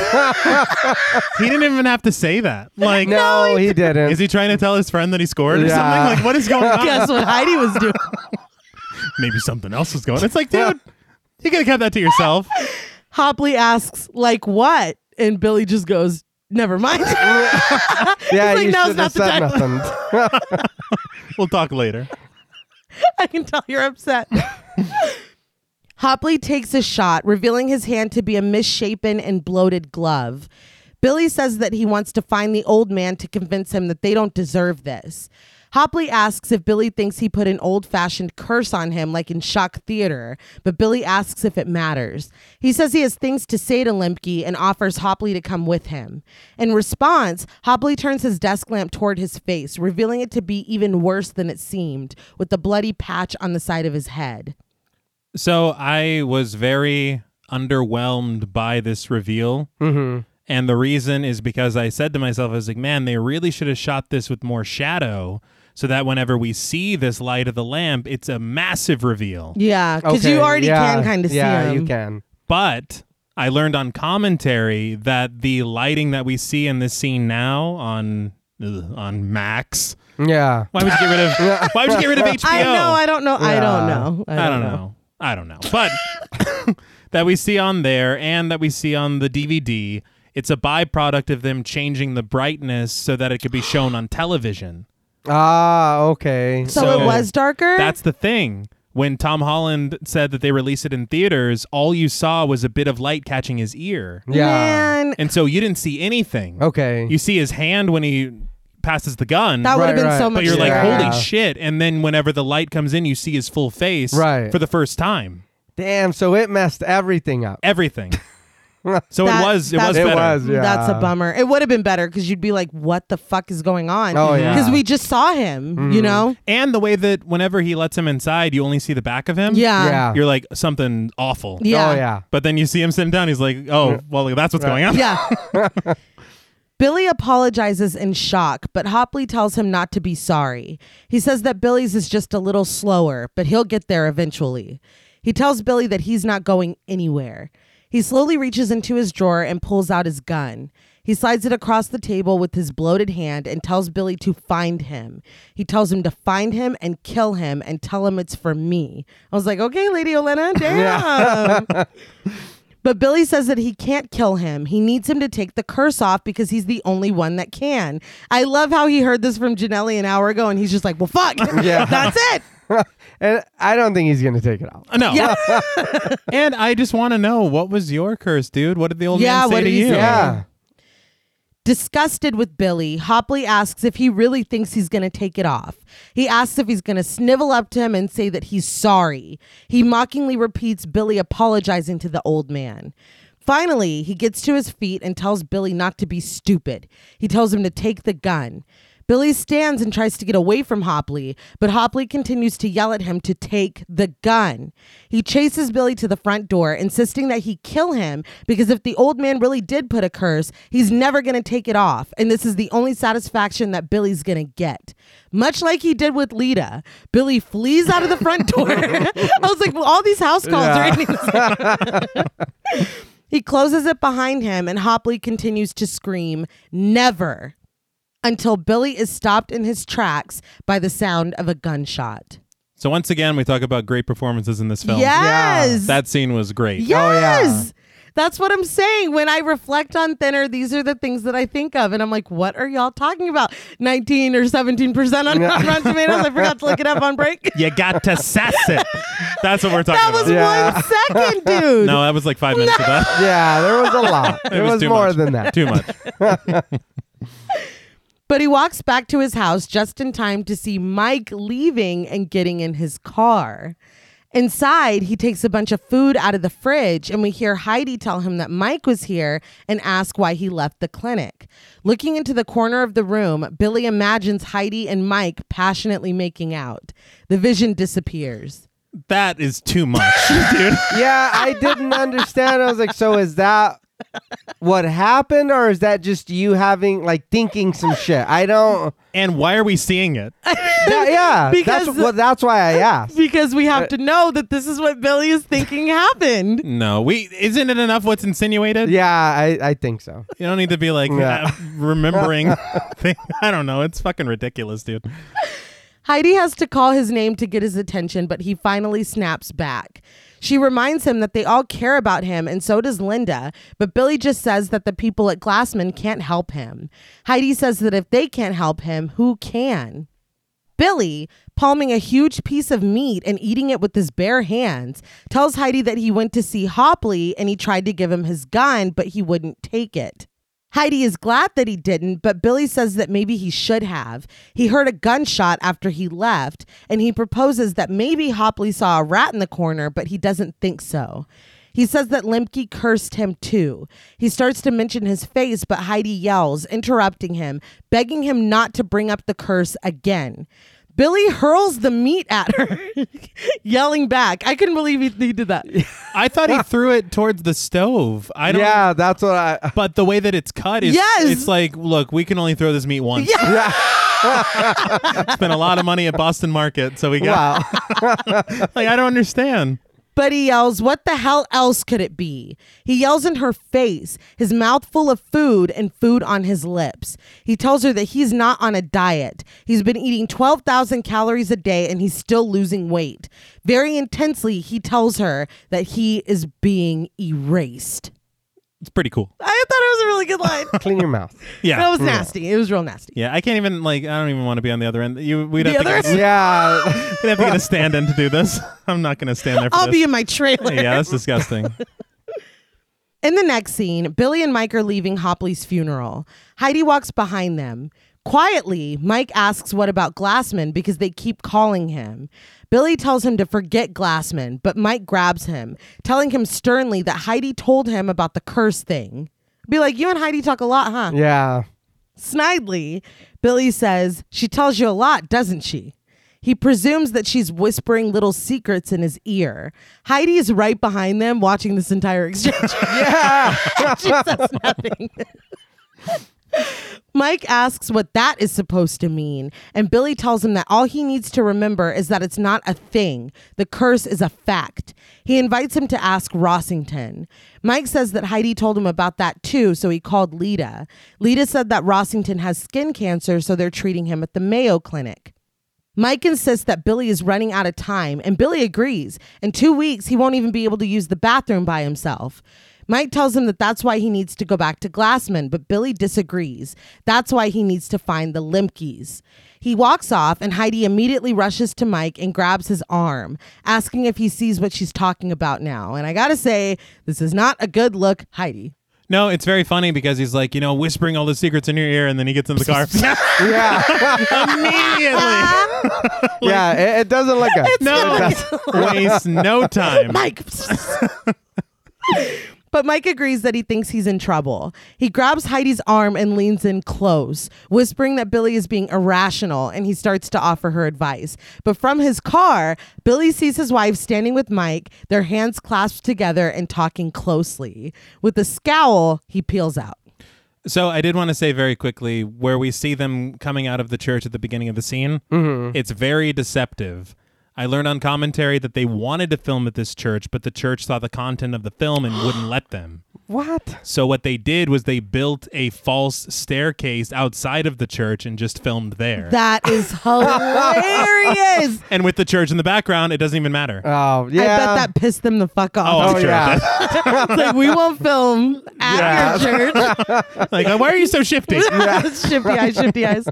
he didn't even have to say that. Like,
No, he didn't.
is he trying to tell his friend that he scored or
Yeah.
something? Like, what is going on?
Guess what Heidi was doing?
Maybe something else is going. on. It's like, dude, you could have kept that to yourself.
Hopley asks, Like what? And Billy just goes, Never mind.
yeah,
He's like,
you
"Now's
should
not
have
the
said
time."
nothing.
We'll talk later.
I can tell you're upset. Hopley takes a shot, revealing his hand to be a misshapen and bloated glove. Billy says that he wants to find the old man to convince him that they don't deserve this. Hopley asks if Billy thinks he put an old fashioned curse on him, like in shock theater, but Billy asks if it matters. He says he has things to say to Limpke and offers Hopley to come with him. In response, Hopley turns his desk lamp toward his face, revealing it to be even worse than it seemed, with the bloody patch on the side of his head.
So I was very underwhelmed by this reveal.
Mm-hmm.
And the reason is because I said to myself, I was like, man, they really should have shot this with more shadow so that whenever we see this light of the lamp, it's a massive reveal.
Yeah, because you already can kind of
yeah,
see him.
you can.
But I learned on commentary that the lighting that we see in this scene now on ugh, on Max.
Yeah.
Why would you get rid of Why would you get rid of HBO?
I know. I don't know. I don't know.
I don't know. I don't know. But that we see on there and that we see on the DVD, it's a byproduct of them changing the brightness so that it could be shown on television.
Ah, okay.
So,
So
it was darker.
That's the thing. When Tom Holland said that they released it in theaters, all you saw was a bit of light catching his ear.
yeah.
man.
And so you didn't see anything.
Okay.
You see his hand when he passes the gun.
That would have
Right,
been
right.
so much.
but you're like,
better.
Yeah.
holy shit. And then whenever the light comes in, you see his full face
Right.
for the first time.
Damn, so it messed everything up.
everything. so
That-
it was it
that's-
was
It
better.
was. Yeah.
That's a bummer. It would have been better because you'd be like, what the fuck is going on?
Oh,
Mm-hmm.
yeah. Mm-hmm.
Because we just saw him, you know?
And the way that whenever he lets him inside, you only see the back of him.
Yeah.
Yeah.
You're like something awful.
Yeah.
Oh yeah.
But then you see him sitting down, he's like, Oh, well that's what's going on.
Yeah. Billy apologizes in shock, but Hopley tells him not to be sorry. He says that Billy's is just a little slower, but he'll get there eventually. He tells Billy that he's not going anywhere. He slowly reaches into his drawer and pulls out his gun. He slides it across the table with his bloated hand and tells Billy to find him. He tells him to find him and kill him and tell him it's for me. I was like, okay, Lady Olena, damn. But Billy says that he can't kill him. He needs him to take the curse off because he's the only one that can. I love how he heard this from Janelli an hour ago and he's just like, well, fuck.
Yeah.
That's it.
and I don't think he's gonna take it off.
Uh, No. and I just want to know what was your curse, dude? What did the old
Yeah,
man say
what
to
did he
you?
say?
Yeah.
Disgusted with Billy, Hopley asks if he really thinks he's going to take it off. He asks if he's going to snivel up to him and say that he's sorry. He mockingly repeats Billy apologizing to the old man. Finally, he gets to his feet and tells Billy not to be stupid. He tells him to take the gun. Billy stands and tries to get away from Hopley, but Hopley continues to yell at him to take the gun. He chases Billy to the front door, insisting that he kill him because if the old man really did put a curse, he's never going to take it off, and this is the only satisfaction that Billy's going to get. Much like he did with Lita, Billy flees out of the front door. I was like, well, all these house calls are ending the same he closes it behind him, and Hopley continues to scream, Never! Until Billy is stopped in his tracks by the sound of a gunshot.
So once again we talk about great performances in this film.
Yes!
That oh, scene was great.
yeah.
yes! That's what I'm saying. When I reflect on Thinner, these are the things that I think of. And I'm like, what are y'all talking about? 19 or 17% on Rotten Tomatoes. I forgot to look it up on break.
You got to sass it. That's what we're talking
That
about.
was
Yeah.
one second, dude.
No, that was like five minutes of that.
Yeah, there was a lot.
It
There was,
too
more
much.
than that.
Too much.
But he walks back to his house just in time to see Mike leaving and getting in his car. Inside, he takes a bunch of food out of the fridge, and we hear Heidi tell him that Mike was here and ask why he left the clinic. Looking into the corner of the room, Billy imagines Heidi and Mike passionately making out. The vision disappears.
That is too much, dude.
Yeah, I didn't understand. I was like, so is that what happened, or is that just you having like thinking some shit? I don't.
And why are we seeing it?
Yeah, yeah.
Because-
that's well, that's why I asked.
Because we have to know that this is what Billy is thinking happened.
No, we isn't it enough what's insinuated?
Yeah, I, I think so.
You don't need to be like
Yeah.
uh, remembering thing. I don't know. It's fucking ridiculous, dude.
Heidi has to call his name to get his attention, but he finally snaps back. She reminds him that they all care about him, and so does Linda, but Billy just says that the people at Glassman can't help him. Heidi says that if they can't help him, who can? Billy, palming a huge piece of meat and eating it with his bare hands, tells Heidi that he went to see Hopley and he tried to give him his gun, but he wouldn't take it. Heidi is glad that he didn't, but Billy says that maybe he should have. He heard a gunshot after he left, and he proposes that maybe Hopley saw a rat in the corner, but he doesn't think so. He says that Lemke cursed him too. He starts to mention his face, but Heidi yells, interrupting him, begging him not to bring up the curse again. Billy hurls the meat at her, yelling back. I couldn't believe he, he did that.
I thought he threw it towards the stove. I don't.
Yeah, that's what I.
But the way that it's cut is,
Yes!
it's like, look, we can only throw this meat once.
Yeah.
Yeah.
Spent a lot of money at Boston Market, so we got.
Wow.
Like, I don't understand.
But he yells, What the hell else could it be? He yells in her face, his mouth full of food and food on his lips. He tells her that he's not on a diet. He's been eating 12,000 calories a day and he's still losing weight. Very intensely, he tells her that he is being erased.
It's pretty cool.
I thought it was a really good line.
Clean your mouth.
Yeah.
That was nasty. It was real nasty.
yeah, I can't even like. I don't even want to be on the other end. You, we'd
The
have to,
other
get,
Yeah.
we'd have to get a stand-in to do this. I'm not going to stand there for
I'll
this.
be in my trailer.
yeah, that's disgusting.
In the next scene, Billy and Mike are leaving Hopley's funeral. Heidi walks behind them. Quietly, Mike asks what about Glassman because they keep calling him. Billy tells him to forget Glassman, but Mike grabs him, telling him sternly that Heidi told him about the curse thing. Be like, you and Heidi talk a lot, huh?
Yeah.
Snidely, Billy says, She tells you a lot, doesn't she? He presumes that she's whispering little secrets in his ear. Heidi is right behind them watching this entire exchange.
Yeah.
she says nothing. Mike asks what that is supposed to mean, and Billy tells him that all he needs to remember is that it's not a thing. The curse is a fact. He invites him to ask Rossington. Mike says that Heidi told him about that too, so he called Lita. Lita said that Rossington has skin cancer, so they're treating him at the Mayo Clinic. Mike insists that Billy is running out of time, and Billy agrees. In two weeks, he won't even be able to use the bathroom by himself. Mike tells him that that's why he needs to go back to Glassman, but Billy disagrees. That's why he needs to find the Limkeys. He walks off, and Heidi immediately rushes to Mike and grabs his arm, asking if he sees what she's talking about now. And I gotta say, this is not a good look, Heidi.
No, it's very funny because he's like, you know, whispering all the secrets in your ear, and then he gets in the car
Yeah.
immediately.
yeah. It, it doesn't look good.
No, waste no time.
Mike. but Mike agrees that he thinks he's in trouble. He grabs Heidi's arm and leans in close, whispering that Billy is being irrational, and he starts to offer her advice. But from his car, Billy sees his wife standing with Mike, their hands clasped together and talking closely. With a scowl, he peels out.
So I did want to say very quickly where we see them coming out of the church at the beginning of the scene. It's very deceptive. I learned on commentary that they wanted to film at this church, but the church saw the content of the film and wouldn't let them.
What?
So what they did was they built a false staircase outside of the church and just filmed there.
That is hilarious.
and with the church in the background, it doesn't even matter.
Oh, yeah.
I bet that pissed them the fuck
Oh,
off.
Oh,
Sure,
yeah.
It's like, we won't film at
Yeah.
your church.
like, why are you so shifty?
shifty eyes, shifty eyes.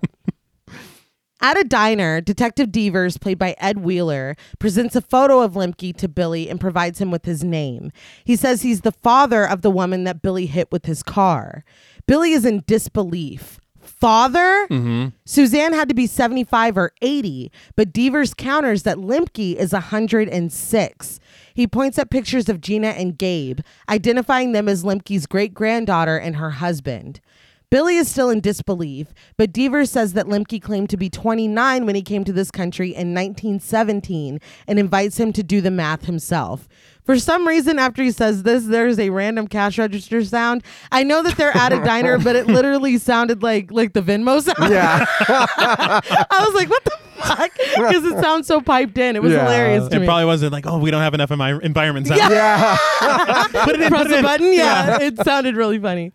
At a diner, Detective Devers, played by Ed Wheeler, presents a photo of Limke to Billy and provides him with his name. He says he's the father of the woman that Billy hit with his car. Billy is in disbelief. Father? Suzanne had to be 75 or 80, but Devers counters that Limke is 106. He points at pictures of Gina and Gabe, identifying them as Limke's great granddaughter and her husband. Billy is still in disbelief, but Devers says that Lemke claimed to be 29 when he came to this country in 1917 and invites him to do the math himself. For some reason, after he says this, there's a random cash register sound. I know that they're at a diner, but it literally sounded like like the Venmo sound.
Yeah.
I was like, what the fuck? Because it sounds so piped in. It was
Yeah.
hilarious to
It
me.
probably wasn't like, oh, we don't have enough envi- environment sound.
Yeah.
Yeah.
Put it in,
press
put it
a
in.
button. Yeah, it sounded really funny.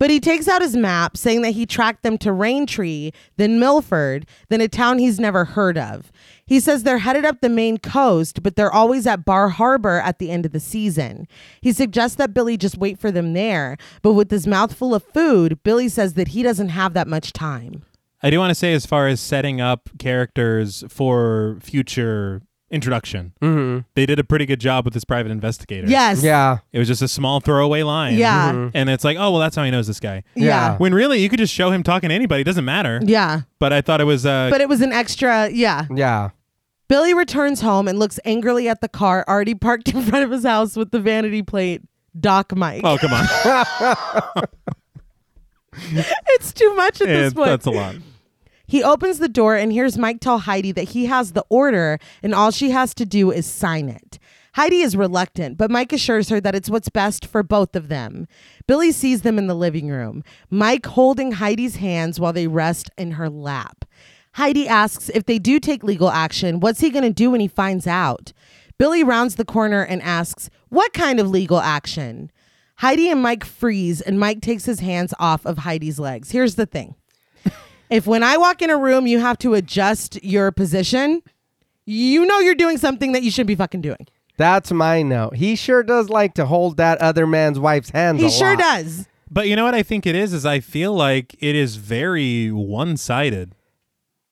But he takes out his map, saying that he tracked them to Rain Tree, then Milford, then a town he's never heard of. He says they're headed up the main coast, but they're always at Bar Harbor at the end of the season. He suggests that Billy just wait for them there, but with his mouth full of food, Billy says that he doesn't have that much time.
I do want to say, as far as setting up characters for future introduction.
Mm-hmm.
hmm
They did a pretty good job with this private investigator.
Yes.
Yeah.
It was just a small throwaway line.
Yeah. Mm-hmm.
And it's like, oh, well, that's how he knows this guy.
Yeah.
Yeah.
When really, you could just show him talking to anybody. It doesn't matter.
Yeah.
But I thought it was. Uh,
But it was an extra, yeah.
Yeah.
Billy returns home and looks angrily at the car already parked in front of his house with the vanity plate Doc Mike.
oh, come on.
It's too much at
Eh,
this point.
that's a lot.
He opens the door and hears Mike tell Heidi that he has the order and all she has to do is sign it. Heidi is reluctant, but Mike assures her that it's what's best for both of them. Billy sees them in the living room, Mike holding Heidi's hands while they rest in her lap. Heidi asks if they do take legal action, what's he going to do when he finds out? Billy rounds the corner and asks, What kind of legal action? Heidi and Mike freeze, and Mike takes his hands off of Heidi's legs. Here's the thing if when I walk in a room, you have to adjust your position, you know you're doing something that you shouldn't be fucking doing.
That's my note. He sure does like to hold that other man's wife's hands.
He
a
sure
lot.
does.
But you know what I think it is? Is I feel like it is very one sided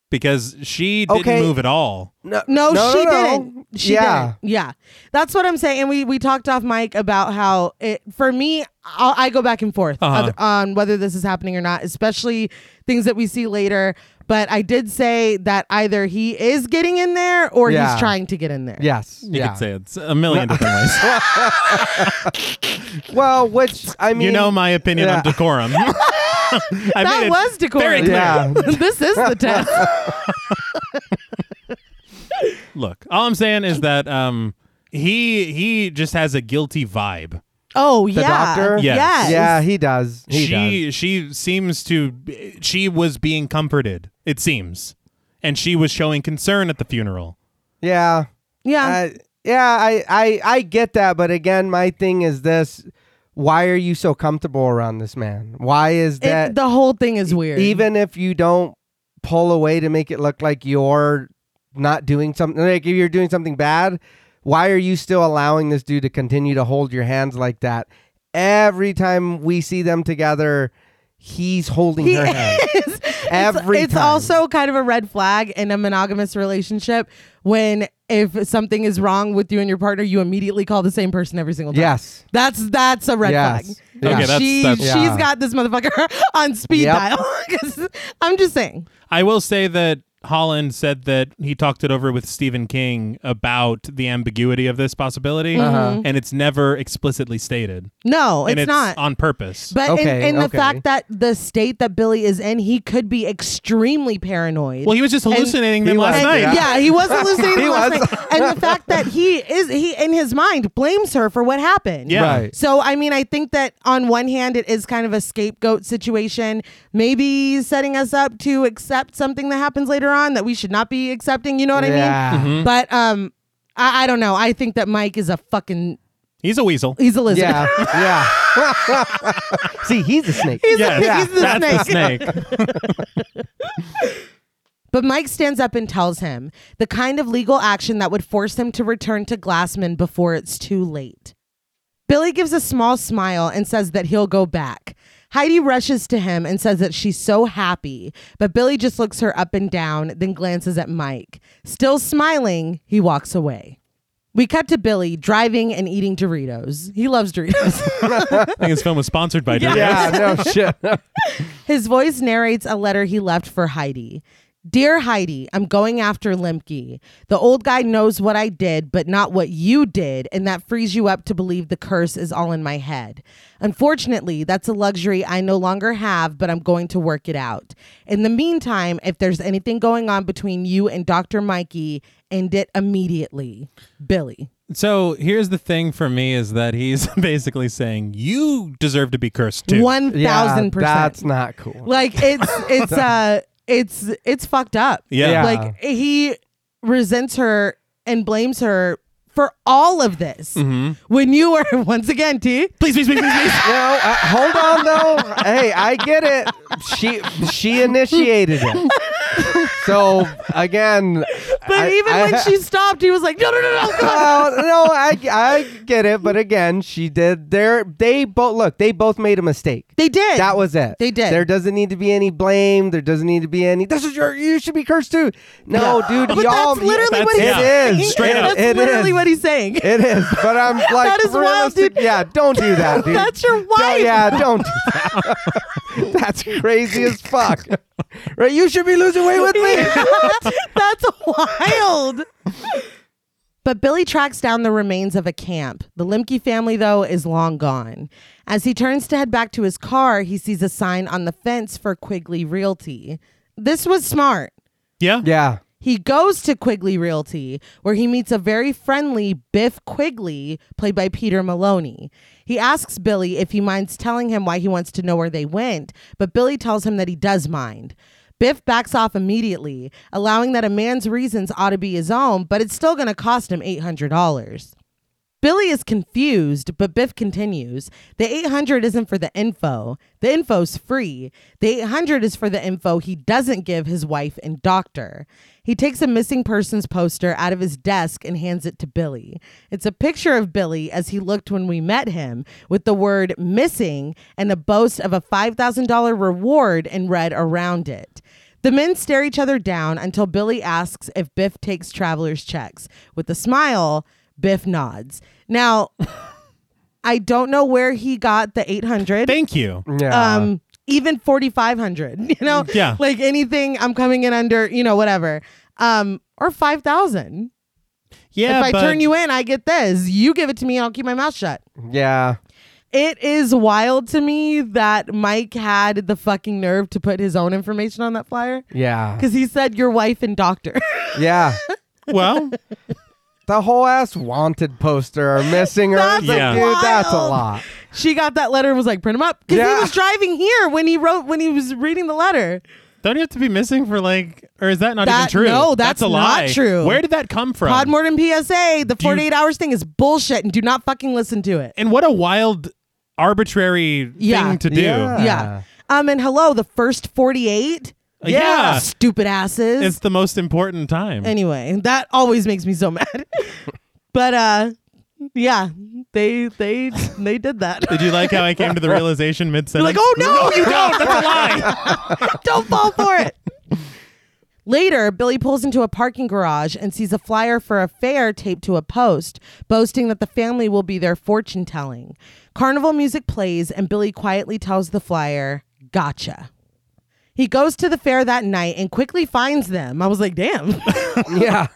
because she didn't
Okay.
move at all.
No,
No,
she
no, no.
didn't. She
Yeah.
didn't. Yeah. That's what I'm saying. And we, we talked off mic about how it, for me, I'll, I go back and forth
Uh-huh.
other- on whether this is happening or not, especially things that we see later. But I did say that either he is getting in there or
Yeah.
he's trying to get in there.
Yes.
You
yeah.
could say it's a million different ways.
Well, which I mean,
you know my opinion on
Yeah.
decorum. I
That
made it
was
Very
decorum.
clear.
Yeah.
this is the test.
Look, all I'm saying is that um, he he just has a guilty vibe.
Oh, yeah.
doctor?
Yes.
Yes.
Yeah, he does. He
she she seems to she was being comforted. It seems, and she was showing concern at the funeral.
does. Yeah.
Yeah.
Uh, yeah, I, I I get that, but again, my thing is this: Why are you so comfortable around this man? Why is
It-
that? e-,
the whole thing is weird.
even if you don't pull away to make it look like you're not doing something, like if you're doing something bad, why are you still allowing this dude to continue to hold your hands like that? Every time we see them together, he's holding
he
her hand.
is.
Every
it's, it's
time.
also kind of a red flag in a monogamous relationship when if something is wrong with you and your partner, you immediately call the same person every single time.
Yes.
That's that's a red
Yes.
flag.
Okay,
that's-
she,
that's-
Yeah.
She's got this motherfucker on speed
Yep.
dial. 'Cause I'm just saying.
I will say that Holland said that he talked it over with Stephen King about the ambiguity of this possibility,
Uh-huh.
and it's never explicitly stated.
No,
and
it's, not.
on purpose.
but in,
Okay,
in the
okay.
fact that the state that Billy is in, he could be extremely paranoid.
well, he was just hallucinating them
He
last
was,
night.
yeah.
And- Yeah, he was hallucinating
He was.
last night. And the fact that he is he in his mind blames her for what happened.
Yeah.
Right.
So I mean, I think that on one hand it is kind of a scapegoat situation, maybe setting us up to accept something that happens later on that we should not be accepting, you know what
yeah.
I
Mm-hmm.
mean? But um I, I don't know. I think that Mike is a fucking
He's a weasel.
he's a lizard.
Yeah, yeah. See, he's a snake.
He's,
Yes,
a, he's the
that's
snake.
the snake.
But Mike stands up and tells him the kind of legal action that would force him to return to Glassman before it's too late. Billy gives a small smile and says that he'll go back. Heidi rushes to him and says that she's so happy, but Billy just looks her up and down, then glances at Mike. Still smiling, he walks away. We cut to Billy driving and eating Doritos. He loves Doritos.
I think his film was sponsored by Doritos.
Yeah, no shit.
His voice narrates a letter he left for Heidi. Dear Heidi, I'm going after Limke. The old guy knows what I did, but not what you did, and that frees you up to believe the curse is all in my head. Unfortunately, that's a luxury I no longer have, but I'm going to work it out. In the meantime, if there's anything going on between you and Dr. Mikey, end it immediately. Billy.
So here's the thing for me is that he's basically saying you deserve to be cursed too.
1000%.
Yeah, that's not cool.
Like it's it's uh it's it's fucked up.
Yeah.
Yeah.
Like he resents her and blames her for all of this. When you were once again, T.
Please, please, please, please, please.
No, uh, hold on though. hey, I get it. She she initiated it. So again,
But
I-
even
I-
when she stopped, he was like, no, no, no, no. go on."
Well, no, I, I get it, but again, she did. They're, they both look. They both made a mistake.
They did.
That was it.
They did.
There doesn't need to be any blame. There doesn't need to be any. This is your. You should be cursed too. No, dude.
But
y'all,
that's literally what he's
That's- yeah.
It
saying.
is.
Straight
it,
up.
That's literally what he's saying.
It is. But I'm like
That is wild, dude.
realistic- Yeah, don't do that, dude.
That's your
Don't-
wife.
yeah, don't. Do that. That's crazy as fuck. Right? You should be losing weight with me.
That's wild. But Billy tracks down the remains of a camp. The Limke family, though, is long gone. As he turns to head back to his car, he sees a sign on the fence for Quigley Realty. This was smart.
Yeah.
Yeah.
He goes to Quigley Realty, where he meets a very friendly Biff Quigley, played by Peter Maloney. He asks Billy if he minds telling him why he wants to know where they went, but Billy tells him that he does mind. Biff backs off immediately, allowing that a man's reasons ought to be his own, but it's still going to cost him $800. Billy is confused, but Biff continues. The 800 isn't for the info. The info's free. The 800 is for the info he doesn't give his wife and doctor. He takes a missing persons poster out of his desk and hands it to Billy. It's a picture of Billy as he looked when we met him with the word missing and a boast of a $5,000 reward in red around it. The men stare each other down until Billy asks if Biff takes traveler's checks. With a smile, Biff nods. Now, I don't know where he got the 800.
Thank you.
Yeah.
um even 4500, you know?
Yeah.
Like anything I'm coming in under, you know, whatever. Um or 5000.
Yeah.
if I
but
turn you in, I get this. You give it to me and I'll keep my mouth shut.
yeah.
It is wild to me that Mike had the fucking nerve to put his own information on that flyer
Yeah.
cuz he said your wife and doctor.
Yeah.
well,
The whole ass wanted poster are missing her.
That's
Like,
Yeah.
Dude, that's a
wild.
lot.
she got that letter and was like, print them up. Because
Yeah.
he was driving here when he wrote when he was reading the letter.
don't you have to be missing for like, or is that not
That-
even true?
no, that's
that's a
not
lie.
true.
Where did that come from?
Podmortem PSA, the
you-
48 hours thing is bullshit and do not fucking listen to it.
and what a wild, arbitrary
Yeah.
thing to do.
Yeah.
Yeah. Um and hello, the first 48?
Uh, yeah.
Stupid asses.
It's the most important time.
anyway, that always makes me so mad. but uh yeah, they they they did that.
did you like how I came to the realization mid
You're
sentence?
like, oh no, you
no, that's a lie.
Don't fall for it. Later, Billy pulls into a parking garage and sees a flyer for a fair taped to a post, boasting that the family will be there fortune telling. Carnival music plays, and Billy quietly tells the flyer, Gotcha. He goes to the fair that night and quickly finds them. I was like, damn.
Yeah.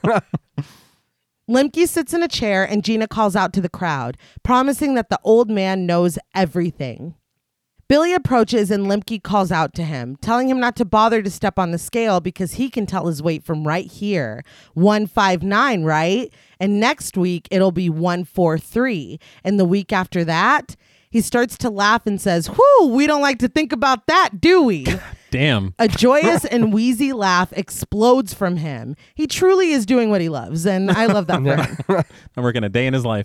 Lemke sits in a chair and Gina calls out to the crowd, promising that the old man knows everything. Billy approaches and Lemke calls out to him, telling him not to bother to step on the scale because he can tell his weight from right here 159, right? And next week it'll be 143. And the week after that, he starts to laugh and says, Whew, we don't like to think about that, do we?
Damn.
A joyous and wheezy laugh explodes from him. He truly is doing what he loves, and I love that for him.
I'm working a day in his life.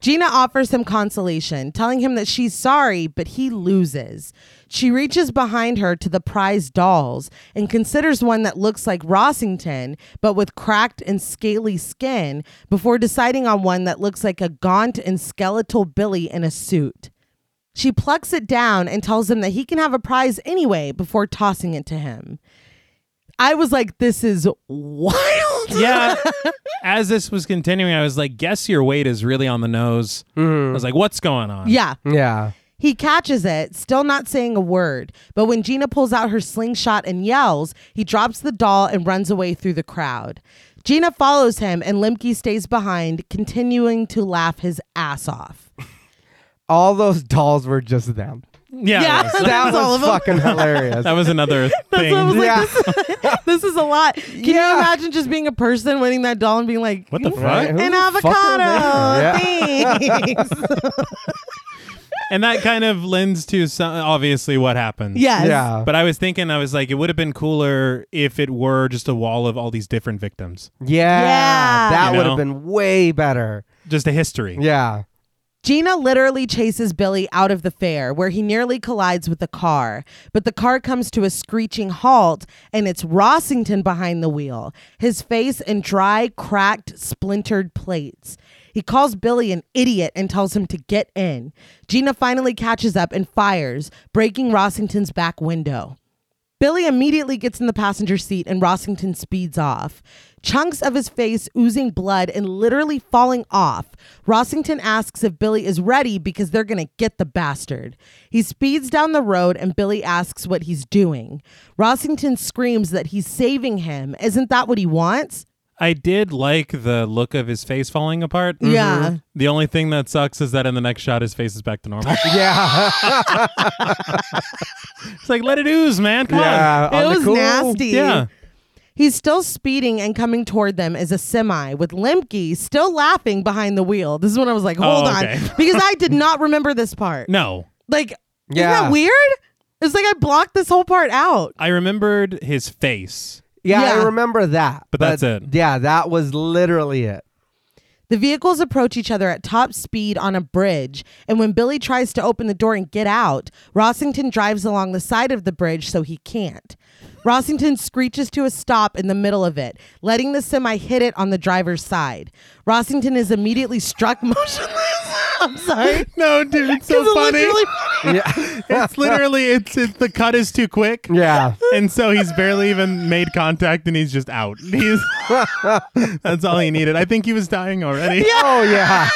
Gina offers him consolation, telling him that she's sorry, but he loses. She reaches behind her to the prize dolls and considers one that looks like Rossington, but with cracked and scaly skin, before deciding on one that looks like a gaunt and skeletal Billy in a suit. She plucks it down and tells him that he can have a prize anyway before tossing it to him. I was like, this is wild.
yeah. As this was continuing, I was like, guess your weight is really on the nose.
Mm-hmm.
I was like, what's going on?
Yeah.
Yeah.
He catches it, still not saying a word. But when Gina pulls out her slingshot and yells, he drops the doll and runs away through the crowd. Gina follows him, and Limke stays behind, continuing to laugh his ass off.
All those dolls were just them.
Yeah. That,
Yeah.
was,
That
That
was all
was
of them.
fucking hilarious.
that was another
That's what I was
thing.
Yeah.
like. This is a lot. Can you
Yeah.
imagine just being a person winning that doll and being like,
What the
"Mm,
fuck?
Right? Who
An
the fuck are
avocado.
they? Yeah.
Thanks.
And that kind of lends to some, obviously what happened.
yes.
Yeah.
But I was thinking, I was like, it would have been cooler if it were just a wall of all these different victims,
Yeah.
Yeah.
That
You
would
know?
have been way better.
just a history.
Yeah.
Gina literally chases Billy out of the fair, where he nearly collides with a car. But the car comes to a screeching halt, and it's Rossington behind the wheel, his face in dry, cracked, splintered plates. He calls Billy an idiot and tells him to get in. Gina finally catches up and fires, breaking Rossington's back window. Billy immediately gets in the passenger seat and Rossington speeds off. Chunks of his face oozing blood and literally falling off. Rossington asks if Billy is ready because they're going to get the bastard. He speeds down the road and Billy asks what he's doing. Rossington screams that he's saving him. Isn't that what he wants?
I did like the look of his face falling apart.
Yeah.
Mm-hmm.
Mhm. The only thing that sucks is that in the next shot, his face is back to normal.
Yeah.
it's like, let it ooze, man. Come
yeah.
on.
on the
it was
cool.
nasty.
Yeah.
He's still speeding and coming toward them as a semi with Lemke still laughing behind the wheel. This is when I was like, hold
okay.
on. because I did not remember this part.
No.
Like,
Yeah.
isn't that weird? It's like I blocked this whole part out.
I remembered his face.
Yeah,
Yeah.
I remember that.
But that's it.
Yeah, that was literally it.
The vehicles approach each other at top speed on a bridge, and when Billy tries to open the door and get out, Rossington drives along the side of the bridge so he can't. Rossington screeches to a stop in the middle of it, letting the semi hit it on the driver's side. Rossington is immediately struck motionless. I'm sorry.
No, dude, it's
'Cause it looked really funny.
Yeah.
it's literally, it's, it's the cut is too quick.
yeah.
and so he's barely even made contact and he's just out. He's That's all he needed. I think he was dying already.
Oh yeah.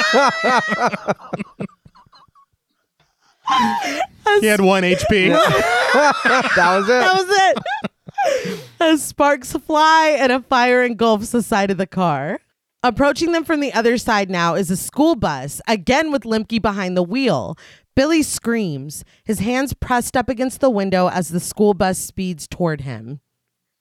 He had 1 HP.
that was it.
That was it. As sparks fly and a fire engulfs the side of the car. Approaching them from the other side now is a school bus, again with Limke behind the wheel. Billy screams, his hands pressed up against the window as the school bus speeds toward him.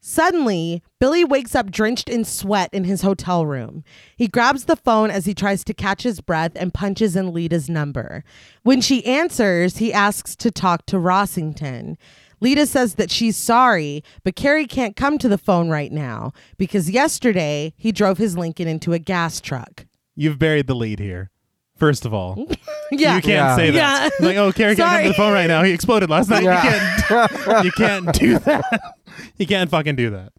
Suddenly, Billy wakes up drenched in sweat in his hotel room. He grabs the phone as he tries to catch his breath and punches in Lita's number. When she answers, he asks to talk to Rossington. Lita says that she's sorry, but Carrie can't come to the phone right now because yesterday he drove his Lincoln into a gas truck.
You've buried the lead here. First of all,
Yeah.
you can't
Yeah.
say that.
Yeah.
Like, oh, Carrie can't come
Sorry.
to the phone right now. He exploded last night.
Yeah.
You can't. You can't do that. You can't fucking do that.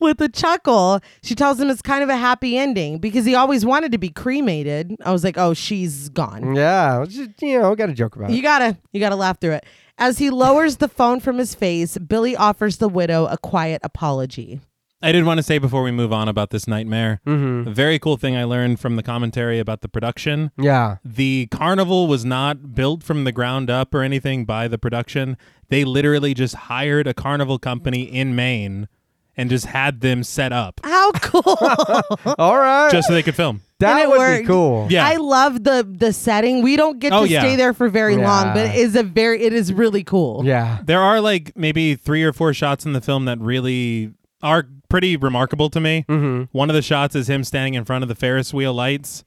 With a chuckle, she tells him it's kind of a happy ending because he always wanted to be cremated. I was like, oh, she's gone.
Yeah. it's just, you know, got to joke about
You
it.
gotta, you gotta laugh through it. As he lowers the phone from his face, Billy offers the widow a quiet apology.
I did want to say before we move on about this nightmare, a very cool thing I learned from the commentary about the production.
Yeah.
The carnival was not built from the ground up or anything by the production. They literally just hired a carnival company in Maine and just had them set up
How cool!
All right.
just so they could film.
and
that
it
would
worked.
be cool.
Yeah.
I love the the setting. We don't get
Oh,
to
yeah.
stay there for very long, but
Yeah.
it is a very it is really cool.
Yeah.
There are like maybe three or four shots in the film that really are pretty remarkable to me.
Mm.
Mm-hmm. One of the shots is him standing in front of the Ferris wheel lights.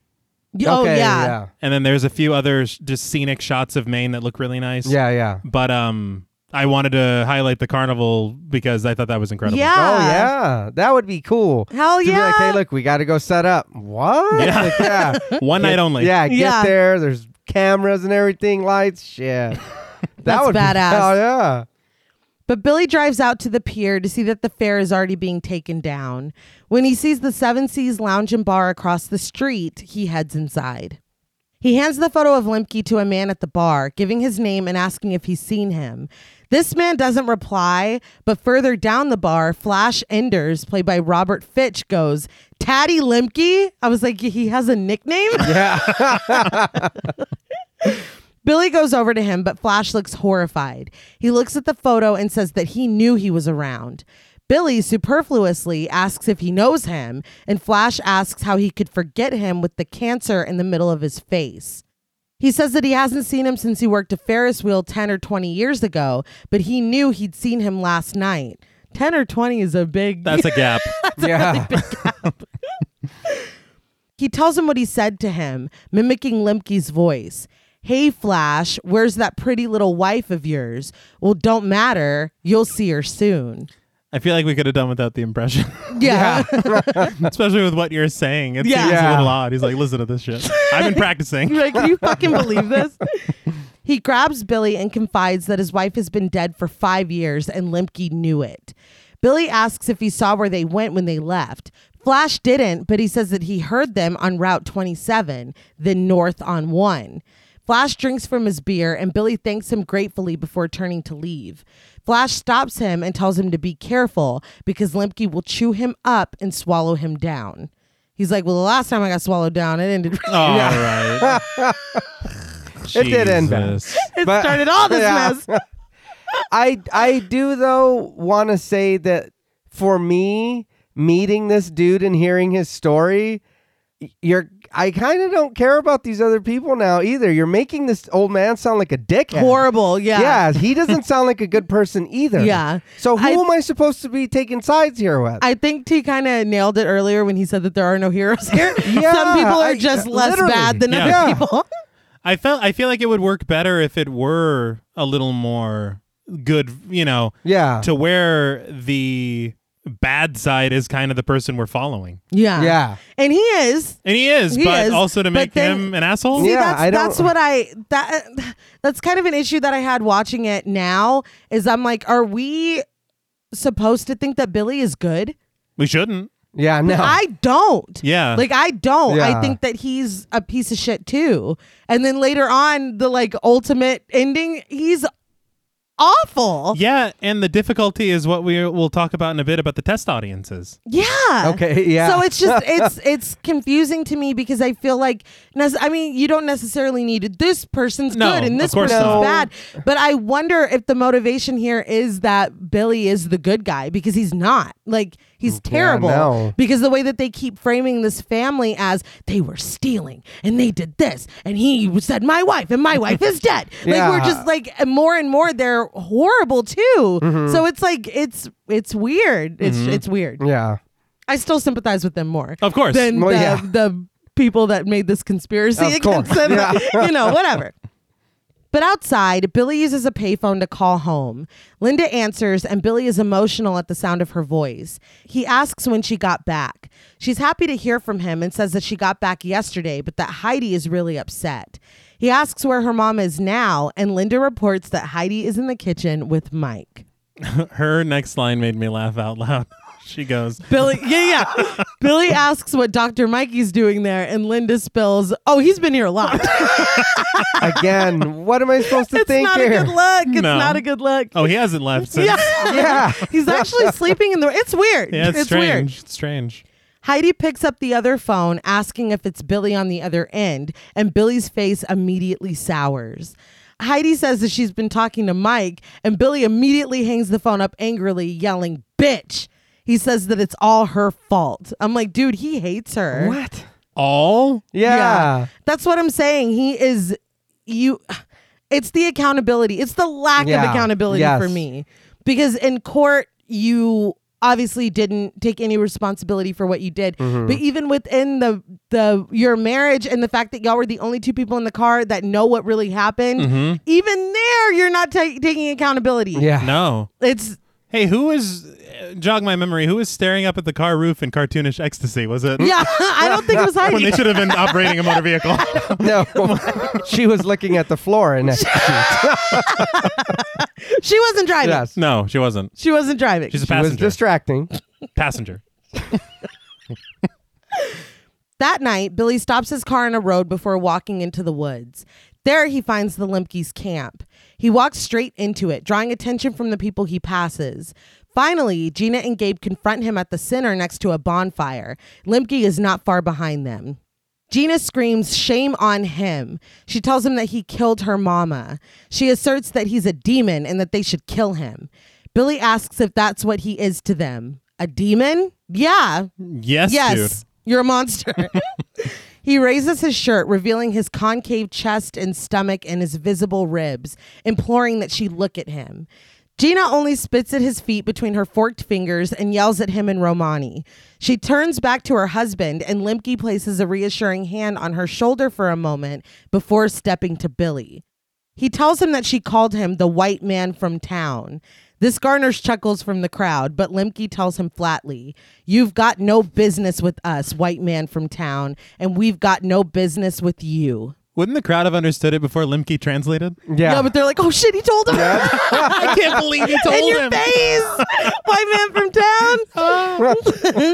Y- Oh
okay,
yeah.
Yeah.
And then there's a few other s- just scenic shots of Maine that look really nice.
Yeah. Yeah.
But um, I wanted to highlight the carnival because I thought that was incredible.
Yeah.
Oh yeah, that would be cool.
Hell
to Be like,
yeah.
hey, look, we got to go set up. What?
Yeah.
Like, yeah.
One night only.
Yeah. Get
Yeah.
there. There's cameras and everything, lights, shit. that
That's
would
badass.
Be, oh yeah.
But Billy drives out to the pier to see that the fair is already being taken down. When he sees the Seven Seas Lounge and Bar across the street, he heads inside. He hands the photo of Limke to a man at the bar, giving his name and asking if he's seen him. This man doesn't reply, but further down the bar, Flash Enders, played by Robert Fitch, goes, Taddy Limke? I was like, he has a nickname?
Yeah.
Billy goes over to him, but Flash looks horrified. He looks at the photo and says that he knew he was around. Billy superfluously asks if he knows him, and Flash asks how he could forget him with the cancer in the middle of his face. He says that he hasn't seen him since he worked a Ferris wheel 10 or 20 years ago, but he knew he'd seen him last night. 10 or 20 is a big
That's a gap.
yeah.
He tells him what he said to him, mimicking Limke's voice. Hey, Flash, where's that pretty little wife of yours? Well, don't matter. You'll see her soon.
I feel like we could have done without the impression,
Yeah.
especially with what you're saying. It
Yeah.
seems
Yeah.
a little odd. He's like, listen to this shit. I've been practicing.
like, can you fucking believe this? He grabs Billy and confides that his wife has been dead for five years and Limke knew it. Billy asks if he saw where they went when they left. Flash didn't, but he says that he heard them on Route 27, then north on 1. Flash drinks from his beer and Billy thanks him gratefully before turning to leave. Flash stops him and tells him to be careful because Limke will chew him up and swallow him down. He's like, Well, the last time I got swallowed down, it ended. really
All right.
It did end bad.
Jesus.
it
But-
started all this
Yeah.
mess.
I I do though want to say that for me meeting this dude and hearing his story, y- you're I kind of don't care about these other people now either. You're making this old man sound like a dickhead.
Horrible. Yeah.
Yeah, he doesn't sound like a good person either.
Yeah.
So who
I-
am I supposed to be taking sides here with?
I think T kind of nailed it earlier when he said that there are no heroes here.
Yeah,
Some people are
I- uh,
just less
literally.
bad than
Yeah.
other
Yeah.
people.
I felt I feel like it would work better if it were a little more good, you know,
yeah.
to where the bad side is kind of the person we're following.
yeah.
yeah.
And he is.
And he is,
He
but
is,
also to
but
make
then-
him an asshole.
See,
Yeah,
that's,
I don't-
that's what I that that's kind of an issue that I had watching it now is I'm like, are we supposed to think that Billy is good?
We shouldn't.
Yeah, no.
I don't.
Yeah.
Like I don't. I
Yeah.
think that he's a piece of shit too. And then later on, the like ultimate ending, he's awful.
yeah, and the difficulty is what we will talk about in a bit about the test audiences.
Yeah.
okay, yeah.
So it's just it's it's confusing to me because I feel like nes- I mean you don't necessarily need this person's
No,
good and
of
this
course
person's
not.
bad, but I wonder if the motivation here is that Billy is the good guy because he's not. Like he's terrible
no.
because the way that they keep framing this family as they were stealing and they did this and he said my wife and my wife is dead. Like we're
Yeah.
just like and more and more they're horrible too.
Mm-hmm.
So it's like it's it's weird. It's it's weird.
yeah.
I still sympathize with them more.
Of course.
Than
Well,
the,
yeah.
the people that made this conspiracy
Of
against
course,
them.
yeah.
you know, whatever. But outside, Billy uses a payphone to call home. Linda answers, and Billy is emotional at the sound of her voice. He asks when she got back. She's happy to hear from him and says that she got back yesterday, but that Heidi is really upset. He asks where her mom is now, and Linda reports that Heidi is in the kitchen with Mike.
Her next line made me laugh out loud. she goes,
Billy, yeah, yeah. Billy asks what Dr. Mikey's doing there, and Linda spills, "Oh, he's been here a lot.
Again, what am I supposed to
it's
think
not
here?
a good look. It's
No.
not a good look."
"Oh, he hasn't left since."
yeah.
Yeah.
He's actually sleeping in the. It's weird.
Yeah, it's, strange.
weird.
It's strange.
Heidi picks up the other phone, asking if it's Billy on the other end, and Billy's face immediately sours. Heidi says that she's been talking to Mike, and Billy immediately hangs the phone up angrily, yelling, "Bitch!" He says that it's all her fault. I'm like, dude, he hates her.
What?
All
Yeah.
That's what I'm saying. He is you it's the accountability. It's the lack of
Yeah.
accountability
Yes.
for me. Because in court you obviously didn't take any responsibility for what you did.
Mm-hmm.
But even within the the your marriage and the fact that y'all were the only two people in the car that know what really happened, even there you're not ta- taking accountability.
Mm-hmm. Yeah.
no.
It's
Hey, who was uh, jog my memory? Who was staring up at the car roof in cartoonish ecstasy? Was it
yeah, I don't think it was
when
Heidi.
they should have been operating a motor vehicle?
No. she was looking at the floor and
she wasn't driving.
yes.
no, she wasn't.
She wasn't driving.
She's a
She was
passenger.
distracting.
passenger.
That night, Billy stops his car in a road before walking into the woods. There, he finds the Limke's camp. He walks straight into it, drawing attention from the people he passes. Finally, Gina and Gabe confront him at the center next to a bonfire. Limke is not far behind them. Gina screams, Shame on him. She tells him that he killed her mama. She asserts that he's a demon and that they should kill him. Billy asks if that's what he is to them. A demon? Yeah,
Yes,
Yes, you're a monster. he raises his shirt, revealing his concave chest and stomach and his visible ribs, imploring that she look at him. Gina only spits at his feet between her forked fingers and yells at him in Romani. She turns back to her husband, and Limke places a reassuring hand on her shoulder for a moment before stepping to Billy. He tells him that she called him the white man from town. This garners chuckles from the crowd, but Lemke tells him flatly, You've got no business with us, white man from town, and we've got no business with you.
Wouldn't the crowd have understood it before Limke translated?
Yeah.
No, but they're like, Oh shit, he told him.
I can't believe he told
In your
him.
face, white man from town.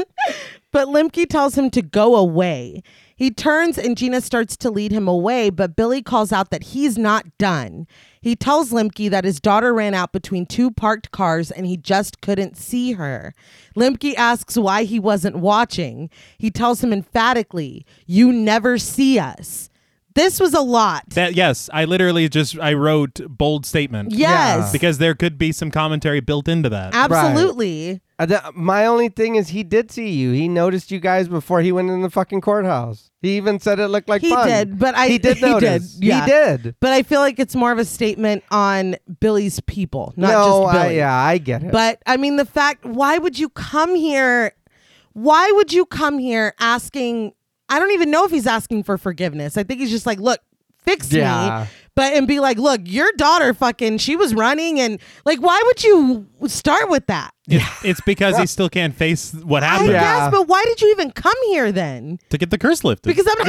but Limke tells him to go away. He turns and Gina starts to lead him away, but Billy calls out that he's not done. He tells Limke that his daughter ran out between two parked cars and he just couldn't see her. Limke asks why he wasn't watching. He tells him emphatically, You never see us. This was a lot.
That yes, I literally just I wrote bold statement.
yes.
Because there could be some commentary built into that.
Absolutely.
Uh, the- my only thing is, he did see you. He noticed you guys before he went in the fucking courthouse. He even said it looked like
He
fun.
did, but I-
he did
he did,
notice.
yeah.
did.
But I feel like it's more of a statement on Billy's people, not
no,
just
I,
Billy.
yeah, I get it.
But I mean, the fact why would you come here? Why would you come here asking? I don't even know if he's asking for forgiveness. I think he's just like, look, fix
Yeah.
me. But and be like, look, your daughter fucking, she was running and like, why would you start with that?
It's, it's because he still can't face what
I
happened
Yeah.
guess, but why did you even come here then?
to get the curse lifted.
Because I'm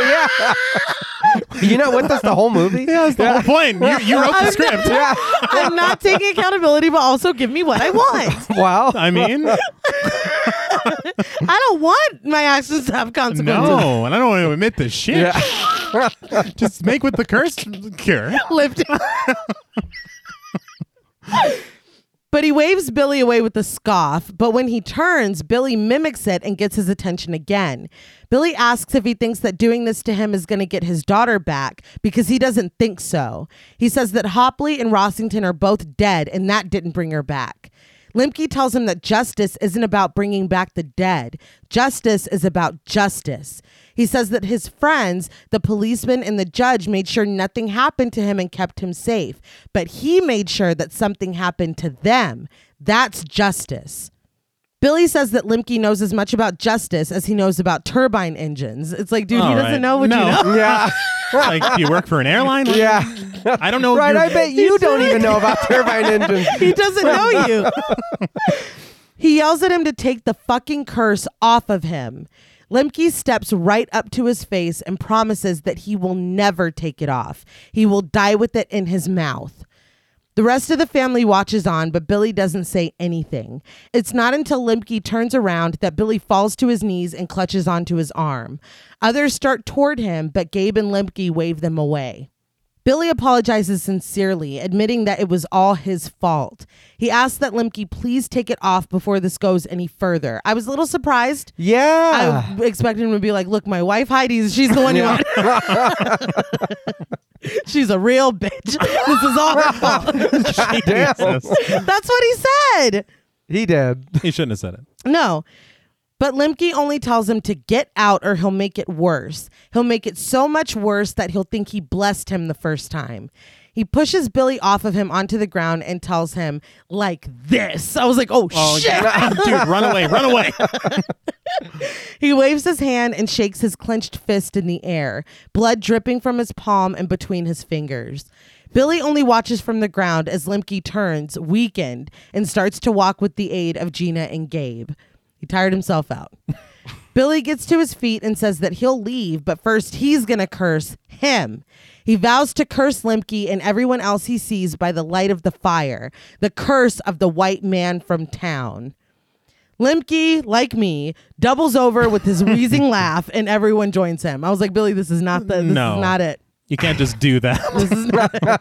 yeah. you know what? That's the whole movie.
that's the whole point. You, you wrote the script.
yeah.
I'm not taking accountability, but also give me what I want.
Wow.
I mean,
I don't want my actions to have consequences.
no, and I don't want to admit this shit.
Yeah.
Just make with the curse cure.
Lift- but he waves Billy away with a scoff. But when he turns, Billy mimics it and gets his attention again. Billy asks if he thinks that doing this to him is going to get his daughter back because he doesn't think so. He says that Hopley and Rossington are both dead and that didn't bring her back. Limke tells him that justice isn't about bringing back the dead. Justice is about justice. He says that his friends, the policeman and the judge, made sure nothing happened to him and kept him safe, but he made sure that something happened to them. That's justice. Billy says that Limke knows as much about justice as he knows about turbine engines. It's like, dude,
All
he doesn't
right.
know what you
No.
know.
Yeah.
Like, do you work for an airline? Like,
Yeah.
I don't know.
Right.
your-
I bet you don't even know about turbine engines.
He doesn't know you. he yells at him to take the fucking curse off of him. Lemke steps right up to his face and promises that he will never take it off. He will die with it in his mouth. The rest of the family watches on, but Billy doesn't say anything. It's not until Limke turns around that Billy falls to his knees and clutches onto his arm. Others start toward him, but Gabe and Limke wave them away. Billy apologizes sincerely, admitting that it was all his fault. He asks that Limke please take it off before this goes any further. I was a little surprised.
Yeah.
I expected him to be like, "Look, my wife Heidi's. She's the one you want. she's a real bitch. This is all her fault."
Damn.
That's what he said.
He did.
He shouldn't have said it.
No. But Limke only tells him to get out or he'll make it worse. He'll make it so much worse that he'll think he blessed him the first time. He pushes Billy off of him onto the ground and tells him, like this. I was like, oh, shit.
Dude, run away, run away.
He waves his hand and shakes his clenched fist in the air, blood dripping from his palm and between his fingers. Billy only watches from the ground as Limke turns, weakened, and starts to walk with the aid of Gina and Gabe. He tired himself out. Billy gets to his feet and says that he'll leave, but first he's going to curse him. He vows to curse Limke and everyone else he sees by the light of the fire, the curse of the white man from town. Limke, like me, doubles over with his wheezing laugh, and everyone joins him. I was like, Billy, this is not the, this
No.
is not it.
You can't just do that.
This is not it.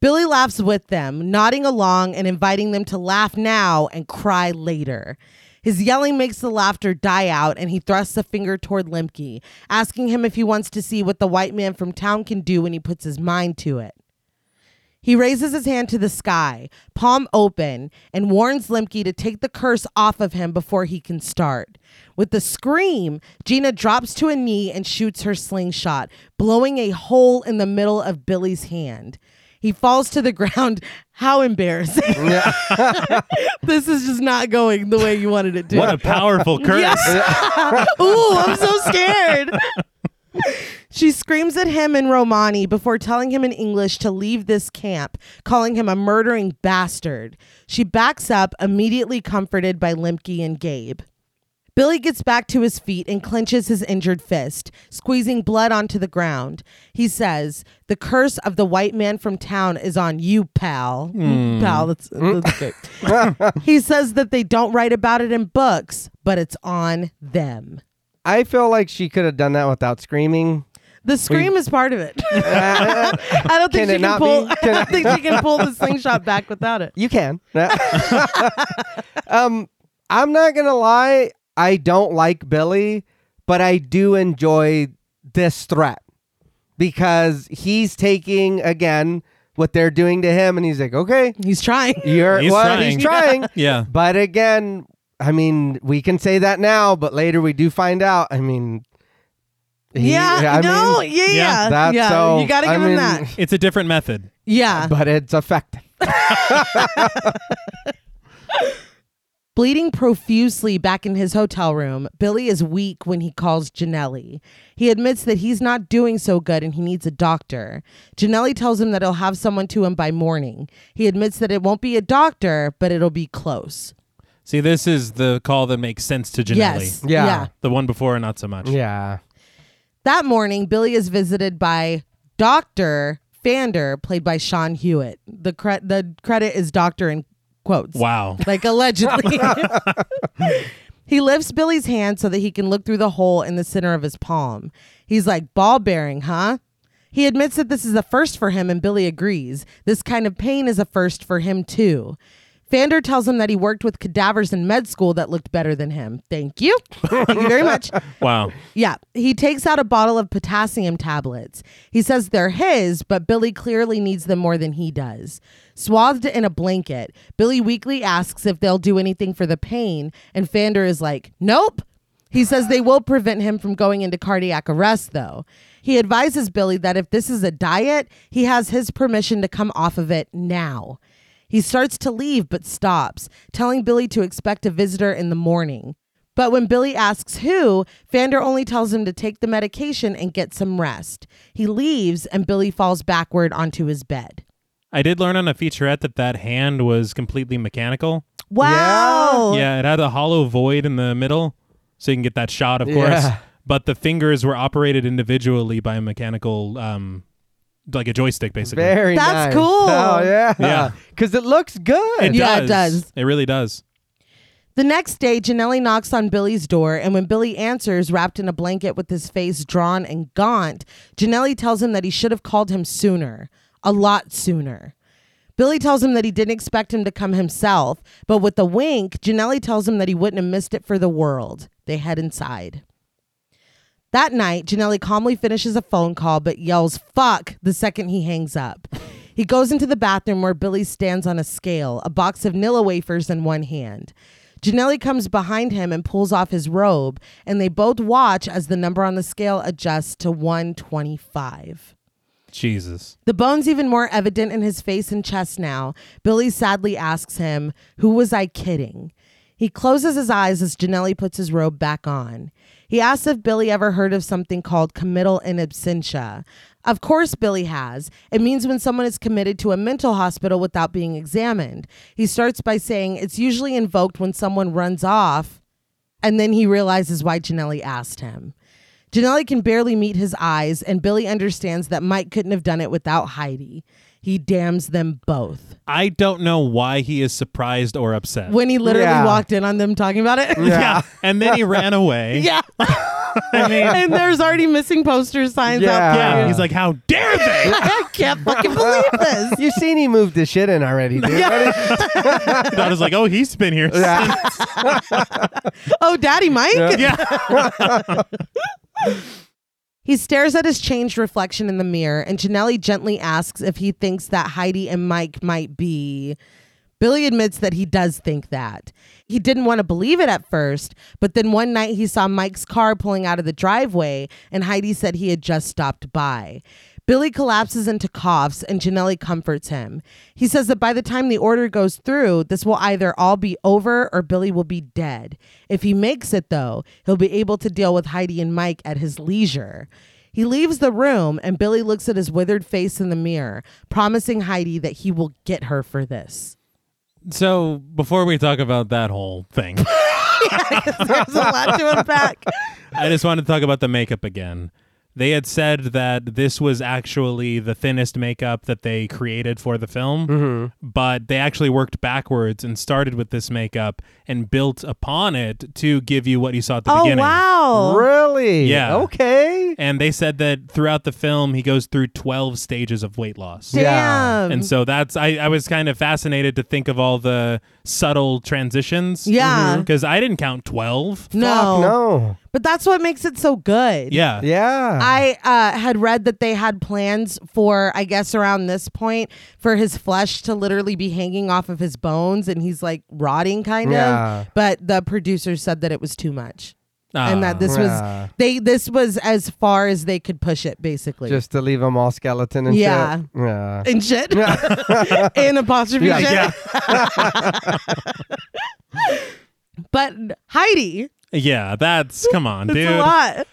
Billy laughs with them, nodding along and inviting them to laugh now and cry later. His yelling makes the laughter die out, and he thrusts a finger toward Limke, asking him if he wants to see what the white man from town can do when he puts his mind to it. He raises his hand to the sky, palm open, and warns Limke to take the curse off of him before he can start. With a scream, Gina drops to a knee and shoots her slingshot, blowing a hole in the middle of Billy's hand. He falls to the ground. How embarrassing.
Yeah.
this is just not going the way you wanted it to.
What a powerful curse.
Yes. Ooh, I'm so scared. She screams at him in Romani before telling him in English to leave this camp, calling him a murdering bastard. She backs up, immediately comforted by Limke and Gabe. Billy gets back to his feet and clenches his injured fist, squeezing blood onto the ground. He says, The curse of the white man from town is on you, pal. Pal, that's, that's great. he says that they don't write about it in books, but it's on them.
I feel like she could have done that without screaming. Uh,
The scream is part of it. I don't think
Can it
she can
not
pull.
be?
I don't think she can pull the slingshot back without it.
You can. um, I'm not gonna lie. I don't like Billy, but I do enjoy this threat because he's taking again what they're doing to him, and he's like, "Okay,
He's trying.
you're
He's
well,
trying.
he's trying."
Yeah.
But again, I mean, we can say that now, but later we do find out. I mean, he-
yeah.
I
no.
mean,
yeah. Yeah.
that's
Uh, yeah.
so-
you gotta
I
give him
mean,
that.
It's a different method.
Yeah.
but it's effective.
Bleeding profusely back in his hotel room, Billy is weak when he calls Janelli. He admits that he's not doing so good and he needs a doctor. Janelli tells him that he'll have someone to him by morning. He admits that it won't be a doctor, but it'll be close.
See, this is the call that makes sense to Janelli.
Yes.
Yeah.
yeah.
The one before, not so much.
Yeah.
That morning, Billy is visited by Dr. Fander, played by Sean Hewitt. The, cre- the credit is doctor in quotes.
Wow.
Like allegedly. he lifts Billy's hand so that he can look through the hole in the center of his palm. He's like, ball bearing, huh? He admits that this is a first for him, and Billy agrees. This kind of pain is a first for him, too. Fander tells him that he worked with cadavers in med school that looked better than him. Thank you. Thank you very much.
Wow.
Yeah, he takes out a bottle of potassium tablets. He says they're his, but Billy clearly needs them more than he does. Swathed in a blanket, Billy weakly asks if they'll do anything for the pain, and Fander is like, nope. He says they will prevent him from going into cardiac arrest, though. He advises Billy that if this is a diet, he has his permission to come off of it now. He starts to leave but stops, telling Billy to expect a visitor in the morning. But when Billy asks who, Vander only tells him to take the medication and get some rest. He leaves and Billy falls backward onto his bed.
I did learn on a featurette that that hand was completely mechanical.
Wow.
Yeah, it had a hollow void in the middle, so you can get that shot, of
Yeah.
course. But the fingers were operated individually by a mechanical, um, like a joystick, basically.
Very
That's
nice.
cool.
Oh yeah.
Yeah.
Cuz it looks good.
It
Yeah, it
does.
does.
It really does.
The next day, Janelli knocks on Billy's door, and when Billy answers, wrapped in a blanket with his face drawn and gaunt, Janelli tells him that he should have called him sooner, a lot sooner. Billy tells him that he didn't expect him to come himself, but with a wink, Janelli tells him that he wouldn't have missed it for the world. They head inside. That night, Janelli calmly finishes a phone call but yells, fuck, the second he hangs up. He goes into the bathroom where Billy stands on a scale, a box of Nilla wafers in one hand. Janelli comes behind him and pulls off his robe, and they both watch as the number on the scale adjusts to 125.
Jesus.
The bone's even more evident in his face and chest now. Billy sadly asks him, Who was I kidding? He closes his eyes as Janelli puts his robe back on. He asks if Billy ever heard of something called committal in absentia. Of course, Billy has. It means when someone is committed to a mental hospital without being examined. He starts by saying it's usually invoked when someone runs off, and then he realizes why Janelli asked him. Janelli can barely meet his eyes, and Billy understands that Mike couldn't have done it without Heidi. He damns them both.
I don't know why he is surprised or upset.
When he literally
Yeah.
walked in on them talking about it.
yeah. And then he ran away.
yeah.
I mean,
and there's already missing poster signs
Yeah.
out there.
yeah. He's like, how dare they?
I can't fucking believe this.
You've seen he moved his shit in already, dude.
I was like, oh, he's been here.
Yeah.
Oh, Daddy Mike?
yeah.
He stares at his changed reflection in the mirror, and Janelli gently asks if he thinks that Heidi and Mike might be. Billy admits that he does think that. He didn't want to believe it at first, but then one night he saw Mike's car pulling out of the driveway, and Heidi said he had just stopped by. Billy collapses into coughs, and Janelli comforts him. He says that by the time the order goes through, this will either all be over or Billy will be dead. If he makes it, though, he'll be able to deal with Heidi and Mike at his leisure. He leaves the room, and Billy looks at his withered face in the mirror, promising Heidi that he will get her for this.
So before we talk about that whole thing,
There's a lot to unpack.
I just wanted to talk about the makeup again. They had said that this was actually the thinnest makeup that they created for the film,
Mm-hmm.
but they actually worked backwards and started with this makeup and built upon it to give you what you saw at the
Oh,
beginning.
wow.
Really?
Yeah.
Okay.
And they said that throughout the film, he goes through 12 stages of weight loss.
Yeah.
Damn.
And so that's, I, I was kind of fascinated to think of all the subtle transitions.
Yeah. Mhm.
Because I didn't count 12.
no.
Fuck no.
But that's what makes it so good.
Yeah.
Yeah.
I uh, had read that they had plans for, I guess, around this point, for his flesh to literally be hanging off of his bones and he's like rotting, kind
Yeah.
of. But the producer said that it was too much. and
Ah.
that this
Yeah.
was they this was as far as they could push it basically
Just to leave them all skeleton and
Yeah.
shit. Yeah.
and shit and apostrophe
Yeah,
shit.
yeah.
but Heidi
Yeah, that's come on,
it's
dude.
a lot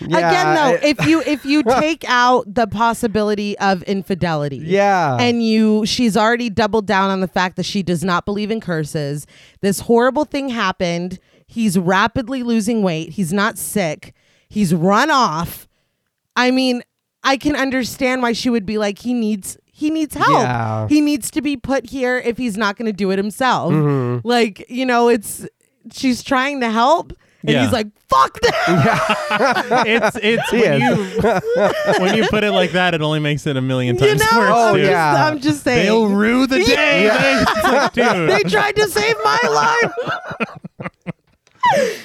again
Yeah,
though
I-
if you if you take out the possibility of infidelity
yeah.
and you she's already doubled down on the fact that she does not believe in curses this horrible thing happened he's rapidly losing weight he's not sick he's run off i mean i can understand why she would be like he needs he needs help
Yeah.
he needs to be put here if he's not going to do it himself like you know it's she's trying to help and
Yeah.
he's like fuck that
it's it's
Yeah.
when you when you put it like that, it only makes it a million
you
times
know
worse.
Oh,
I'm,
dude.
just,
yeah.
I'm just saying
They'll rue the day. It's like, dude.
they tried to save my life.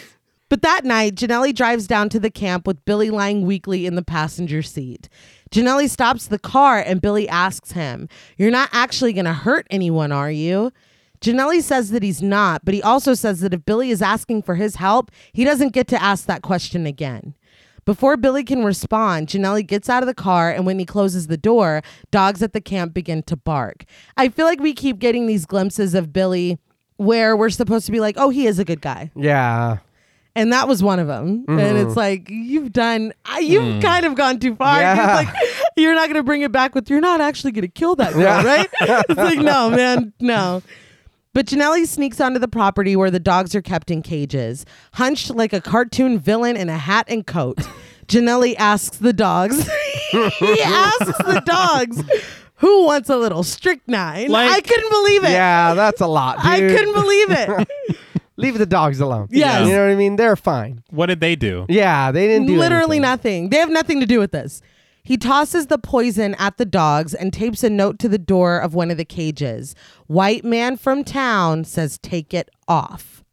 but that night, Janelli drives down to the camp with Billy lying weakly in the passenger seat. Janelli stops the car and Billy asks him, You're not actually going to hurt anyone, are you? Janelli says that he's not, but he also says that if Billy is asking for his help, he doesn't get to ask that question again. Before Billy can respond, Janelli gets out of the car, and when he closes the door, dogs at the camp begin to bark. I feel like we keep getting these glimpses of Billy where we're supposed to be like, oh, he is a good guy.
yeah.
And that was one of them. And
Mm-hmm.
it's like, you've done, I- you've kind of gone too far.
Mm. Yeah.
It's like, you're not going to bring it back with, you're not actually going to kill that girl,
Yeah.
right? It's like, no, man, no. But Janelli sneaks onto the property where the dogs are kept in cages, hunched like a cartoon villain in a hat and coat. Janelli asks the dogs. he asks the dogs, "Who wants a little strychnine?"
Like-
I couldn't believe it.
Yeah, that's a lot. Dude.
I couldn't believe it.
leave the dogs alone.
Yes.
You know what I mean? They're fine.
what did they do?
Yeah, they didn't do
Literally
anything.
nothing. They have nothing to do with this. He tosses the poison at the dogs and tapes a note to the door of one of the cages. White man from town says, "Take it off."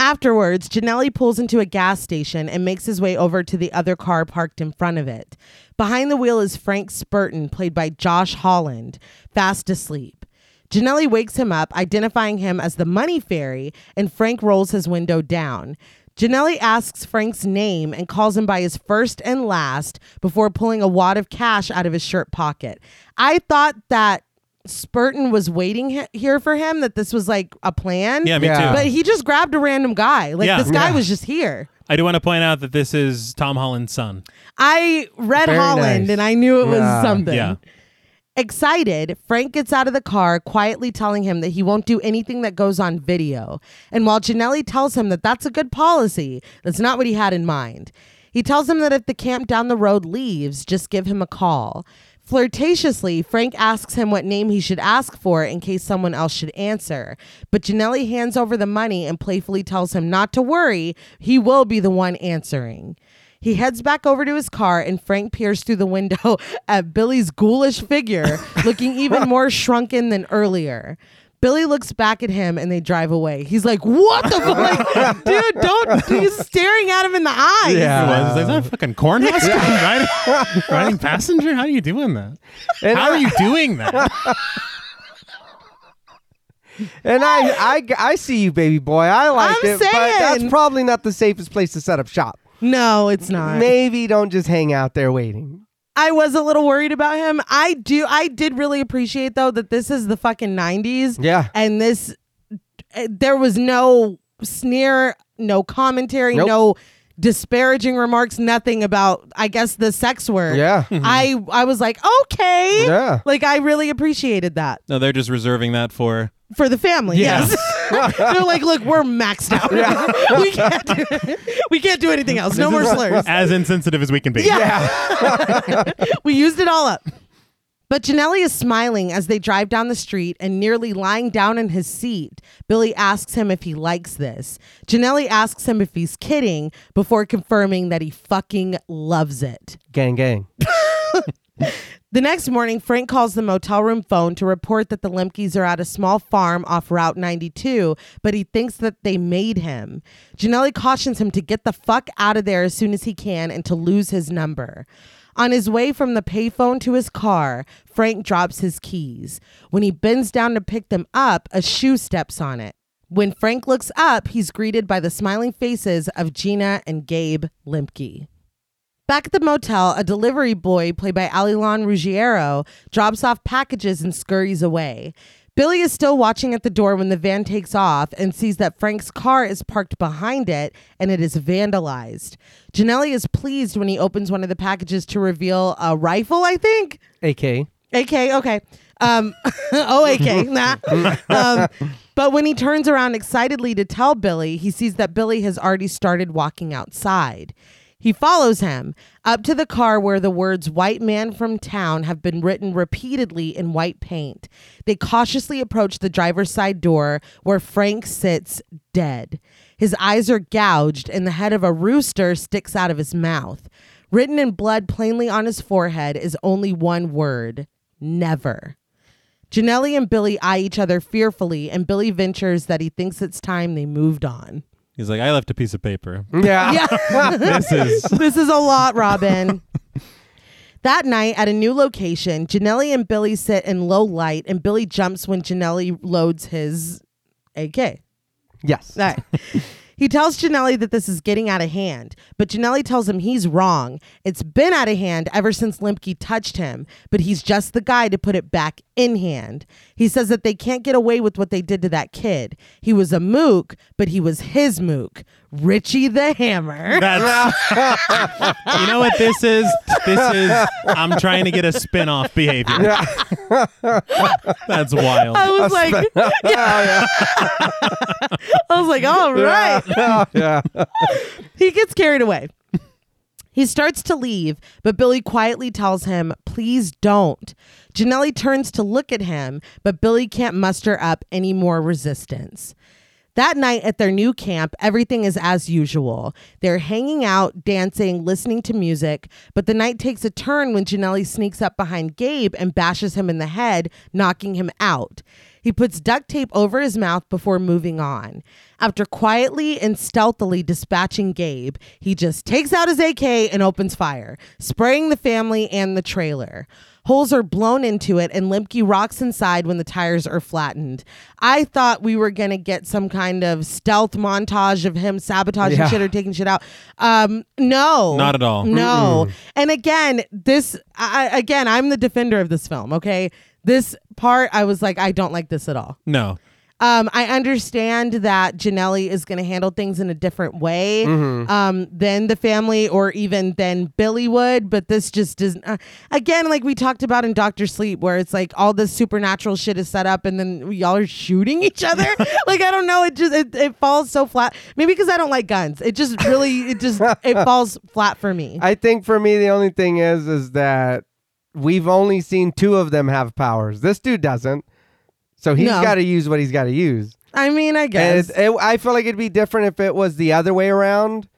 Afterwards, Janelli pulls into a gas station and makes his way over to the other car parked in front of it. Behind the wheel is Frank Spurton, played by Josh Holland, fast asleep. Janelli wakes him up, identifying him as the money fairy, and Frank rolls his window down. Janelli asks Frank's name and calls him by his first and last before pulling a wad of cash out of his shirt pocket. I thought that Spurton was waiting he- here for him, that this was like a plan.
Yeah, me
Yeah.
too.
But he just grabbed a random guy. Like
Yeah.
this guy
Yeah.
was just here.
I do want to point out that this is Tom Holland's son.
I read
Very
Holland
nice.
and I knew it was
Yeah.
something.
Yeah.
Excited, Frank gets out of the car, quietly telling him that he won't do anything that goes on video. And while Janelli tells him that that's a good policy, that's not what he had in mind. He tells him that if the camp down the road leaves, just give him a call. Flirtatiously, Frank asks him what name he should ask for in case someone else should answer. But Janelli hands over the money and playfully tells him not to worry, he will be the one answering. He heads back over to his car, and Frank peers through the window at Billy's ghoulish figure, looking even more shrunken than earlier. Billy looks back at him and they drive away. He's like, What the fuck? Like, dude, don't. He's staring at him in the eyes.
Yeah.
It was. Is that a fucking cornhusker riding, riding passenger? How are you doing that?
And
How
I-
are you doing that?
And I, I, I see you, baby boy. I like
I'm
it, but that's
saying-
probably not the safest place to set up shop.
No, it's not.
Maybe don't just hang out there waiting.
I was a little worried about him. I do. I did really appreciate, though, that this is the fucking 90s.
Yeah.
and eh, this uh, there was no sneer no commentary
Nope.
no disparaging remarks, nothing about, I guess, the sex work.
Yeah.
I, I was like, okay.
Yeah.
Like, I really appreciated that
No, they're just reserving that for.
for the family.
Yeah.
Yes. They're like, look, we're maxed out. we, can't do, we can't do anything else. No more slurs.
As insensitive as we can be.
Yeah. we used it all up. But Janelli is smiling as they drive down the street and nearly lying down in his seat. Billy asks him if he likes this. Janelli asks him if he's kidding before confirming that he fucking loves it.
Gang, gang.
The next morning, Frank calls the motel room phone to report that the Lemkes are at a small farm off Route 92, but he thinks that they made him. Janelli cautions him to get the fuck out of there as soon as he can and to lose his number. On his way from the payphone to his car, Frank drops his keys. When he bends down to pick them up, a shoe steps on it. When Frank looks up, he's greeted by the smiling faces of Gina and Gabe Lemke. Back at the motel, a delivery boy, played by Alilon Ruggiero, drops off packages and scurries away. Billy is still watching at the door when the van takes off and sees that Frank's car is parked behind it and it is vandalized. Janelli is pleased when he opens one of the packages to reveal a rifle, I think.
AK.
AK, okay. Um, oh, AK, nah. Um, but when he turns around excitedly to tell Billy, he sees that Billy has already started walking outside. He follows him up to the car where the words white man from town have been written repeatedly in white paint. They cautiously approach the driver's side door where Frank sits dead. His eyes are gouged and the head of a rooster sticks out of his mouth. Written in blood plainly on his forehead is only one word never. Janelli and Billy eye each other fearfully, and Billy ventures that he thinks it's time they moved on.
He's like, I left a piece of paper.
Yeah.
Yeah.
this is.
this is a lot, Robin. That night at a new location, Janelli and Billy sit in low light, and Billy jumps when Janelli loads his AK.
Yes.
All right. he tells Janelli that this is getting out of hand, but Janelli tells him he's wrong. It's been out of hand ever since Limpke touched him, but he's just the guy to put it back in hand. He says that they can't get away with what they did to that kid. He was a mook, but he was his mook, Richie the Hammer.
That's, you know what this is? This is I'm trying to get a spin-off behavior. That's wild.
I was like,
yeah.
I was like, all right.
yeah.
he gets carried away. He starts to leave, but Billy quietly tells him, Please don't. Janelli turns to look at him, but Billy can't muster up any more resistance. That night at their new camp, everything is as usual. They're hanging out, dancing, listening to music, but the night takes a turn when Janelli sneaks up behind Gabe and bashes him in the head, knocking him out. He puts duct tape over his mouth before moving on. After quietly and stealthily dispatching Gabe, he just takes out his AK and opens fire, spraying the family and the trailer. Holes are blown into it, and Limpke rocks inside when the tires are flattened. I thought we were gonna get some kind of stealth montage of him sabotaging
Yeah.
shit or taking shit out. Um, no,
Not at all.
No, and again, this I, I- again, I'm the defender of this film. Okay, this part I was like, I don't like this at all.
No.
Um, I understand that Janelli is going to handle things in a different way um, than the family or even than Billy would, but this just doesn't. Uh, again, like we talked about in Doctor Sleep, where it's like all this supernatural shit is set up and then y'all are shooting each other. like, I don't know. It just, it, it falls so flat. Maybe because I don't like guns. It just really, it just, it falls flat for me.
I think for me the only thing is is that we've only seen two of them have powers. This dude doesn't. So he's
No.
got to use what he's got to use.
I mean, I
And
guess.
it's- it, I feel like it'd be different if it was the other way around.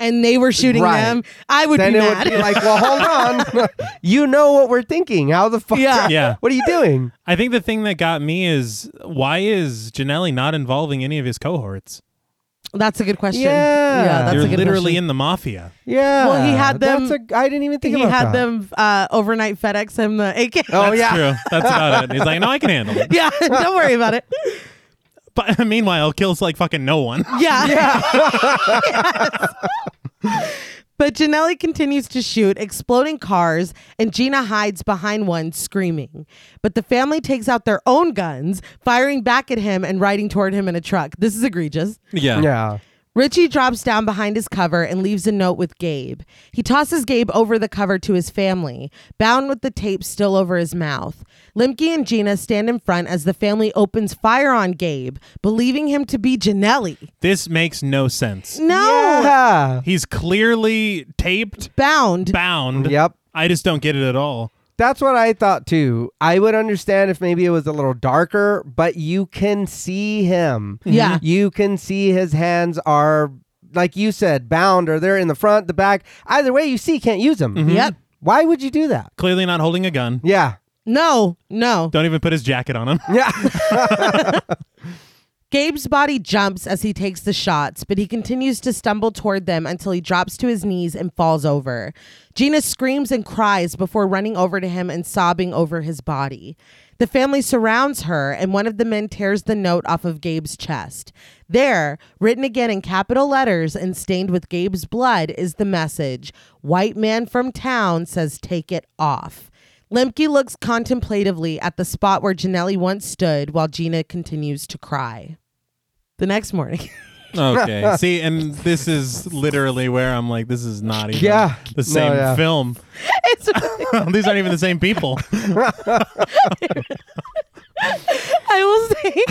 And they were shooting
Right.
them. I would
then
be
it
mad.
would be like, well, hold on. you know what we're thinking. How the fuck?
Yeah.
Yeah.
What are you doing?
I think the thing that got me is why is Janelli not involving any of his cohorts?
that's a good question.
Yeah.
yeah that's
They're
a good
literally
question.
in the mafia.
Yeah.
Well, he had them-
That's a, I didn't even think
he
about
had
that.
them uh, overnight FedEx him the AK.
Oh,
That's
yeah.
true. That's about it. He's like, no, I can handle it.
yeah, don't worry about it.
But meanwhile, kills like fucking no one.
Yeah. Yes. But Janelli continues to shoot, exploding cars, and Gina hides behind one, screaming. But the family takes out their own guns, firing back at him and riding toward him in a truck. This is egregious.
Yeah.
Yeah.
Richie drops down behind his cover and leaves a note with Gabe. He tosses Gabe over the cover to his family, bound with the tape still over his mouth. Limke and Gina stand in front as the family opens fire on Gabe, believing him to be Janelli.
This makes no sense.
No!
Yeah.
He's clearly taped,
Bound.
bound.
Yep.
I just don't get it at all.
That's what I thought too. I would understand if maybe it was a little darker, but you can see him.
Yeah.
Mm-hmm.
You can see his hands are, like you said, bound or they're in the front, the back. Either way, you see, you can't use them.
Mm-hmm. Yep.
Why would you do that?
Clearly not holding a gun.
Yeah.
No, no.
Don't even put his jacket on him.
Yeah.
Gabe's body jumps as he takes the shots, but he continues to stumble toward them until he drops to his knees and falls over. Gina screams and cries before running over to him and sobbing over his body. The family surrounds her, and one of the men tears the note off of Gabe's chest. There, written again in capital letters and stained with Gabe's blood, is the message White man from town says, Take it off. Lemke looks contemplatively at the spot where Janelli once stood while Gina continues to cry. The next morning.
Okay. See, and this is literally where I'm like, this is not even
Yeah. No,
the same
yeah.
film.
it's really-
These aren't even the same people.
I will say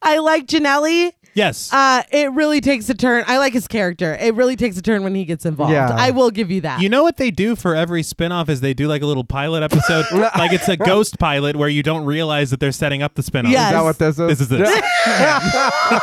I like Janelli.
Yes.
Uh, it really takes a turn. I like his character. It really takes a turn when he gets involved.
Yeah.
I will give you that.
you know what they do for every spin-off is they do like a little pilot episode. like it's a ghost pilot where you don't realize that they're setting up the spin-off.
Yes.
Is that what this is?
This is this.
Yeah.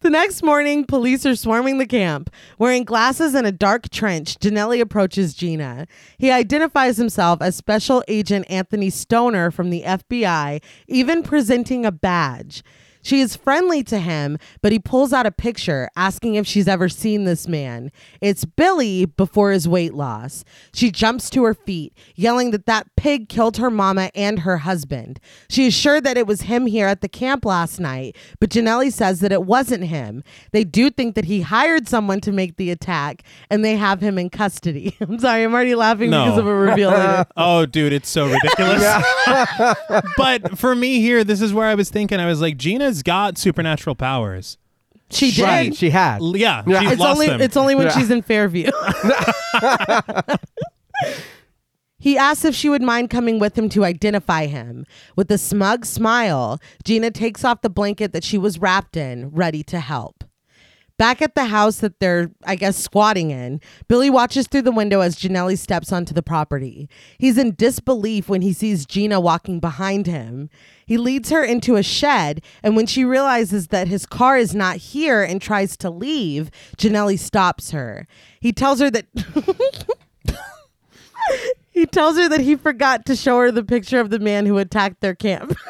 the next morning, police are swarming the camp. Wearing glasses and a dark trench, Janelli approaches Gina. He identifies himself as Special Agent Anthony Stoner from the FBI, even presenting a badge. She is friendly to him, but he pulls out a picture asking if she's ever seen this man. It's Billy before his weight loss. She jumps to her feet, yelling that that pig killed her mama and her husband. She is sure that it was him here at the camp last night, but Janelli says that it wasn't him. They do think that he hired someone to make the attack, and they have him in custody. I'm sorry, I'm already laughing
No.
because of a reveal later.
Oh, dude, it's so ridiculous. but for me here, this is where I was thinking. I was like, Gina's got supernatural powers.
She did.
Right. She had.
L- Yeah,
Yeah.
she's
It's
It's
lost
only
them.
it's only when
Yeah.
she's in Fairview. he asks if she would mind coming with him to identify him. With a smug smile, Gina takes off the blanket that she was wrapped in, ready to help. Back at the house that they're, I guess, squatting in, Billy watches through the window as Janelli steps onto the property. He's in disbelief when he sees Gina walking behind him. He leads her into a shed, and when she realizes that his car is not here and tries to leave, Janelli stops her. He tells her that. He tells her that he forgot to show her the picture of the man who attacked their camp.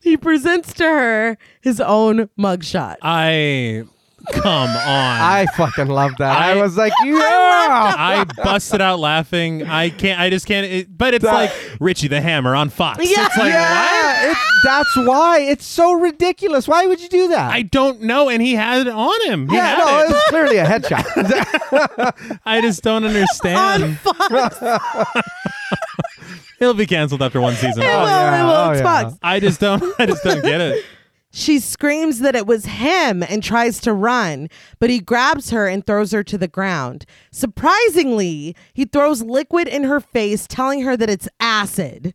he presents to her his own mugshot.
I come on. I
I fucking love that. I,
I-
was like, yeah.
busted out laughing. I can't. I just can't. It, but it's like Richie the Hammer on Fox.
Yeah.
It's like what?
yeah. It's, that's why. It's so ridiculous. Why would you do that?
I don't know. And he had it on him. He
yeah,
had
no,
it.
it was clearly a headshot.
I just don't
On
understand.
Fox.
It'll be canceled after one season.
Well,
yeah.
well,
Oh,
it's
yeah.
Fox.
I just don't. I just don't get it.
She screams that it was him and tries to run, but he grabs her and throws her to the ground. Surprisingly, he throws liquid in her face, telling her that it's acid.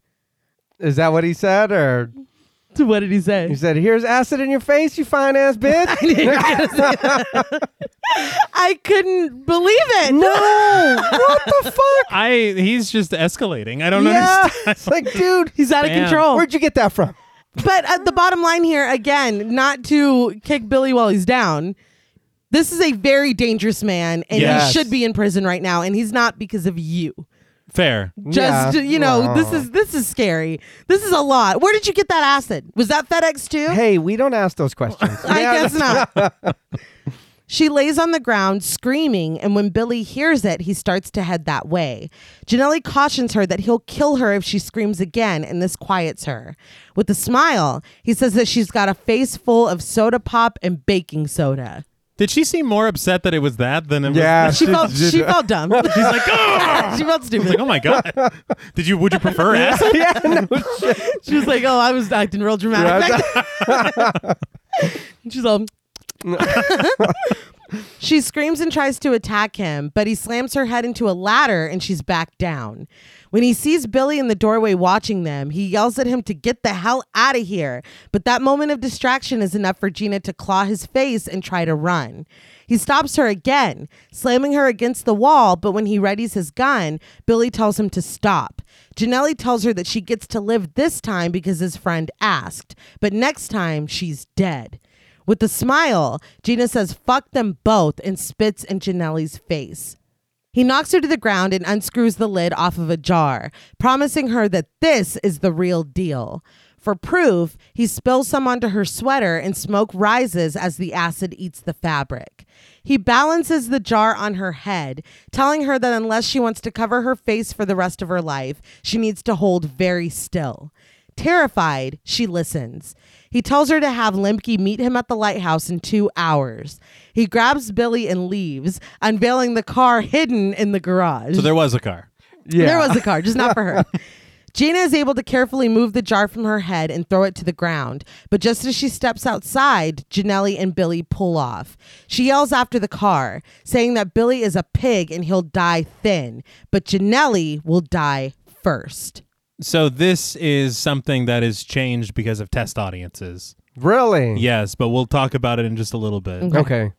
Is that what he said? Or
What did he say?
he said, here's acid in your face, you fine ass bitch?
I couldn't believe it.
no. What the fuck?
I. He's just escalating. I don't
yeah.
understand.
It's like, dude,
He's out of
Bam.
control.
where'd you get that from?
But at the bottom line here, again, not to kick Billy while he's down. This is a very dangerous man, and
Yes.
he should be in prison right now, and he's not because of you.
Fair.
Just
Yeah.
you know,
Aw.
this is this is scary. This is a lot. Where did you get that acid? Was that FedEx too?
Hey, we don't ask those questions.
I guess not. she lays on the ground screaming, and when Billy hears it, he starts to head that way. Janelli cautions her that he'll kill her if she screams again, and this quiets her. With a smile, he says that she's got a face full of soda pop and baking soda.
Did she seem more upset that it was that than it was?
Yeah.
She felt she felt dumb. She's
Like, oh!
she felt stupid.
like, oh my god. Did you? Would you prefer acid?
yeah, no shit.
She was like, "Oh, I was acting real dramatic." back then." She's all. she screams and tries to attack him, but he slams her head into a ladder and she's back down. When he sees Billy in the doorway watching them, he yells at him to get the hell out of here. But that moment of distraction is enough for Gina to claw his face and try to run. He stops her again, slamming her against the wall, but when he readies his gun, Billy tells him to stop. Janelli tells her that she gets to live this time because his friend asked, but next time she's dead. With a smile, Gina says, fuck them both, and spits in Janelli's face. He knocks her to the ground and unscrews the lid off of a jar, promising her that this is the real deal. For proof, he spills some onto her sweater and smoke rises as the acid eats the fabric. He balances the jar on her head, telling her that unless she wants to cover her face for the rest of her life, she needs to hold very still. Terrified, she listens. He tells her to have Lemke meet him at the lighthouse in two hours. He grabs Billy and leaves, unveiling the car hidden in the garage.
So there was a car.
yeah.
There was a car, just not for her. Gina is able to carefully move the jar from her head and throw it to the ground, but just as she steps outside, Janelli and Billy pull off. She yells after the car, saying that Billy is a pig and he'll die thin, but Janelli will die first.
So this is something that is changed because of test audiences.
really.
Yes, but we'll talk about it in just a little bit.
Okay.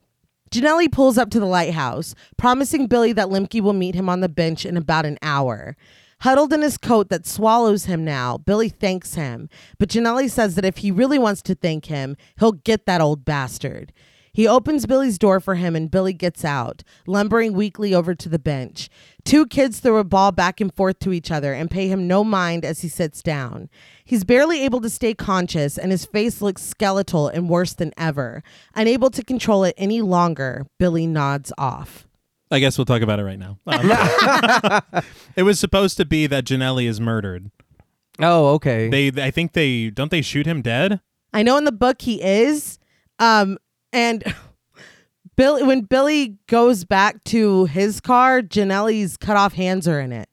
Janelli pulls up to the lighthouse, promising Billy that Limke will meet him on the bench in about an hour. Huddled in his coat that swallows him now, Billy thanks him, but Janelli says that if he really wants to thank him, he'll get that old bastard. He opens Billy's door for him and Billy gets out, lumbering weakly over to the bench. Two kids throw a ball back and forth to each other and pay him no mind as he sits down. He's barely able to stay conscious and his face looks skeletal and worse than ever. Unable to control it any longer, Billy nods off.
I guess we'll talk about it right now. Um, it was supposed to be that Janelli is murdered.
Oh, okay.
They, I think they don't they shoot him dead.
I know in the book he is. Um and Bill when Billy goes back to his car, Janelli's cut off hands are in it.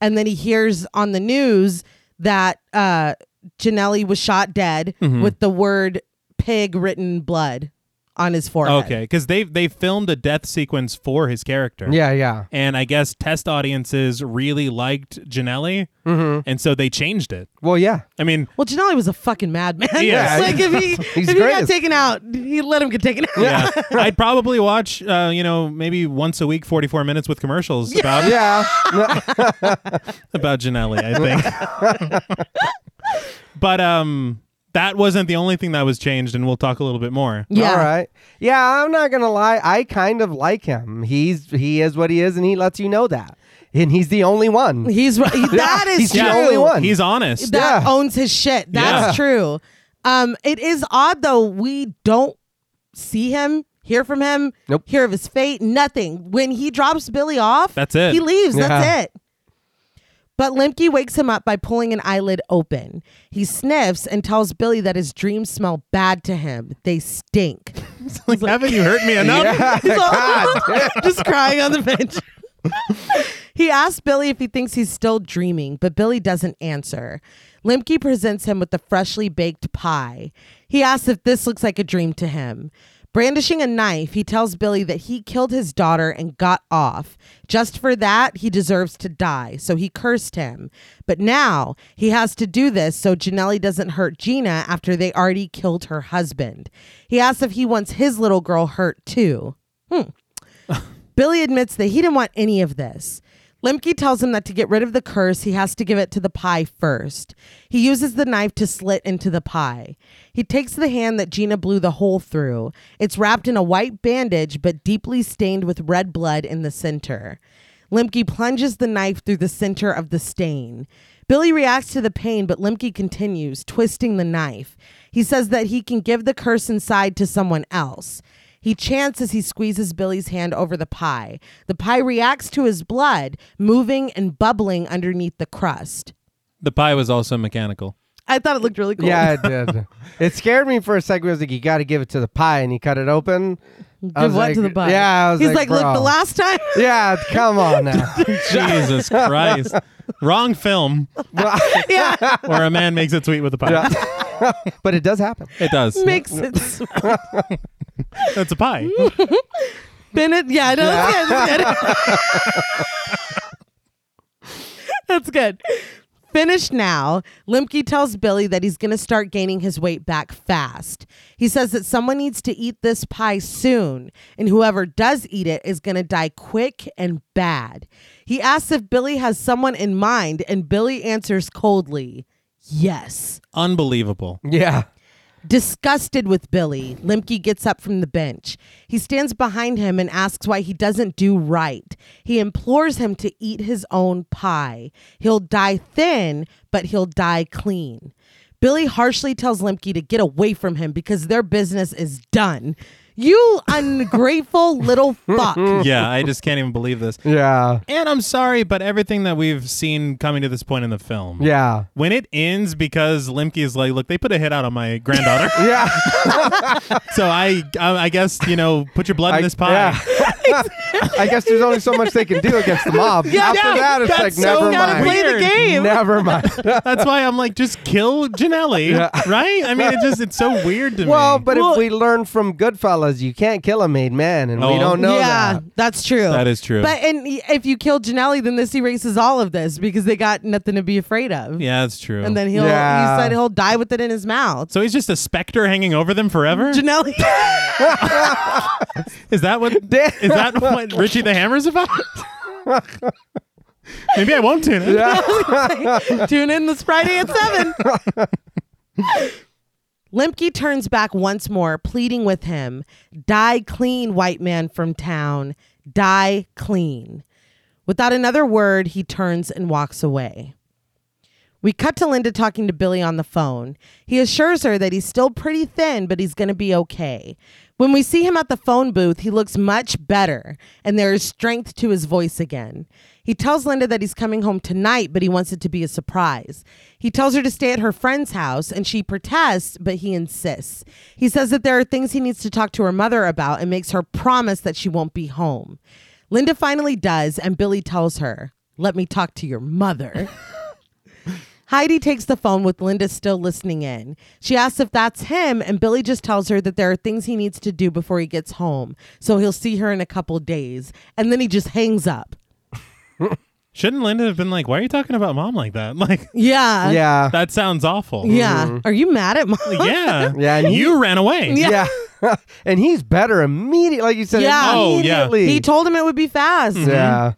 And then he hears on the news that uh Janelli was shot dead with the word pig written blood on his forehead.
Okay, because they they filmed a death sequence for his character.
yeah, yeah.
and I guess test audiences really liked Janelli,
Mm-hmm.
and so they changed it.
Well, yeah.
I mean,
Well, Janelli was a fucking madman.
Yeah.
like if he
He's
if he
great
got
as-
taken out, he let him get taken out.
yeah, I'd probably watch, uh, you know, maybe once a week, forty-four minutes with commercials about
Yeah.
about Janelli. I think, but um, that wasn't the only thing that was changed, and we'll talk a little bit more.
Yeah.
All right. Yeah, I'm not gonna lie. I kind of like him. He's he is what he is, and he lets you know that. And he's the only one.
He's right. That is
he's the
true.
only one.
He's honest.
that
Yeah.
owns his shit.
Yeah.
That's true. Um, it is odd though. We don't see him, hear from him,
Nope.
hear of his fate, nothing. When he drops Billy off,
That's it.
He leaves.
Yeah.
That's it. But Limke wakes him up by pulling an eyelid open. He sniffs and tells Billy that his dreams smell bad to him. They stink.
like, haven't you hurt me enough?
Yeah.
He's all- just crying on the bench. he asks Billy if he thinks he's still dreaming, but Billy doesn't answer. Limke presents him with a freshly baked pie. He asks if this looks like a dream to him. Brandishing a knife, he tells Billy that he killed his daughter and got off. Just for that, he deserves to die, so he cursed him. But now he has to do this so Janelli doesn't hurt Gina after they already killed her husband. He asks if he wants his little girl hurt too. Billy admits that he didn't want any of this. Limke tells him that to get rid of the curse, he has to give it to the pie first. He uses the knife to slit into the pie. He takes the hand that Gina blew the hole through. It's wrapped in a white bandage, but deeply stained with red blood in the center. Limke plunges the knife through the center of the stain. Billy reacts to the pain, but Limke continues, twisting the knife. He says that he can give the curse inside to someone else. He chants as he squeezes Billy's hand over the pie. The pie reacts to his blood, moving and bubbling underneath the crust.
The pie was also mechanical.
I thought it looked really cool.
Yeah, it did. it scared me for a second. I was like, you got to give it to the pie, and he cut it open.
Give
I was
what
like-
to the butt?
yeah, I was
He's
like,
like, look, the
bro.
last time.
Yeah, come on now.
Jesus Christ. Wrong film
yeah,
where a man makes it sweet with a pie.
but it does happen.
It does.
makes it. sweet.
That's a pie.
Bennett. Yeah, no, that's good. That's good. That's good. Finished now, Limke tells Billy that he's going to start gaining his weight back fast. He says that someone needs to eat this pie soon, and whoever does eat it is going to die quick and bad. He asks if Billy has someone in mind, and Billy answers coldly, Yes.
Unbelievable.
Yeah.
Disgusted with Billy, Limke gets up from the bench. He stands behind him and asks why he doesn't do right. He implores him to eat his own pie. He'll die thin, but he'll die clean. Billy harshly tells Limke to get away from him because their business is done. You ungrateful little fuck.
Yeah, I just can't even believe this.
Yeah.
And I'm sorry, but everything that we've seen coming to this point in the film.
Yeah.
When it ends because Limke is like, look, they put a hit out on my granddaughter.
Yeah.
so I, I I guess, you know, put your blood
I,
in this pie.
yeah. I guess there's only so much they can do against the mob. After
yeah,
that, it's
that's
like,
so
never
gotta
mind.
play the Weird.
game.
Never mind.
That's why I'm like, just kill Janelli, right? I mean, it just it's so weird to
well,
me.
but
Well-
if we learn from Goodfellas, you can't kill a made man, and
Oh.
we don't know
yeah,
that.
that's true.
That is true.
But and if you kill Janelli, then this erases all of this because they got nothing to be afraid of.
yeah, that's true.
And then he'll
Yeah.
he said he'll die with it in his mouth.
so he's just a specter hanging over them forever.
Janelli
Is that what is
Damn.
that what Richie the Hammer's about? Maybe I won't tune in.
tune in this Friday at seven. Limke turns back once more, pleading with him, die clean, white man from town. Die clean. Without another word, he turns and walks away. We cut to Linda talking to Billy on the phone. He assures her that he's still pretty thin, but he's going to be okay. When we see him at the phone booth, he looks much better, and there is strength to his voice again. He tells Linda that he's coming home tonight, but he wants it to be a surprise. He tells her to stay at her friend's house, and she protests, but he insists. He says that there are things he needs to talk to her mother about and makes her promise that she won't be home. Linda finally does, and Billy tells her, Let me talk to your mother. Heidi takes the phone with Linda still listening in. She asks if that's him, and Billy just tells her that there are things he needs to do before he gets home. So he'll see her in a couple days. And then he just hangs up.
Shouldn't Linda have been like, "Why are you talking about mom like that?" Like
Yeah.
Yeah. Mm-hmm.
that sounds awful.
Yeah. Are you mad at mom?
Yeah.
Yeah, and he-
you ran away.
Yeah.
Yeah. and he's better immediately. Like you said,
Yeah.
Oh, yeah.
immediately.
He told him it would be fast.
yeah.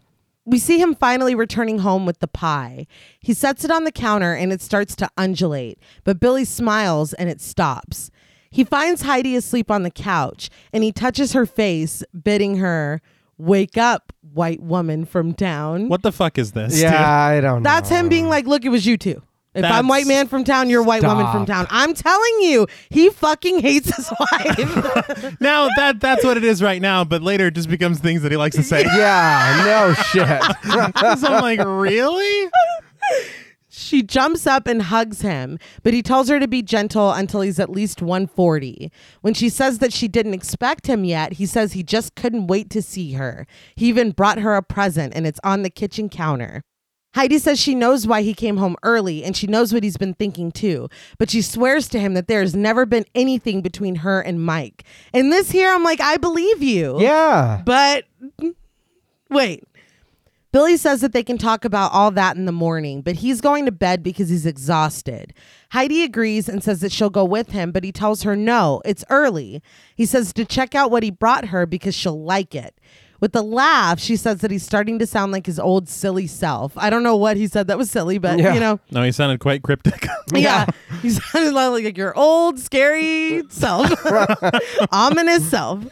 We see him finally returning home with the pie. He sets it on the counter and it starts to undulate, but Billy smiles and it stops. He finds Heidi asleep on the couch and he touches her face, bidding her, Wake up, white woman from town.
What the fuck is this?
Yeah,
dude?
I don't know.
That's him being like, Look, it was you two. If
That's-
I'm white man from town, you're white woman from town. I'm telling you, he fucking hates his wife.
Now that that's what it is right now, but later it just becomes things that he likes to say.
Yeah, no shit.
so I'm like, really?
She jumps up and hugs him, but he tells her to be gentle until he's at least 140. When she says that she didn't expect him yet, he says he just couldn't wait to see her. He even brought her a present, and it's on the kitchen counter. Heidi says she knows why he came home early and she knows what he's been thinking too, but she swears to him that there has never been anything between her and Mike. And this here, I'm like, I believe you.
Yeah.
But wait. Billy says that they can talk about all that in the morning, but he's going to bed because he's exhausted. Heidi agrees and says that she'll go with him, but he tells her no, it's early. He says to check out what he brought her because she'll like it. With a laugh, she says that he's starting to sound like his old silly self. I don't know what he said that was silly, but
Yeah.
you know,
No, he sounded quite cryptic.
yeah. You sounded like, like your old, scary self, ominous self.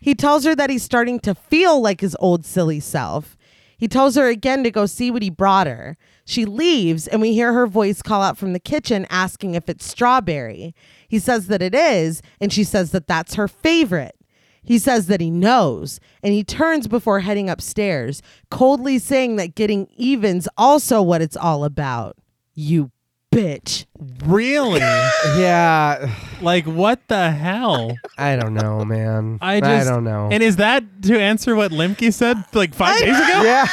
He tells her that he's starting to feel like his old, silly self. He tells her again to go see what he brought her. She leaves, and we hear her voice call out from the kitchen asking if it's strawberry. He says that it is, and she says that that's her favorite. He says that he knows, and he turns before heading upstairs, coldly saying that getting even's also what it's all about. You bitch.
Really?
Yeah,
like what the hell?
I don't know, man.
I just
don't know.
And is that to answer what Limke said like five days ago?
yeah,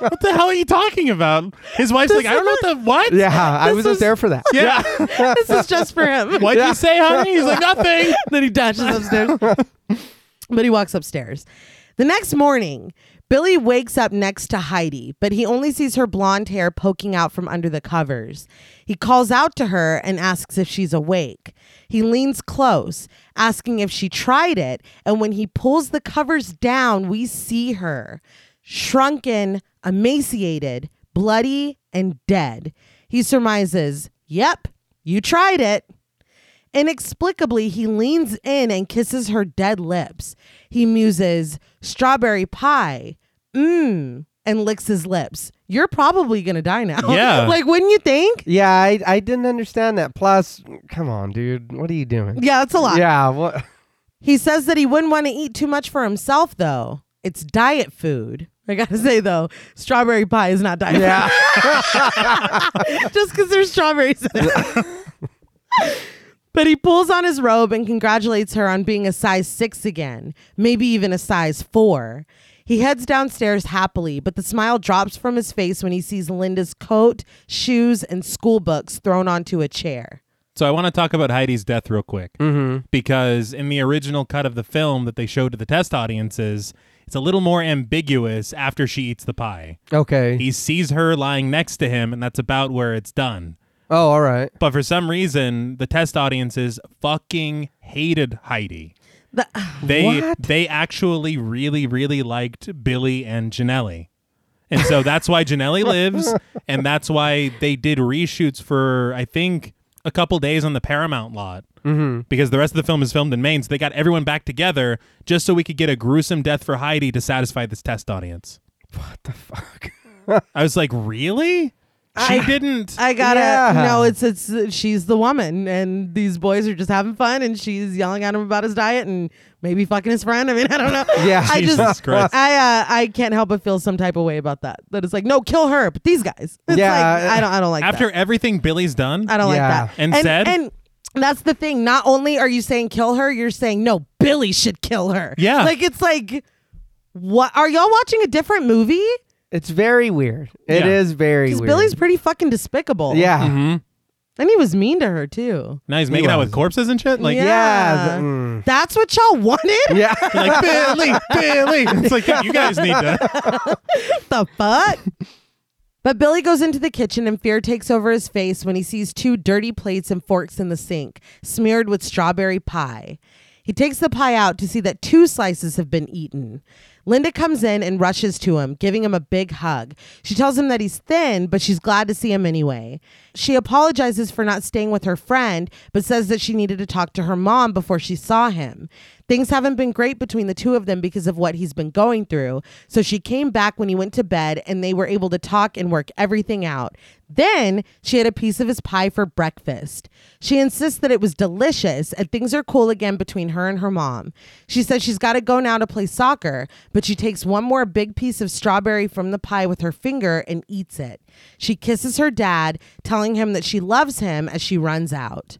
What the hell are you talking about? His wife's like, I don't know what the what?
yeah. I
This
wasn't
is-
there for that.
Yeah.
This is just for him.
What'd you say, honey? He's like, nothing.
then he dashes upstairs. but he walks upstairs. The next morning, Billy wakes up next to Heidi, but he only sees her blonde hair poking out from under the covers. He calls out to her and asks if she's awake. He leans close, asking if she tried it, and when he pulls the covers down, we see her shrunken, emaciated, bloody, and dead. He surmises, Yep, you tried it. Inexplicably, he leans in and kisses her dead lips. He muses, strawberry pie, mmm, and licks his lips. You're probably going to die now.
Yeah.
like, wouldn't you think?
Yeah, I, I didn't understand that. Plus, come on, dude, what are you doing?
Yeah, that's a lot.
Yeah, what?
He says that he wouldn't want to eat too much for himself, though. It's diet food. I gotta say though, strawberry pie is not diet
Yeah,
food. Just because there's strawberries in it. but he pulls on his robe and congratulates her on being a size six again, maybe even a size four. He heads downstairs happily, but the smile drops from his face when he sees Linda's coat, shoes, and school books thrown onto a chair.
So I want to talk about Heidi's death real quick
Mm-hmm.
because in the original cut of the film that they showed to the test audiences, it's a little more ambiguous after she eats the pie.
okay.
He sees her lying next to him, and that's about where it's done.
oh, all right.
But for some reason, the test audiences fucking hated Heidi.
The-
They
What?
they actually really really liked Billy and Janelli. And so that's why Janelli lives and that's why they did reshoots for I think a couple days on the Paramount lot. Mm-hmm. Because the rest of the film is filmed in Maine, so they got everyone back together just so we could get a gruesome death for Heidi to satisfy this test audience.
What the fuck?
I was like, "Really? She didn't."
I gotta
Yeah.
no. It's it's she's the woman, and these boys are just having fun, and she's yelling at him about his diet and maybe fucking his friend. I mean, I don't know.
Yeah.
I
Jesus
just
Christ.
I uh, I can't help but feel some type of way about that. That it's like no, kill her, but these guys. It's
Yeah.
like, I don't I don't like
After
that.
everything Billy's done,
I don't
Yeah.
like that.
And
and
said-
and that's the thing. Not only are you saying kill her, you're saying no, Billy should kill her.
Yeah.
like it's like what are y'all watching a different movie?
It's very weird. It is
Yeah. Mm-hmm.
very
Because
weird.
Billy's pretty fucking despicable.
yeah.
and he was mean to her too.
Now he's making out
was.
with corpses and shit. Like,
Yeah.
Yeah.
th- mm.
That's what y'all wanted?
Yeah.
like Billy, Billy. It's like dude, you guys need to.
What the fuck? but Billy goes into the kitchen and fear takes over his face when he sees two dirty plates and forks in the sink, smeared with strawberry pie. He takes the pie out to see that two slices have been eaten. Linda comes in and rushes to him, giving him a big hug. She tells him that he's thin, but she's glad to see him anyway. She apologizes for not staying with her friend, but says that she needed to talk to her mom before she saw him. Things haven't been great between the two of them because of what he's been going through. So she came back when he went to bed and they were able to talk and work everything out. Then she had a piece of his pie for breakfast. She insists that it was delicious and things are cool again between her and her mom. She says she's got to go now to play soccer, but she takes one more big piece of strawberry from the pie with her finger and eats it. She kisses her dad, telling him that she loves him as she runs out.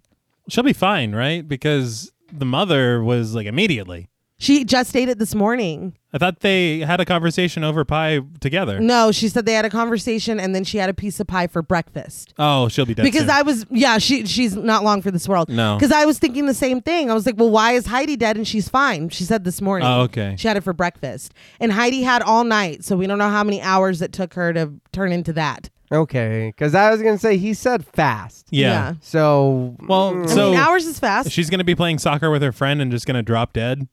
She'll be fine, right? Because the mother was like immediately.
She just ate it this morning.
I thought they had a conversation over pie together.
No, she said they had a conversation and then she had a piece of pie for breakfast.
Oh, she'll be dead
Because
soon.
I was, yeah, she she's not long for this world.
No.
because I was thinking the same thing. I was like, well, why is Heidi dead and she's fine? She said this morning.
Oh, okay.
She had it for breakfast, and Heidi had all night, so we don't know how many hours it took her to turn into that.
Okay. Because I was gonna say he said fast.
yeah.
So
Well,
mm,
I
So-
mean, hours is fast.
she's gonna be playing soccer with her friend and just gonna drop dead.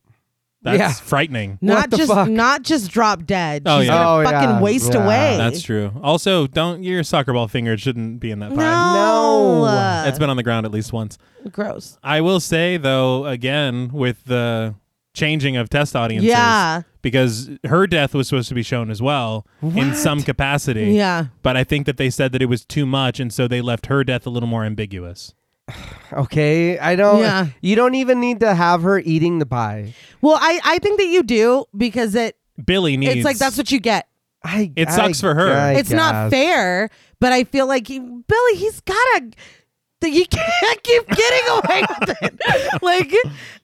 That's
Yeah.
frightening.
What
not
the
just
fuck?
not just drop dead.
Oh,
she's
yeah.
Oh,
gonna fucking
yeah.
waste
Yeah.
away.
That's true. Also, don't your soccer ball finger shouldn't be in that pie.
no.
No.
Uh,
It's been on the ground at least once.
gross.
I will say though, again with the changing of test audiences,
Yeah.
because her death was supposed to be shown as well in some capacity.
Yeah.
but I think that they said that it was too much, and so they left her death a little more ambiguous.
okay. I don't.
Yeah.
You don't even need to have her eating the pie.
Well, I I think that you do because it
Billy needs.
it's like that's what you get.
I.
It
I-
sucks for her.
I
it's not
guess.
fair But I feel like he, Billy, he's gotta. That you can't keep getting away with it. Like,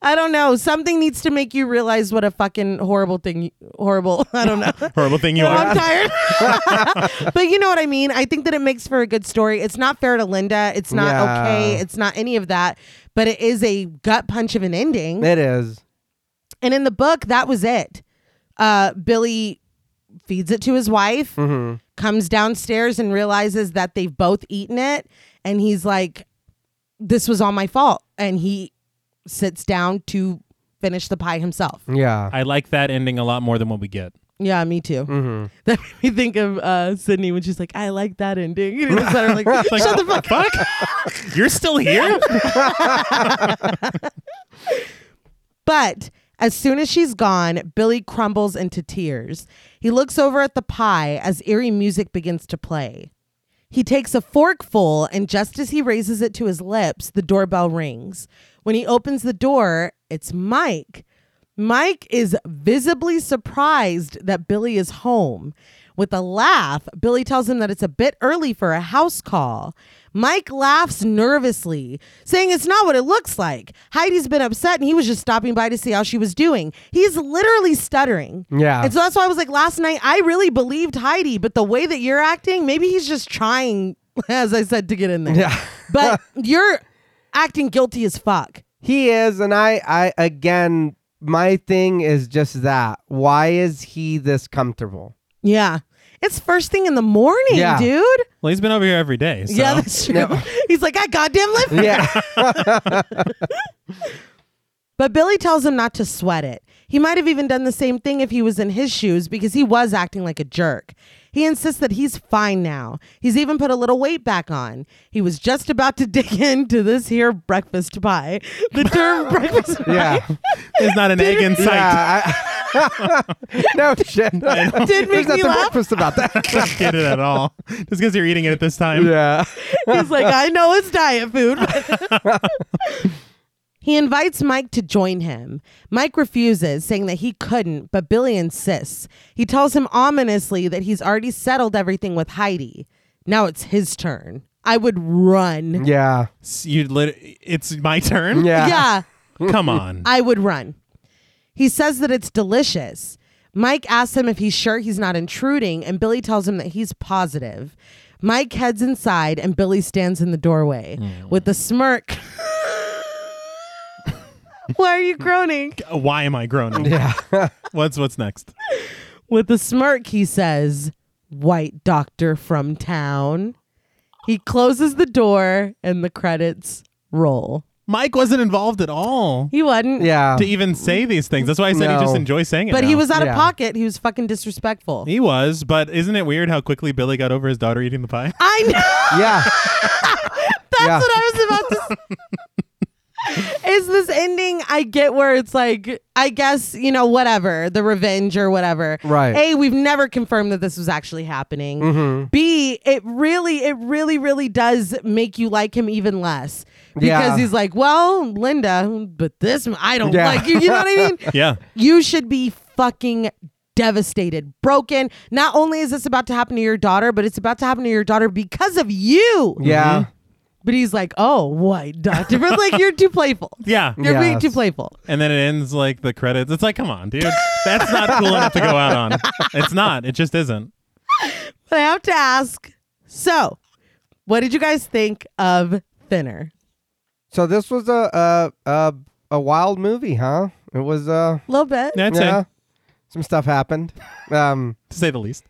I don't know. Something needs to make you realize what a fucking horrible thing, you- horrible. I don't know.
Horrible thing you
No,
are.
I'm tired. but you know what I mean? I think that it makes for a good story. It's not fair to Linda. It's not
Yeah.
okay. It's not any of that. But it is a gut punch of an ending.
It is.
And in the book, that was it. Uh, Billy feeds it to his wife, comes downstairs and realizes that they've both eaten it. And he's like, this was all my fault. And he sits down to finish the pie himself.
Yeah.
I like that ending a lot more than what we get.
Yeah, me too. That made me think of uh, Sydney when she's like, I like that ending. And it's sort of like,
It's like,
shut the fuck up.
fuck? You're still here?
But as soon as she's gone, Billy crumbles into tears. He looks over at the pie as eerie music begins to play. He takes a forkful, and just as he raises it to his lips, the doorbell rings. When he opens the door, it's Mike. Mike is visibly surprised that Billy is home. With a laugh, Billy tells him that it's a bit early for a house call. Mike laughs nervously, saying it's not what it looks like. Heidi's been upset and he was just stopping by to see how she was doing. He's literally stuttering.
Yeah.
And so that's why I was like, last night, I really believed Heidi, but the way that you're acting, maybe he's just trying, as I said, to get in there.
Yeah.
but you're acting guilty as fuck.
He is, and I, I again, my thing is just that. Why is he this comfortable?
Yeah. It's first thing in the morning,
Yeah.
dude.
Well, he's been over here every day. So.
Yeah, that's true. He's like, I goddamn live. for it."
Yeah,
But Billy tells him not to sweat it. He might have even done the same thing if he was in his shoes because he was acting like a jerk. He insists that he's fine now. He's even put a little weight back on. He was just about to dig into this here breakfast pie. The term breakfast pie.
yeah,
There's not an egg in sight.
yeah. I- no shit.
Did
There's
make me
nothing
laugh.
breakfast about that.
Don't get it at all. Just because you're eating it at this time.
yeah,
He's like, I know it's diet food. he invites Mike to join him. Mike refuses, saying that he couldn't, but Billy insists. He tells him ominously that he's already settled everything with Heidi. Now it's his turn. I would run.
yeah,
S- You lit- it's my turn?
yeah,
yeah
Come on.
I would run. He says that it's delicious. Mike asks him if he's sure he's not intruding, and Billy tells him that he's positive. Mike heads inside, and Billy stands in the doorway with a smirk. Why are you groaning?
Why am I groaning?
yeah.
What's what's next?
With a smirk, he says, White doctor from town. He closes the door, and the credits roll.
Mike wasn't involved at all
He wasn't.
yeah.
to even say these things. That's why I said he
No.
just enjoys saying it.
But
now.
he was out of
Yeah.
pocket. He was fucking disrespectful.
He was, but isn't it weird how quickly Billy got over his daughter eating the pie?
I know.
yeah.
Mm-hmm. That's
Yeah.
what I was about to say. Is this ending? I get where it's like, I guess, you know, whatever, the revenge or whatever.
Right.
A, we've never confirmed that this was actually happening. B, it really, it really, really does make you like him even less because
Yeah.
he's like, well, Linda, but this, I don't
Yeah.
like you. You know what I mean?
Yeah.
You should be fucking devastated, broken. Not only is this about to happen to your daughter, but it's about to happen to your daughter because of you.
Yeah.
But he's like, oh, white doctor. But like, you're too playful.
Yeah.
You're being
Yes.
too playful.
And then it ends like the credits. It's like, come on, dude. That's not cool enough to go out on. It's not. It just isn't.
But I have to ask. So, what did you guys think of Thinner?
So this was a a a, a wild movie, huh? It was uh
A little bit.
That's
yeah.
it,
Some stuff happened. Um
to say the least.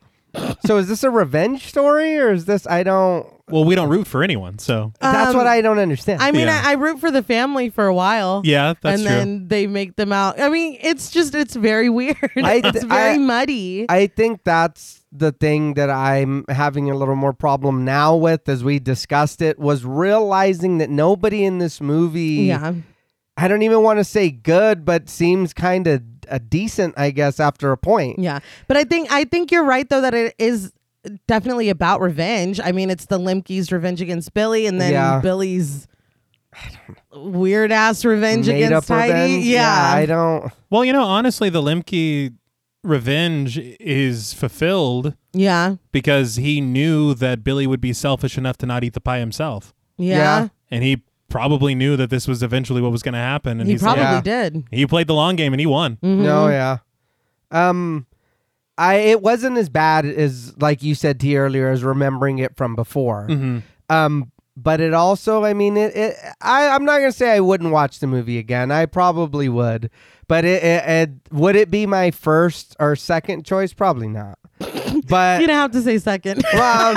so is this a revenge story or is this I don't
Well, we don't root for anyone, so
That's
Um,
what I don't understand.
I mean,
Yeah.
I, I root for the family for a while.
yeah, that's
and
true.
then they make them out. I mean, it's just, it's very weird.
I-
it's very
I-
muddy.
I think that's the thing that I'm having a little more problem now with as we discussed it was realizing that nobody in this movie
yeah.
I don't even want to say good but seems kind of a decent I guess after a point.
Yeah. But I think, I think you're right, though, that it is definitely about revenge. I mean, it's the Limke's revenge against Billy and then
Yeah.
Billy's. Weird ass revenge
Made
against
up
Heidi.
revenge.
Yeah.
I don't
well, you know, honestly, the Limke revenge is fulfilled
Yeah.
because he knew that Billy would be selfish enough to not eat the pie himself.
Yeah.
And he probably knew that this was eventually what was going to happen. And
He Mm.
he's
probably
like,
Yeah.
did.
he played the long game and he won.
Mm-hmm.
No, yeah. Um I it wasn't as bad as like you said to earlier as remembering it from before. Um but it also I mean it, it I I'm not going to say I wouldn't watch the movie again. I probably would. But it, it, it would it be my first or second choice? Probably not. But
You don't have to say second.
well, I'm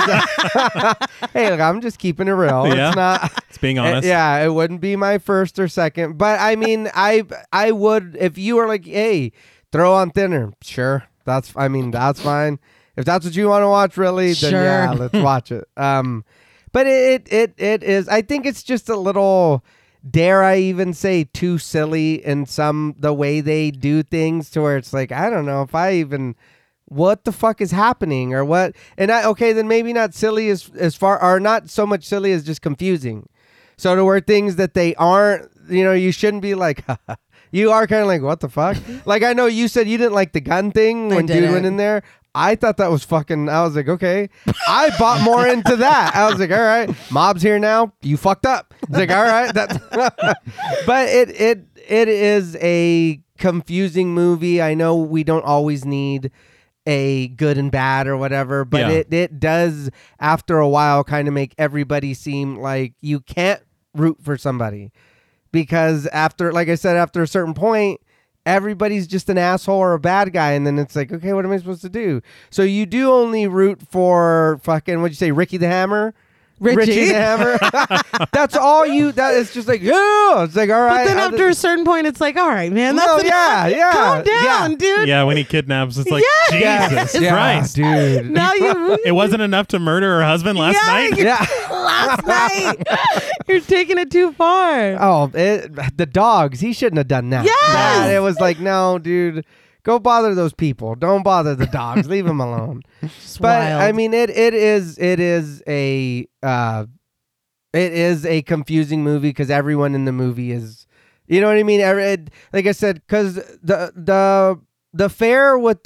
so- hey, look, I'm just keeping it real.
Yeah.
It's not
It's
Eh,
being honest.
it- Eh, yeah, it wouldn't be my first or second, but I mean, I I would if you were like, hey, throw on thinner. Sure, that's I mean that's fine. If that's what you want to watch, really, then
Sure.
yeah, let's watch it. Um, but it it it is. I think it's just a little. Dare I even say too silly in some the way they do things to where it's like I don't know if I even what the fuck is happening or what and I okay then maybe not silly as as far or not so much silly as just confusing so there were things that they aren't, you know, you shouldn't be like, you are kind of like, what the fuck? like, I know you said you didn't like the gun thing
I
when dude
didn't.
went in there. I thought that was fucking, I was like, okay. I bought more into that. I was like, all right, mob's here now. You fucked up. It's like, all right. That, but it, it, it is a confusing movie. I know we don't always need a good and bad or whatever, but
Yeah.
it it it does after a while kind of make everybody seem like you can't root for somebody because after like i said after a certain point everybody's just an asshole or a bad guy and then it's like okay what am i supposed to do so you do only root for fucking what'd you say ricky the hammer
Richie.
the hammer that's all you that is just like yeah it's like all right
But then
I-
after a certain point, it's like, all right, man, that's
No,
enough.
yeah, yeah,
Calm down,
yeah.
dude.
Yeah, when he kidnaps, it's like,
Yes,
Jesus
yeah,
Christ.
dude
Now you
It wasn't enough to murder her husband last
Yeah,
night?
you-
yeah
last night. You're taking it too far.
Oh, it, the dogs. He shouldn't have done that.
Yes!
That- it was like, no, dude, go bother those people. Don't bother the dogs. Leave them alone. But
wild.
I mean, it it is it is a uh, it is a confusing movie because everyone in the movie is, you know what I mean. Every, it, like I said, because the the the fair with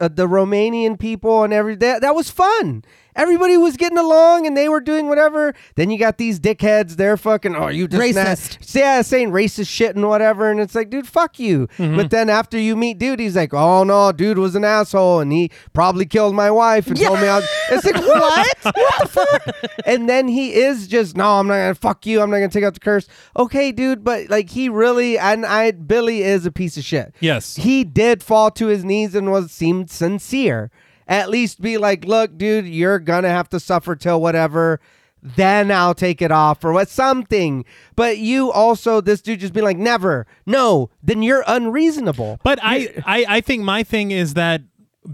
uh, the Romanian people and every that that was fun. Everybody was getting along and they were doing whatever. Then you got these dickheads. They're fucking oh you just na-
Racist.
yeah, saying racist shit and whatever. And it's like, dude, fuck you. But then after you meet dude, he's like, oh no, dude was an asshole and he probably killed my wife and told me I was. It's like, what? what the fuck? And then he is just, no, I'm not going to fuck you. I'm not going to take out the curse. Okay, dude, but like he really, and I, Billy is a piece of shit.
Yes.
He did fall to his knees and was seemed sincere. At least be like, look, dude, you're gonna have to suffer till whatever. Then I'll take it off or what something. But you also, this dude just being like, never, no, then you're unreasonable.
But I, I, I think my thing is that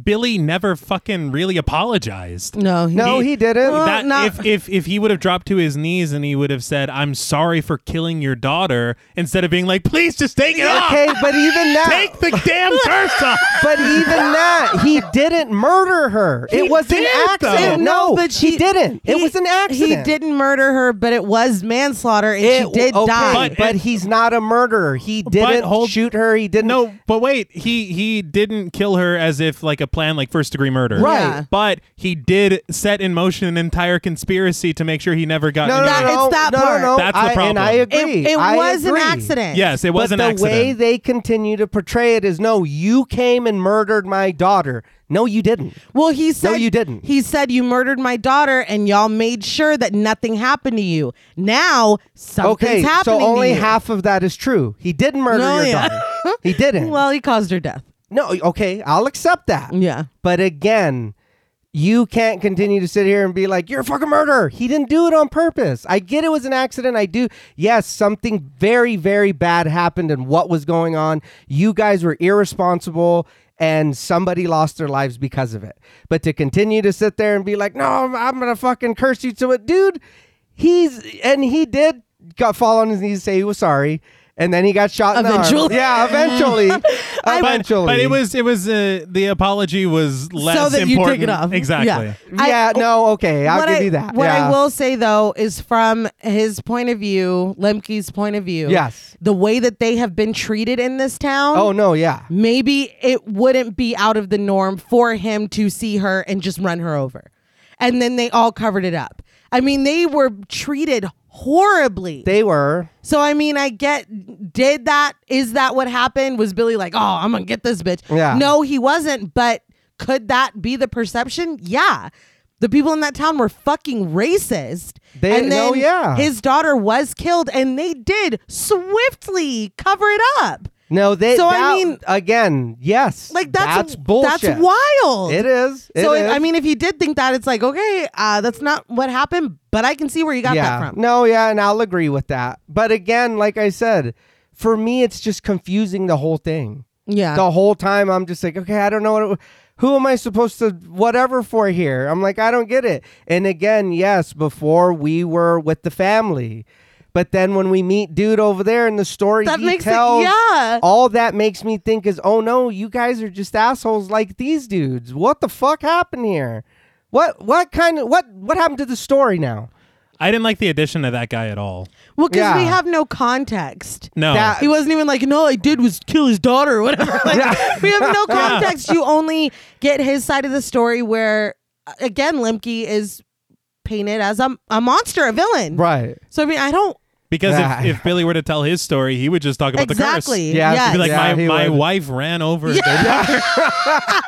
Billy never fucking really apologized.
No, he,
No, he didn't.
Well,
that
no.
if, if if he would have dropped to his knees and he would have said, "I'm sorry for killing your daughter," instead of being like, "Please just take it
okay,
off,
but even that,
take the damn curse off."
but even that, he didn't murder her. it was
did,
an
though.
accident. No,
but
he
she
didn't. it
he-
was an accident.
He didn't murder her, but it was manslaughter, and
It-
she did
okay,
die.
but,
But it-
he's not a murderer. He didn't
hold-
shoot her. He didn't.
No, but wait, he he didn't kill her as if like a plan, like first degree murder,
Right.
Yeah.
But he did set in motion an entire conspiracy to make sure he never got.
No,
any-
no,
That-
no,
it's that
no,
part.
No, no,
That's the
I, And
problem.
I
It-
agree.
it it
I
was
agree.
an accident.
Yes, it was
but
an
the
accident.
way they continue to portray it is no, you came and murdered my daughter. No, you didn't.
Well, he said
you didn't.
He said you murdered my daughter, and y'all made sure that nothing happened to you. Now something's
Okay,
happening.
so only
to you.
half of that is true. He didn't murder
No,
your
yeah.
daughter. He didn't.
Well, he caused her death.
no, okay, I'll accept that.
Yeah.
But again, you can't continue to sit here and be like, you're a fucking murderer. He didn't do it on purpose. I get it was an accident. I do. Yes, something very, very bad happened and what was going on. You guys were irresponsible and somebody lost their lives because of it. But to continue to sit there and be like, no, I'm, I'm going to fucking curse you to it, dude, he's, and he did got fall on his knees and say he was sorry. and then he got shot. in the arm.
Eventually.
yeah, eventually,
But,
eventually.
but it was it was uh, the apology was less
so that
important.
you take it off.
Exactly.
I-
Yeah, no, okay, I'll
what
give
I,
you that.
What
Yeah.
I will say though is from his point of view, Lemke's point of view.
Yes.
The way that they have been treated in this town.
Oh no, yeah,
Maybe it wouldn't be out of the norm for him to see her and just run her over. And then they all covered it up. I mean, they were treated horribly.
they were.
So I mean, I get did that is that what happened? Was Billy like, "Oh, I'm going to get this bitch."
Yeah.
No, he wasn't, but could that be the perception? Yeah. The people in that town were fucking racist.
They-
and then
no, yeah.
his daughter was killed and they did swiftly cover it up.
No, they.
So, I
that-
mean-
again, yes,
Like that's
bullshit.
That's wild.
It is. It
so if-
is.
I mean, if you did think that, it's like, "Okay, uh, that's not what happened, but I can see where you got
yeah.
that from."
No, yeah, and I'll agree with that. But again, like I said, for me, it's just confusing the whole thing.
Yeah.
the whole time I'm just like, okay, I don't know what. It, who am I supposed to whatever for here? I'm like, I don't get it. And again, yes, before we were with the family, but then when we meet dude over there in the story,
That
he
makes it-
tells,
yeah.
all that makes me think is, oh no, you guys are just assholes like these dudes. What the fuck happened here? What what kind of what what happened to the story now?
I didn't like the addition of that guy at all.
Well, cuz we
Yeah.
have no context.
No.
That-
he wasn't even like, no, all I did was kill his daughter or whatever. Like, We have no context. You only get his side of the story where, uh, again, Limke is painted as a, a monster, a villain.
Right.
So, I mean, I don't.
because
Yeah.
if, if Billy were to tell his story, he would just talk about
Ah. exactly.
the curse.
Yeah,
Yes.
He'd Be like
Yeah,
my,
he
my
would.
wife ran over their daughter."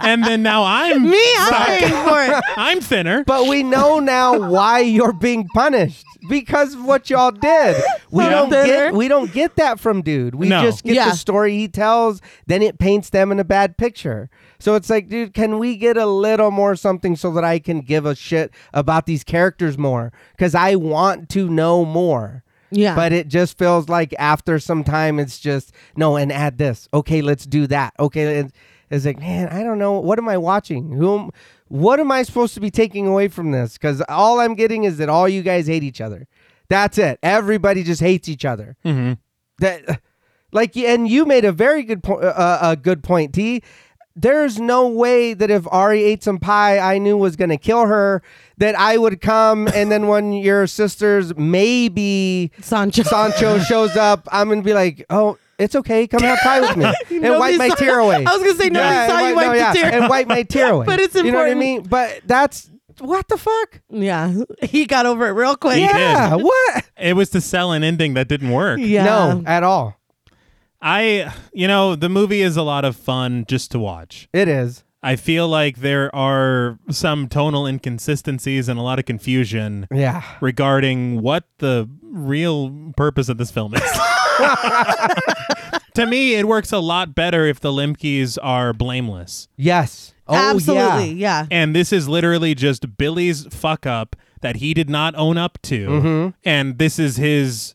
and then now I'm
Me, I'm paying for it.
I'm thinner.
But we know now why you're being punished because of what y'all did. We
Yeah.
don't
Dinner.
get we don't get that from dude. We
No.
just get
Yeah.
the story he tells, then it paints them in a bad picture. So it's like, dude, can we get a little more something so that I can give a shit about these characters more? Because I want to know more.
Yeah.
But it just feels like after some time, it's just no. And add this. Okay, let's do that. Okay, and it's like, man, I don't know. What am I watching? Who? am- What am I supposed to be taking away from this? Because all I'm getting is that all you guys hate each other. That's it. Everybody just hates each other. That, like, and you made a very good point. Uh, a good point, T. There's no way that if Ari ate some pie I knew was gonna kill her, that I would come and then when your sisters maybe
Sancho.
Sancho shows up, I'm gonna be like, oh, it's okay, come have pie with me and
Nobody
wipe my
saw-
tear away.
I was gonna say, nobody
and
saw you wipe the tear
and wipe my tear away.
But it's
You know what I
important.
mean? But that's what the fuck?
yeah. He got over it real quick.
Yeah.
Yeah, what?
It was to sell an ending that didn't work.
Yeah.
No, at all.
I, you know, the movie is a lot of fun just to watch.
It is.
I feel like there are some tonal inconsistencies and a lot of confusion
Yeah.
regarding what the real purpose of this film is. to me, it works a lot better if the Limkeys are blameless.
Yes. Oh,
Absolutely. Yeah.
And this is literally just Billy's fuck up that he did not own up to. And this is his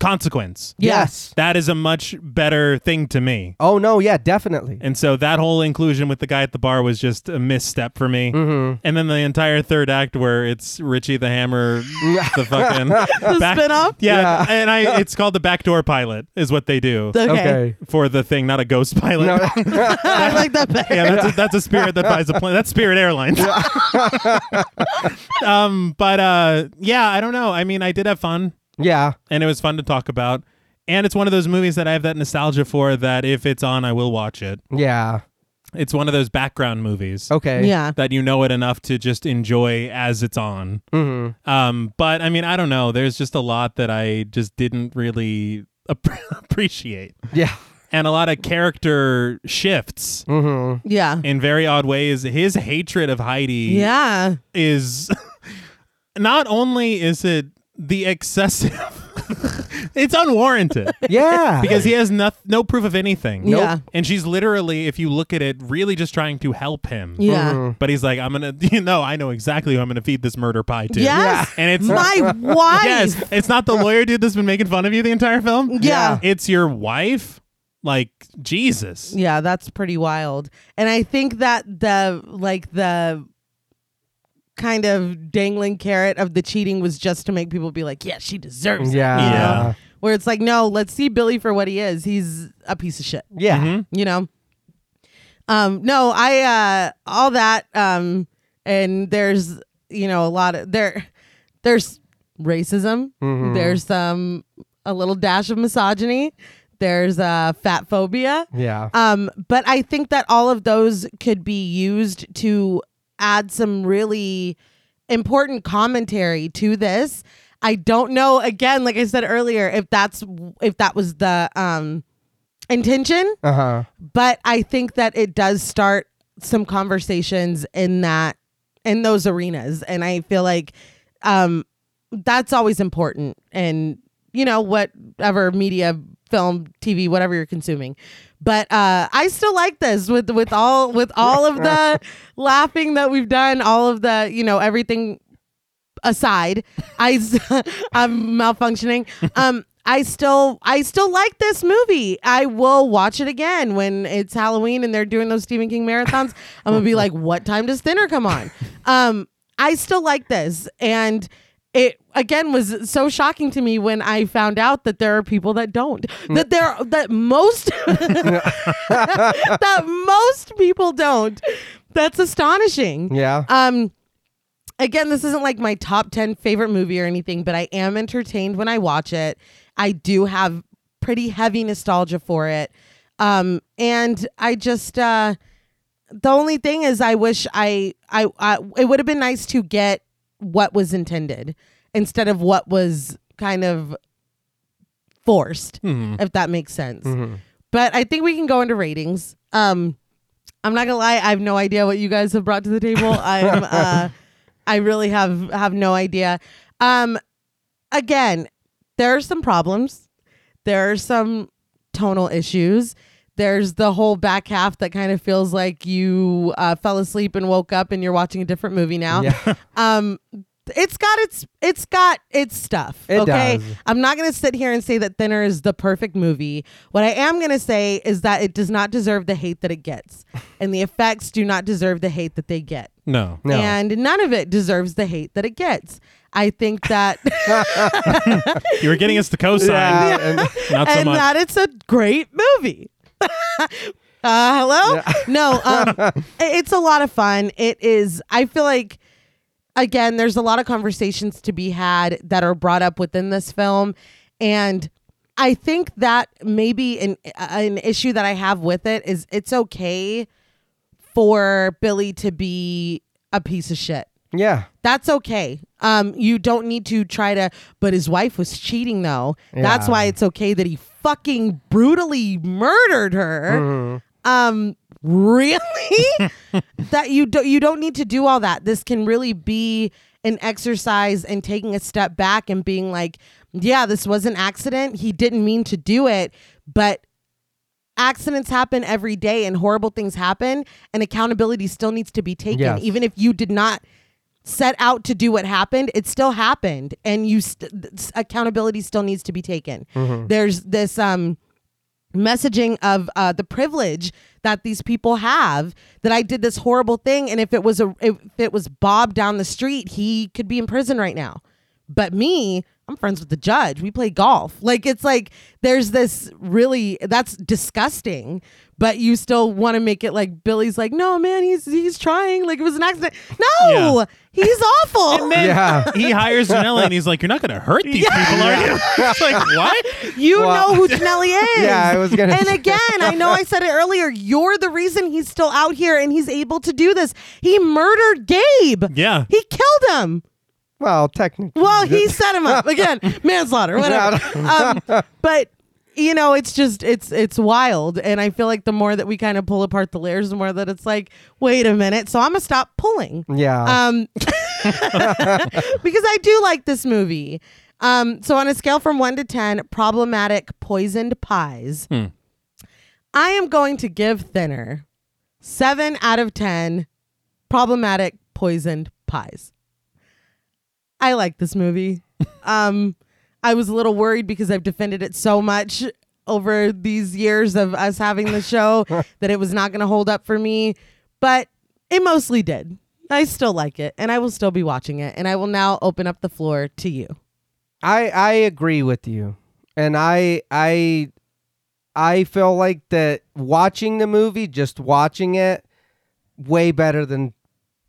consequence.
Yeah.
Yeah.
Yes.
That is a much better thing to me.
Oh no, yeah, definitely.
And so that whole inclusion with the guy at the bar was just a misstep for me. Mm-hmm. And then the entire third act where it's Richie the Hammer, the fucking the
spin-off?
Yeah, and I it's called the backdoor pilot is what they do
Okay.
Okay.
for the thing, not a ghost pilot.
I like that better.
Yeah, that's a, that's a Spirit that buys a plane. That's Spirit Airlines. um, but uh, yeah, I don't know. I mean, I did have fun,
Yeah.
and it was fun to talk about. And it's one of those movies that I have that nostalgia for. That if it's on, I will watch it.
Yeah.
It's one of those background movies
Okay.
Yeah.
that you know it enough to just enjoy as it's on. Mm-hmm. Um, but I mean, I don't know. There's just a lot that I just didn't really ap- appreciate,
Yeah.
and a lot of character shifts
Mm.
hmm
Yeah.
in very odd ways. His hatred of Heidi
Yeah.
is not only is it the excessive, it's unwarranted
Yeah.
because he has no, no proof of anything.
Nope. Yeah.
And she's literally, if you look at it, really just trying to help him.
Yeah.
Mm-hmm. Mm.
But he's like, I'm going to, you know, I know exactly who I'm going to feed this murder pie to.
Yes.
And it's
My wife.
Yes, it's not the lawyer dude that's been making fun of you the entire film.
Yeah.
It's your wife. Like, Jesus.
Yeah, that's pretty wild. And I think that the like the kind of dangling carrot of the cheating was just to make people be like, yeah, she deserves it.
Yeah.
you know?
Yeah.
where it's like, no, let's see Billy for what he is. He's a piece of shit.
Yeah.
you know um no i uh all that um and there's you know a lot of there there's racism there's um a little dash of misogyny there's uh fat phobia
Yeah.
um but i think that all of those could be used to add some really important commentary to this i don't know again like i said earlier if that's if that was the um intention
Uh huh.
but I think that it does start some conversations in that in those arenas, and I feel like um, that's always important. And you know, whatever media, film, TV, whatever you're consuming, but uh, I still like this with with all with all of the laughing that we've done, all of the you know everything aside i i'm malfunctioning um i still i still like this movie i will watch it again when it's halloween and they're doing those stephen king marathons i'm gonna be like what time does thinner come on um i still like this and it again was so shocking to me when i found out that there are people that don't that there that most that most people don't that's astonishing
Yeah.
um again this isn't like my top 10 favorite movie or anything but i am entertained when i watch it i do have pretty heavy nostalgia for it um and i just uh the only thing is i wish i i, I it would have been nice to get what was intended instead of what was kind of forced if that makes sense but i think we can go into ratings um i'm not gonna lie i have no idea what you guys have brought to the table i'm uh i really have have no idea um again there are some problems there are some tonal issues there's the whole back half that kind of feels like you uh, fell asleep and woke up and you're watching a different movie now
yeah.
um it's got its it's got its stuff
It
okay
does.
i'm not gonna sit here and say that thinner is the perfect movie what i am gonna say is that it does not deserve the hate that it gets and the effects do not deserve the hate that they get
No.
No.
and none of it deserves the hate that it gets i think that
You were getting us the cosign.
Yeah, and-
Not so
and
much.
that it's a great movie. uh, hello? No, um, i- it's a lot of fun. It is, I feel like, again, there's a lot of conversations to be had that are brought up within this film. And I think that maybe an, an issue that I have with it is it's okay for Billy to be a piece of shit
yeah.
that's okay. Um, you don't need to try to. But his wife was cheating, though. That's
Yeah.
why it's okay that he fucking brutally murdered her. Um, really? that you don't you don't need to do all that. This can really be an exercise in taking a step back and being like, yeah, this was an accident. He didn't mean to do it, but accidents happen every day and horrible things happen and accountability still needs to be taken
Yes.
even if you did not set out to do what happened it still happened and you st- th- s- accountability still needs to be taken there's this um messaging of uh, the privilege that these people have that i did this horrible thing and if it was a if it was bob down the street he could be in prison right now but me i'm friends with the judge we play golf like it's like there's this really that's disgusting but you still want to make it like billy's like no man he's he's trying like it was an accident no
Yeah.
he's
And
awful
Yeah.
he hires Janelle and he's like, You're not going to hurt these people, are you? it's like, What?
you
Well-
know who Janelli is
Yeah, I was gonna
and
say-
again i know i said it earlier you're the reason he's still out here and he's able to do this he murdered gabe
Yeah.
he killed him
Well, technically.
Well, he set him up again, manslaughter, whatever. Um, but you know, it's just it's it's wild, and I feel like the more that we kind of pull apart the layers, the more that it's like, wait a minute. So I'm gonna stop pulling.
Yeah.
Um, because I do like this movie. Um, so on a scale from one to ten, problematic poisoned pies, I am going to give Thinner seven out of ten. Problematic poisoned pies. I like this movie. um, I was a little worried because I've defended it so much over these years of us having the show that it was not going to hold up for me, but it mostly did. I still like it, and I will still be watching it. And I will now open up the floor to you.
I I agree with you. and I I I feel like that watching the movie, just watching it, way better than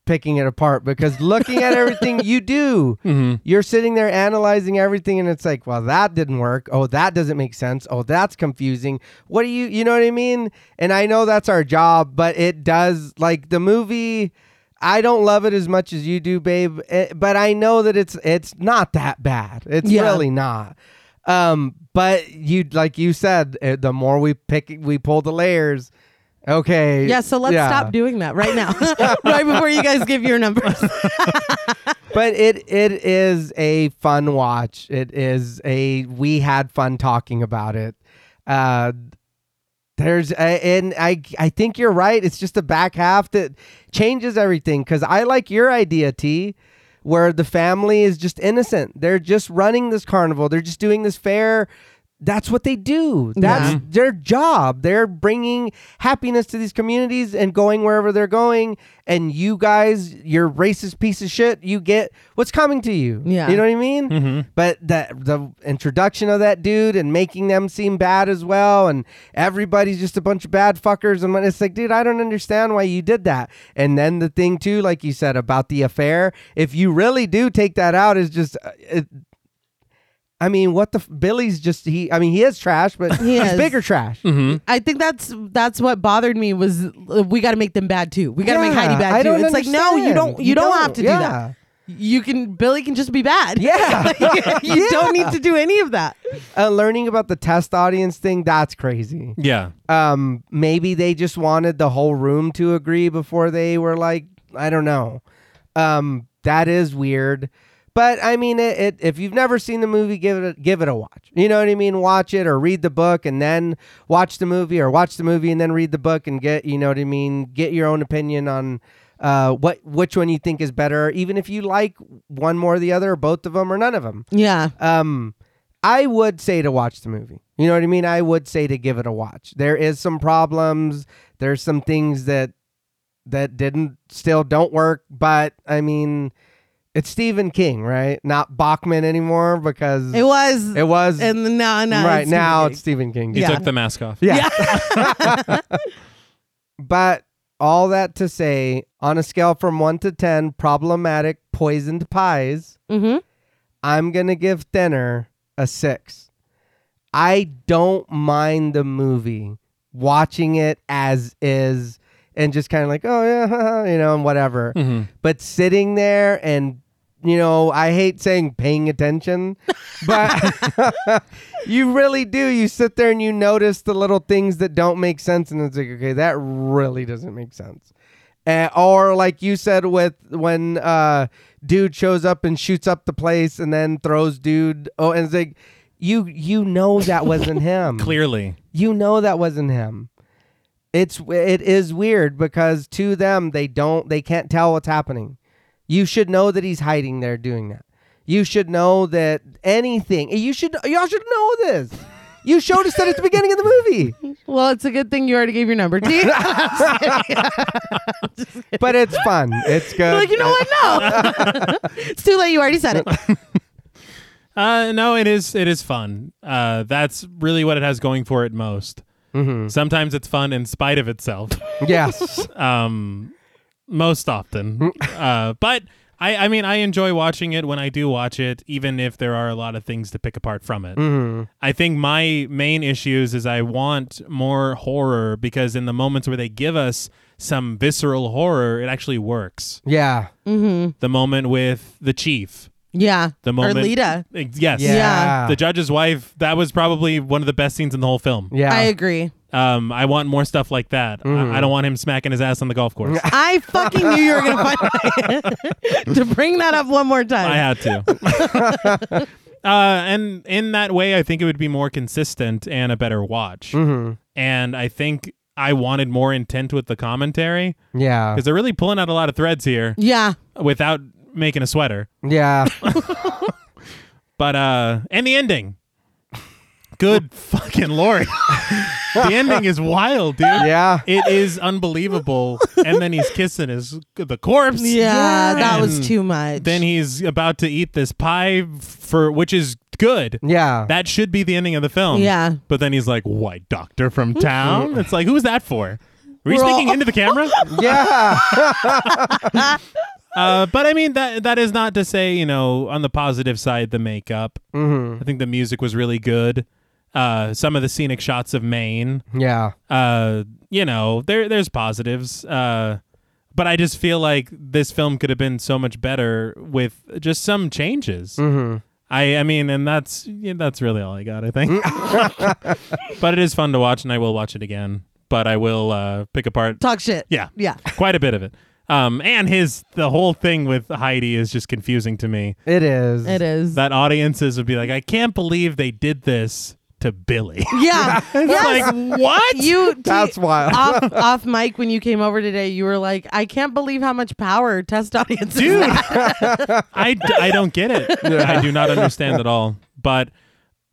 picking it apart because looking at everything you do,
Mm-hmm.
Mm-hmm.
you're sitting there analyzing everything and it's like, well, that didn't work. Oh, that doesn't make sense. Oh, that's confusing. What do you you know what I mean? And I know that's our job, but it does like the movie I don't love it as much as you do, babe, eh, but I know that it's it's not that bad. It's
Yeah.
really not. Um, but you like you said, eh, the more we pick, we pull the layers. Okay.
Yeah, so let's
yeah.
stop doing that right now, right before you guys give your numbers.
But it it is a fun watch. It is a we had fun talking about it. Uh, there's a, and I I think you're right. It's just the back half that changes everything. Because I like your idea, T, where the family is just innocent. They're just running this carnival. They're just doing this fair. That's what they do. That's
Yeah.
their job. They're bringing happiness to these communities and going wherever they're going. And you guys, you're racist piece of shit. You get what's coming to you.
Yeah.
you know what I mean. But that the introduction of that dude and making them seem bad as well, and everybody's just a bunch of bad fuckers. And when it's like, dude, I don't understand why you did that. And then the thing too, like you said about the affair, if you really do take that out, is just. uh, It, I mean, what the f- Billy's just he. I mean, he is trash, but
He
he's
is.
bigger trash.
I think that's that's what bothered me was uh, we got to make them bad too. We got to make
Yeah,
Heidi bad too.
I don't
it's like no, you
understand.
don't. You,
You
don't, have
don't,
to
yeah.
do that. You can Billy can just be bad.
Yeah.
Like, you don't need to do any of that.
Uh, learning about the test audience thing, that's crazy.
Yeah.
um maybe they just wanted the whole room to agree before they were like i don't know um that is weird but i mean it, it if you've never seen the movie give it a, give it a watch you know what i mean watch it or read the book and then watch the movie or watch the movie and then read the book and get you know what i mean get your own opinion on uh, what which one you think is better even if you like one more or the other or both of them or none of them
Yeah.
um I would say to watch the movie. You know what I mean? I would say to give it a watch. There is some problems, there's some things that that didn't still don't work, but I mean it's Stephen King, right? Not Bachman anymore because
It
it,
was.
was
and then now, now
right
it's
now
Stephen
it's Stephen King.
He
Yeah.
took the mask off.
Yeah. but all that to say, on a scale from 1 to 10, problematic poisoned pies,
King. Mhm.
I'm going to give Thinner a six. I don't mind the movie, watching it as is, and just kind of like, oh, yeah, you know, and whatever. But sitting there and, you know, I hate saying paying attention, but you really do. You sit there and you notice the little things that don't make sense, and it's like, okay, that really doesn't make sense. Uh, or like you said with when uh dude shows up and shoots up the place and then throws dude oh and it's like you you know that wasn't him
Clearly.
you know that wasn't him it's it is weird because to them they don't they can't tell what's happening you should know that he's hiding there doing that you should know that anything you should y'all should know this you showed us that at the beginning of the movie
Well, it's a good thing you already gave your number. Do you?
but it's fun it's good
like you know what? No, it's too late. You already said it.
Uh, no, it is. It is fun. Uh, that's really what it has going for it most. Sometimes it's fun in spite of itself.
yes
um, most often. uh, but I, I mean, I enjoy watching it when I do watch it, even if there are a lot of things to pick apart from it. I think my main issues is I want more horror because in the moments where they give us some visceral horror, it actually works.
yeah
The moment with the chief.
Yeah.
The moment.
Or Lita.
Yes.
yeah,
Yeah.
The judge's wife, that was probably one of the best scenes in the whole film.
yeah
I agree.
Um, I want more stuff like that. I, I don't want him smacking his ass on the golf course.
I fucking knew you were gonna find a way to bring that up one more time.
I had to. uh, and in that way, I think it would be more consistent and a better watch. And I think I wanted more intent with the commentary
yeah
because they're really pulling out a lot of threads here
yeah.
without making a sweater.
yeah
But uh, and the ending. Good fucking lord. the ending is wild, dude.
Yeah.
It is unbelievable. And then he's kissing his the corpse.
Yeah, that
And
was too much.
Then he's about to eat this pie for which is good.
Yeah.
That should be the ending of the film.
Yeah. Mm-hmm.
But then he's like, "White doctor from town." It's like, who's that for? Were you
We're all-
speaking into the camera?
yeah.
uh, but I mean, that that is not to say, you know, on the positive side, the makeup.
hmm
Mm-hmm.
I think the music was really good. Uh, some of the scenic shots of Maine.
Yeah.
Uh, you know, there there's positives. Uh, but I just feel like this film could have been so much better with just some changes.
hmm
I I mean, and that's yeah, that's really all I got. I think. but it is fun to watch, and I will watch it again. But I will uh, pick apart.
Talk shit.
Yeah,
Yeah.
quite a bit of it. Um, and his the whole thing with Heidi is just confusing to me.
It is.
It is.
That audiences would be like, I can't believe they did this to Billy.
yeah. yes.
like what?
you
That's wild.
off off mic when you came over today you were like i can't believe how much power test audiences
dude
have."
I, d- I don't get it i do not understand at all but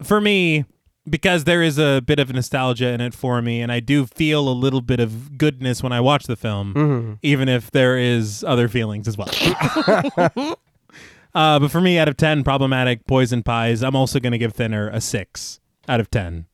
for me because there is a bit of nostalgia in it for me and i do feel a little bit of goodness when i watch the film even if there is other feelings as well uh, but for me out of 10 problematic poison pies i'm also going to give thinner a 6 out of 10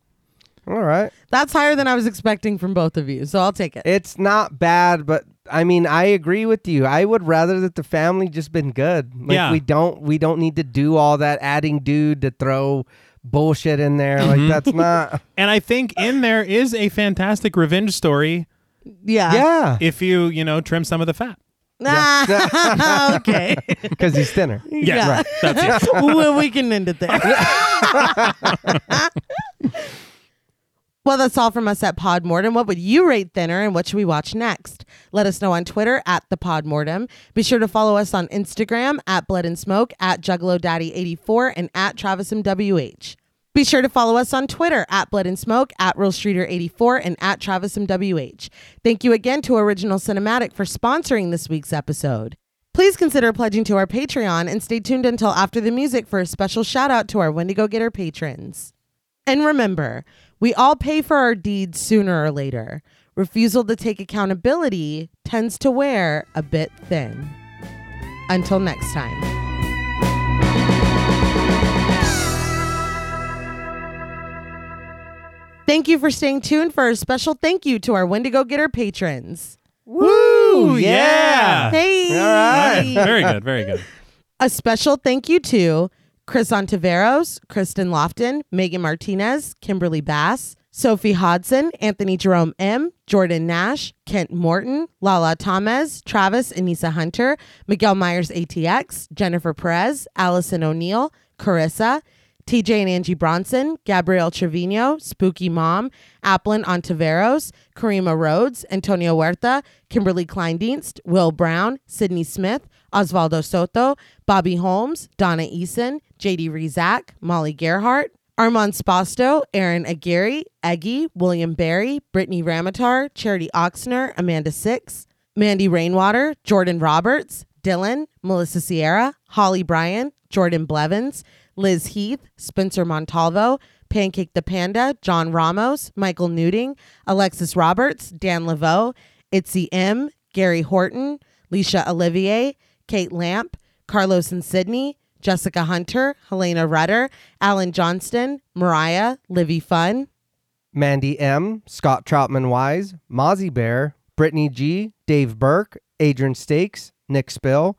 All right.
that's higher than i was expecting from both of you so i'll take it
It's not bad, but I mean, I agree with you. I would rather that the family just been good. Like
Yeah.
we don't we don't need to do all that adding dude to throw bullshit in there. Like that's not
and i think in there is a fantastic revenge story
yeah
Yeah.
if you you know trim some of the fat
Ah, okay
Because he's thinner.
yeah.
yeah,
that's it
well we can end it there Well, that's all from us at Podmortem. What would you rate thinner and what should we watch next? Let us know on Twitter at the Podmortem. Be sure to follow us on Instagram at Blood and Smoke, at Juggalo Daddy 84 and at Travis MWH. Be sure to follow us on Twitter at Blood and Smoke, at Real Streeter 84 and at Travis MWH. Thank you again to Original Cinematic for sponsoring this week's episode. Please consider pledging to our Patreon and stay tuned until after the music for a special shout out to our Wendigo Getter patrons. And remember, we all pay for our deeds sooner or later. Refusal to take accountability tends to wear a bit thin. Until next time. Thank you for staying tuned for a special thank you to our Wendigo Getter patrons.
Woo!
yeah.
Hey!
All right. Very good. Very good.
A special thank you to Chris Ontiveros, Kristen Lofton, Megan Martinez, Kimberly Bass, Sophie Hodson, Anthony Jerome M, Jordan Nash, Kent Morton, Lala Thomas, Travis Anissa Hunter, Miguel Myers ATX, Jennifer Perez, Allison O'Neill, Carissa, TJ and Angie Bronson, Gabrielle Trevino, Spooky Mom, Applin Ontiveros, Karima Rhodes, Antonio Huerta, Kimberly Kleindienst, Will Brown, Sydney Smith, Osvaldo Soto, Bobby Holmes, Donna Eason, JD Rizak, Molly Gerhart, Armand Spasto, Aaron Aguirre, Eggy, William Barry, Brittany Ramatar, Charity Oxner, Amanda Six, Mandy Rainwater, Jordan Roberts, Dylan, Melissa Sierra, Holly Bryan, Jordan Blevins, Liz Heath, Spencer Montalvo, Pancake the Panda, John Ramos, Michael Newting, Alexis Roberts, Dan Laveau, Itzy M, Gary Horton, Leisha Olivier, Kate Lamp, Carlos and Sydney, Jessica Hunter, Helena Rutter, Alan Johnston, Mariah, Livy Fun,
Mandy M, Scott Troutman Wise, Mozzie Bear, Brittany G, Dave Burke, Adrian Stakes, Nick Spill,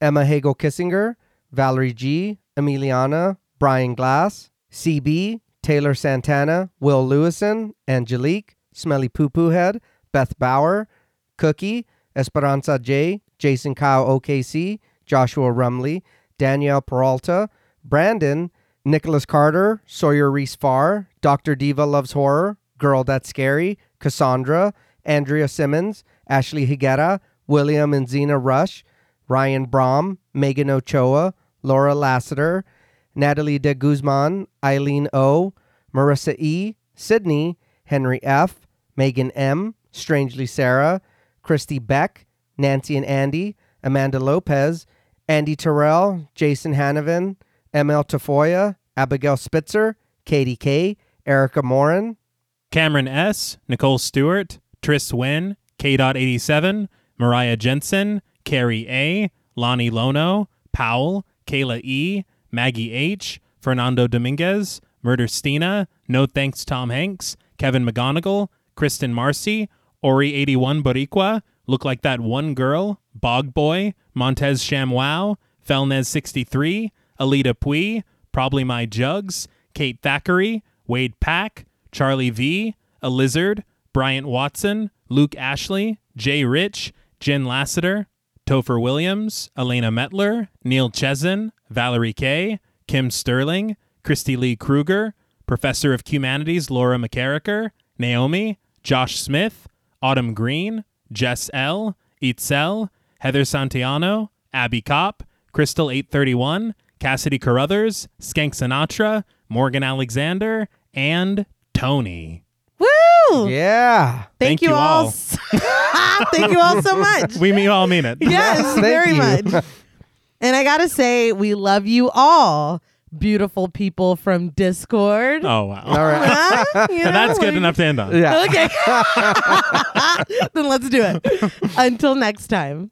Emma Hagel Kissinger, Valerie G, Emiliana, Brian Glass, CB, Taylor Santana, Will Lewison, Angelique, Smelly Poo Poo Head, Beth Bauer, Cookie, Esperanza J, Jason Kyle OKC, Joshua Rumley, Danielle Peralta, Brandon, Nicholas Carter, Sawyer Reese Farr, Dr. Diva Loves Horror, Girl That's Scary, Cassandra, Andrea Simmons, Ashley Higuera, William and Zena Rush, Ryan Brom, Megan Ochoa, Laura Lassiter, Natalie de Guzman, Eileen O, Marissa E, Sydney, Henry F, Megan M, Strangely Sarah, Christy Beck, Nancy and Andy, Amanda Lopez, Andy Terrell, Jason Hanovan, ML Tafoya, Abigail Spitzer, Katie Kay, Erica Morin,
Cameron S., Nicole Stewart, Tris Wynn, K.87, Mariah Jensen, Carrie A., Lonnie Lono, Powell, Kayla E., Maggie H., Fernando Dominguez, Murder Stina, No Thanks Tom Hanks, Kevin McGonigal, Kristen Marcy, Ori81 Boricua, Look Like That One Girl, Bog Boy, Montez ShamWow, Felnez63, Alita Pui, Probably My Jugs, Kate Thackeray, Wade Pack, Charlie V, A Lizard, Bryant Watson, Luke Ashley, Jay Rich, Jen Lassiter, Topher Williams, Elena Metler, Neil Chesin, Valerie Kay, Kim Sterling, Christy Lee Kruger, Professor of Humanities Laura McCarricker, Naomi, Josh Smith, Autumn Green, Jess L, Itzel, Heather Santiano, Abby Kopp, Crystal 831, Cassidy Carruthers, Skank Sinatra, Morgan Alexander, and Tony.
Woo!
Yeah.
Thank, you, all. s- thank you all so much.
We mean all mean it.
yes,
Thank
very
you.
much. And I gotta say, we love you all, beautiful people from Discord.
Oh wow.
All right.
Huh? You know,
That's good
like-
enough to end on.
Yeah.
Okay. then let's do it. Until next time.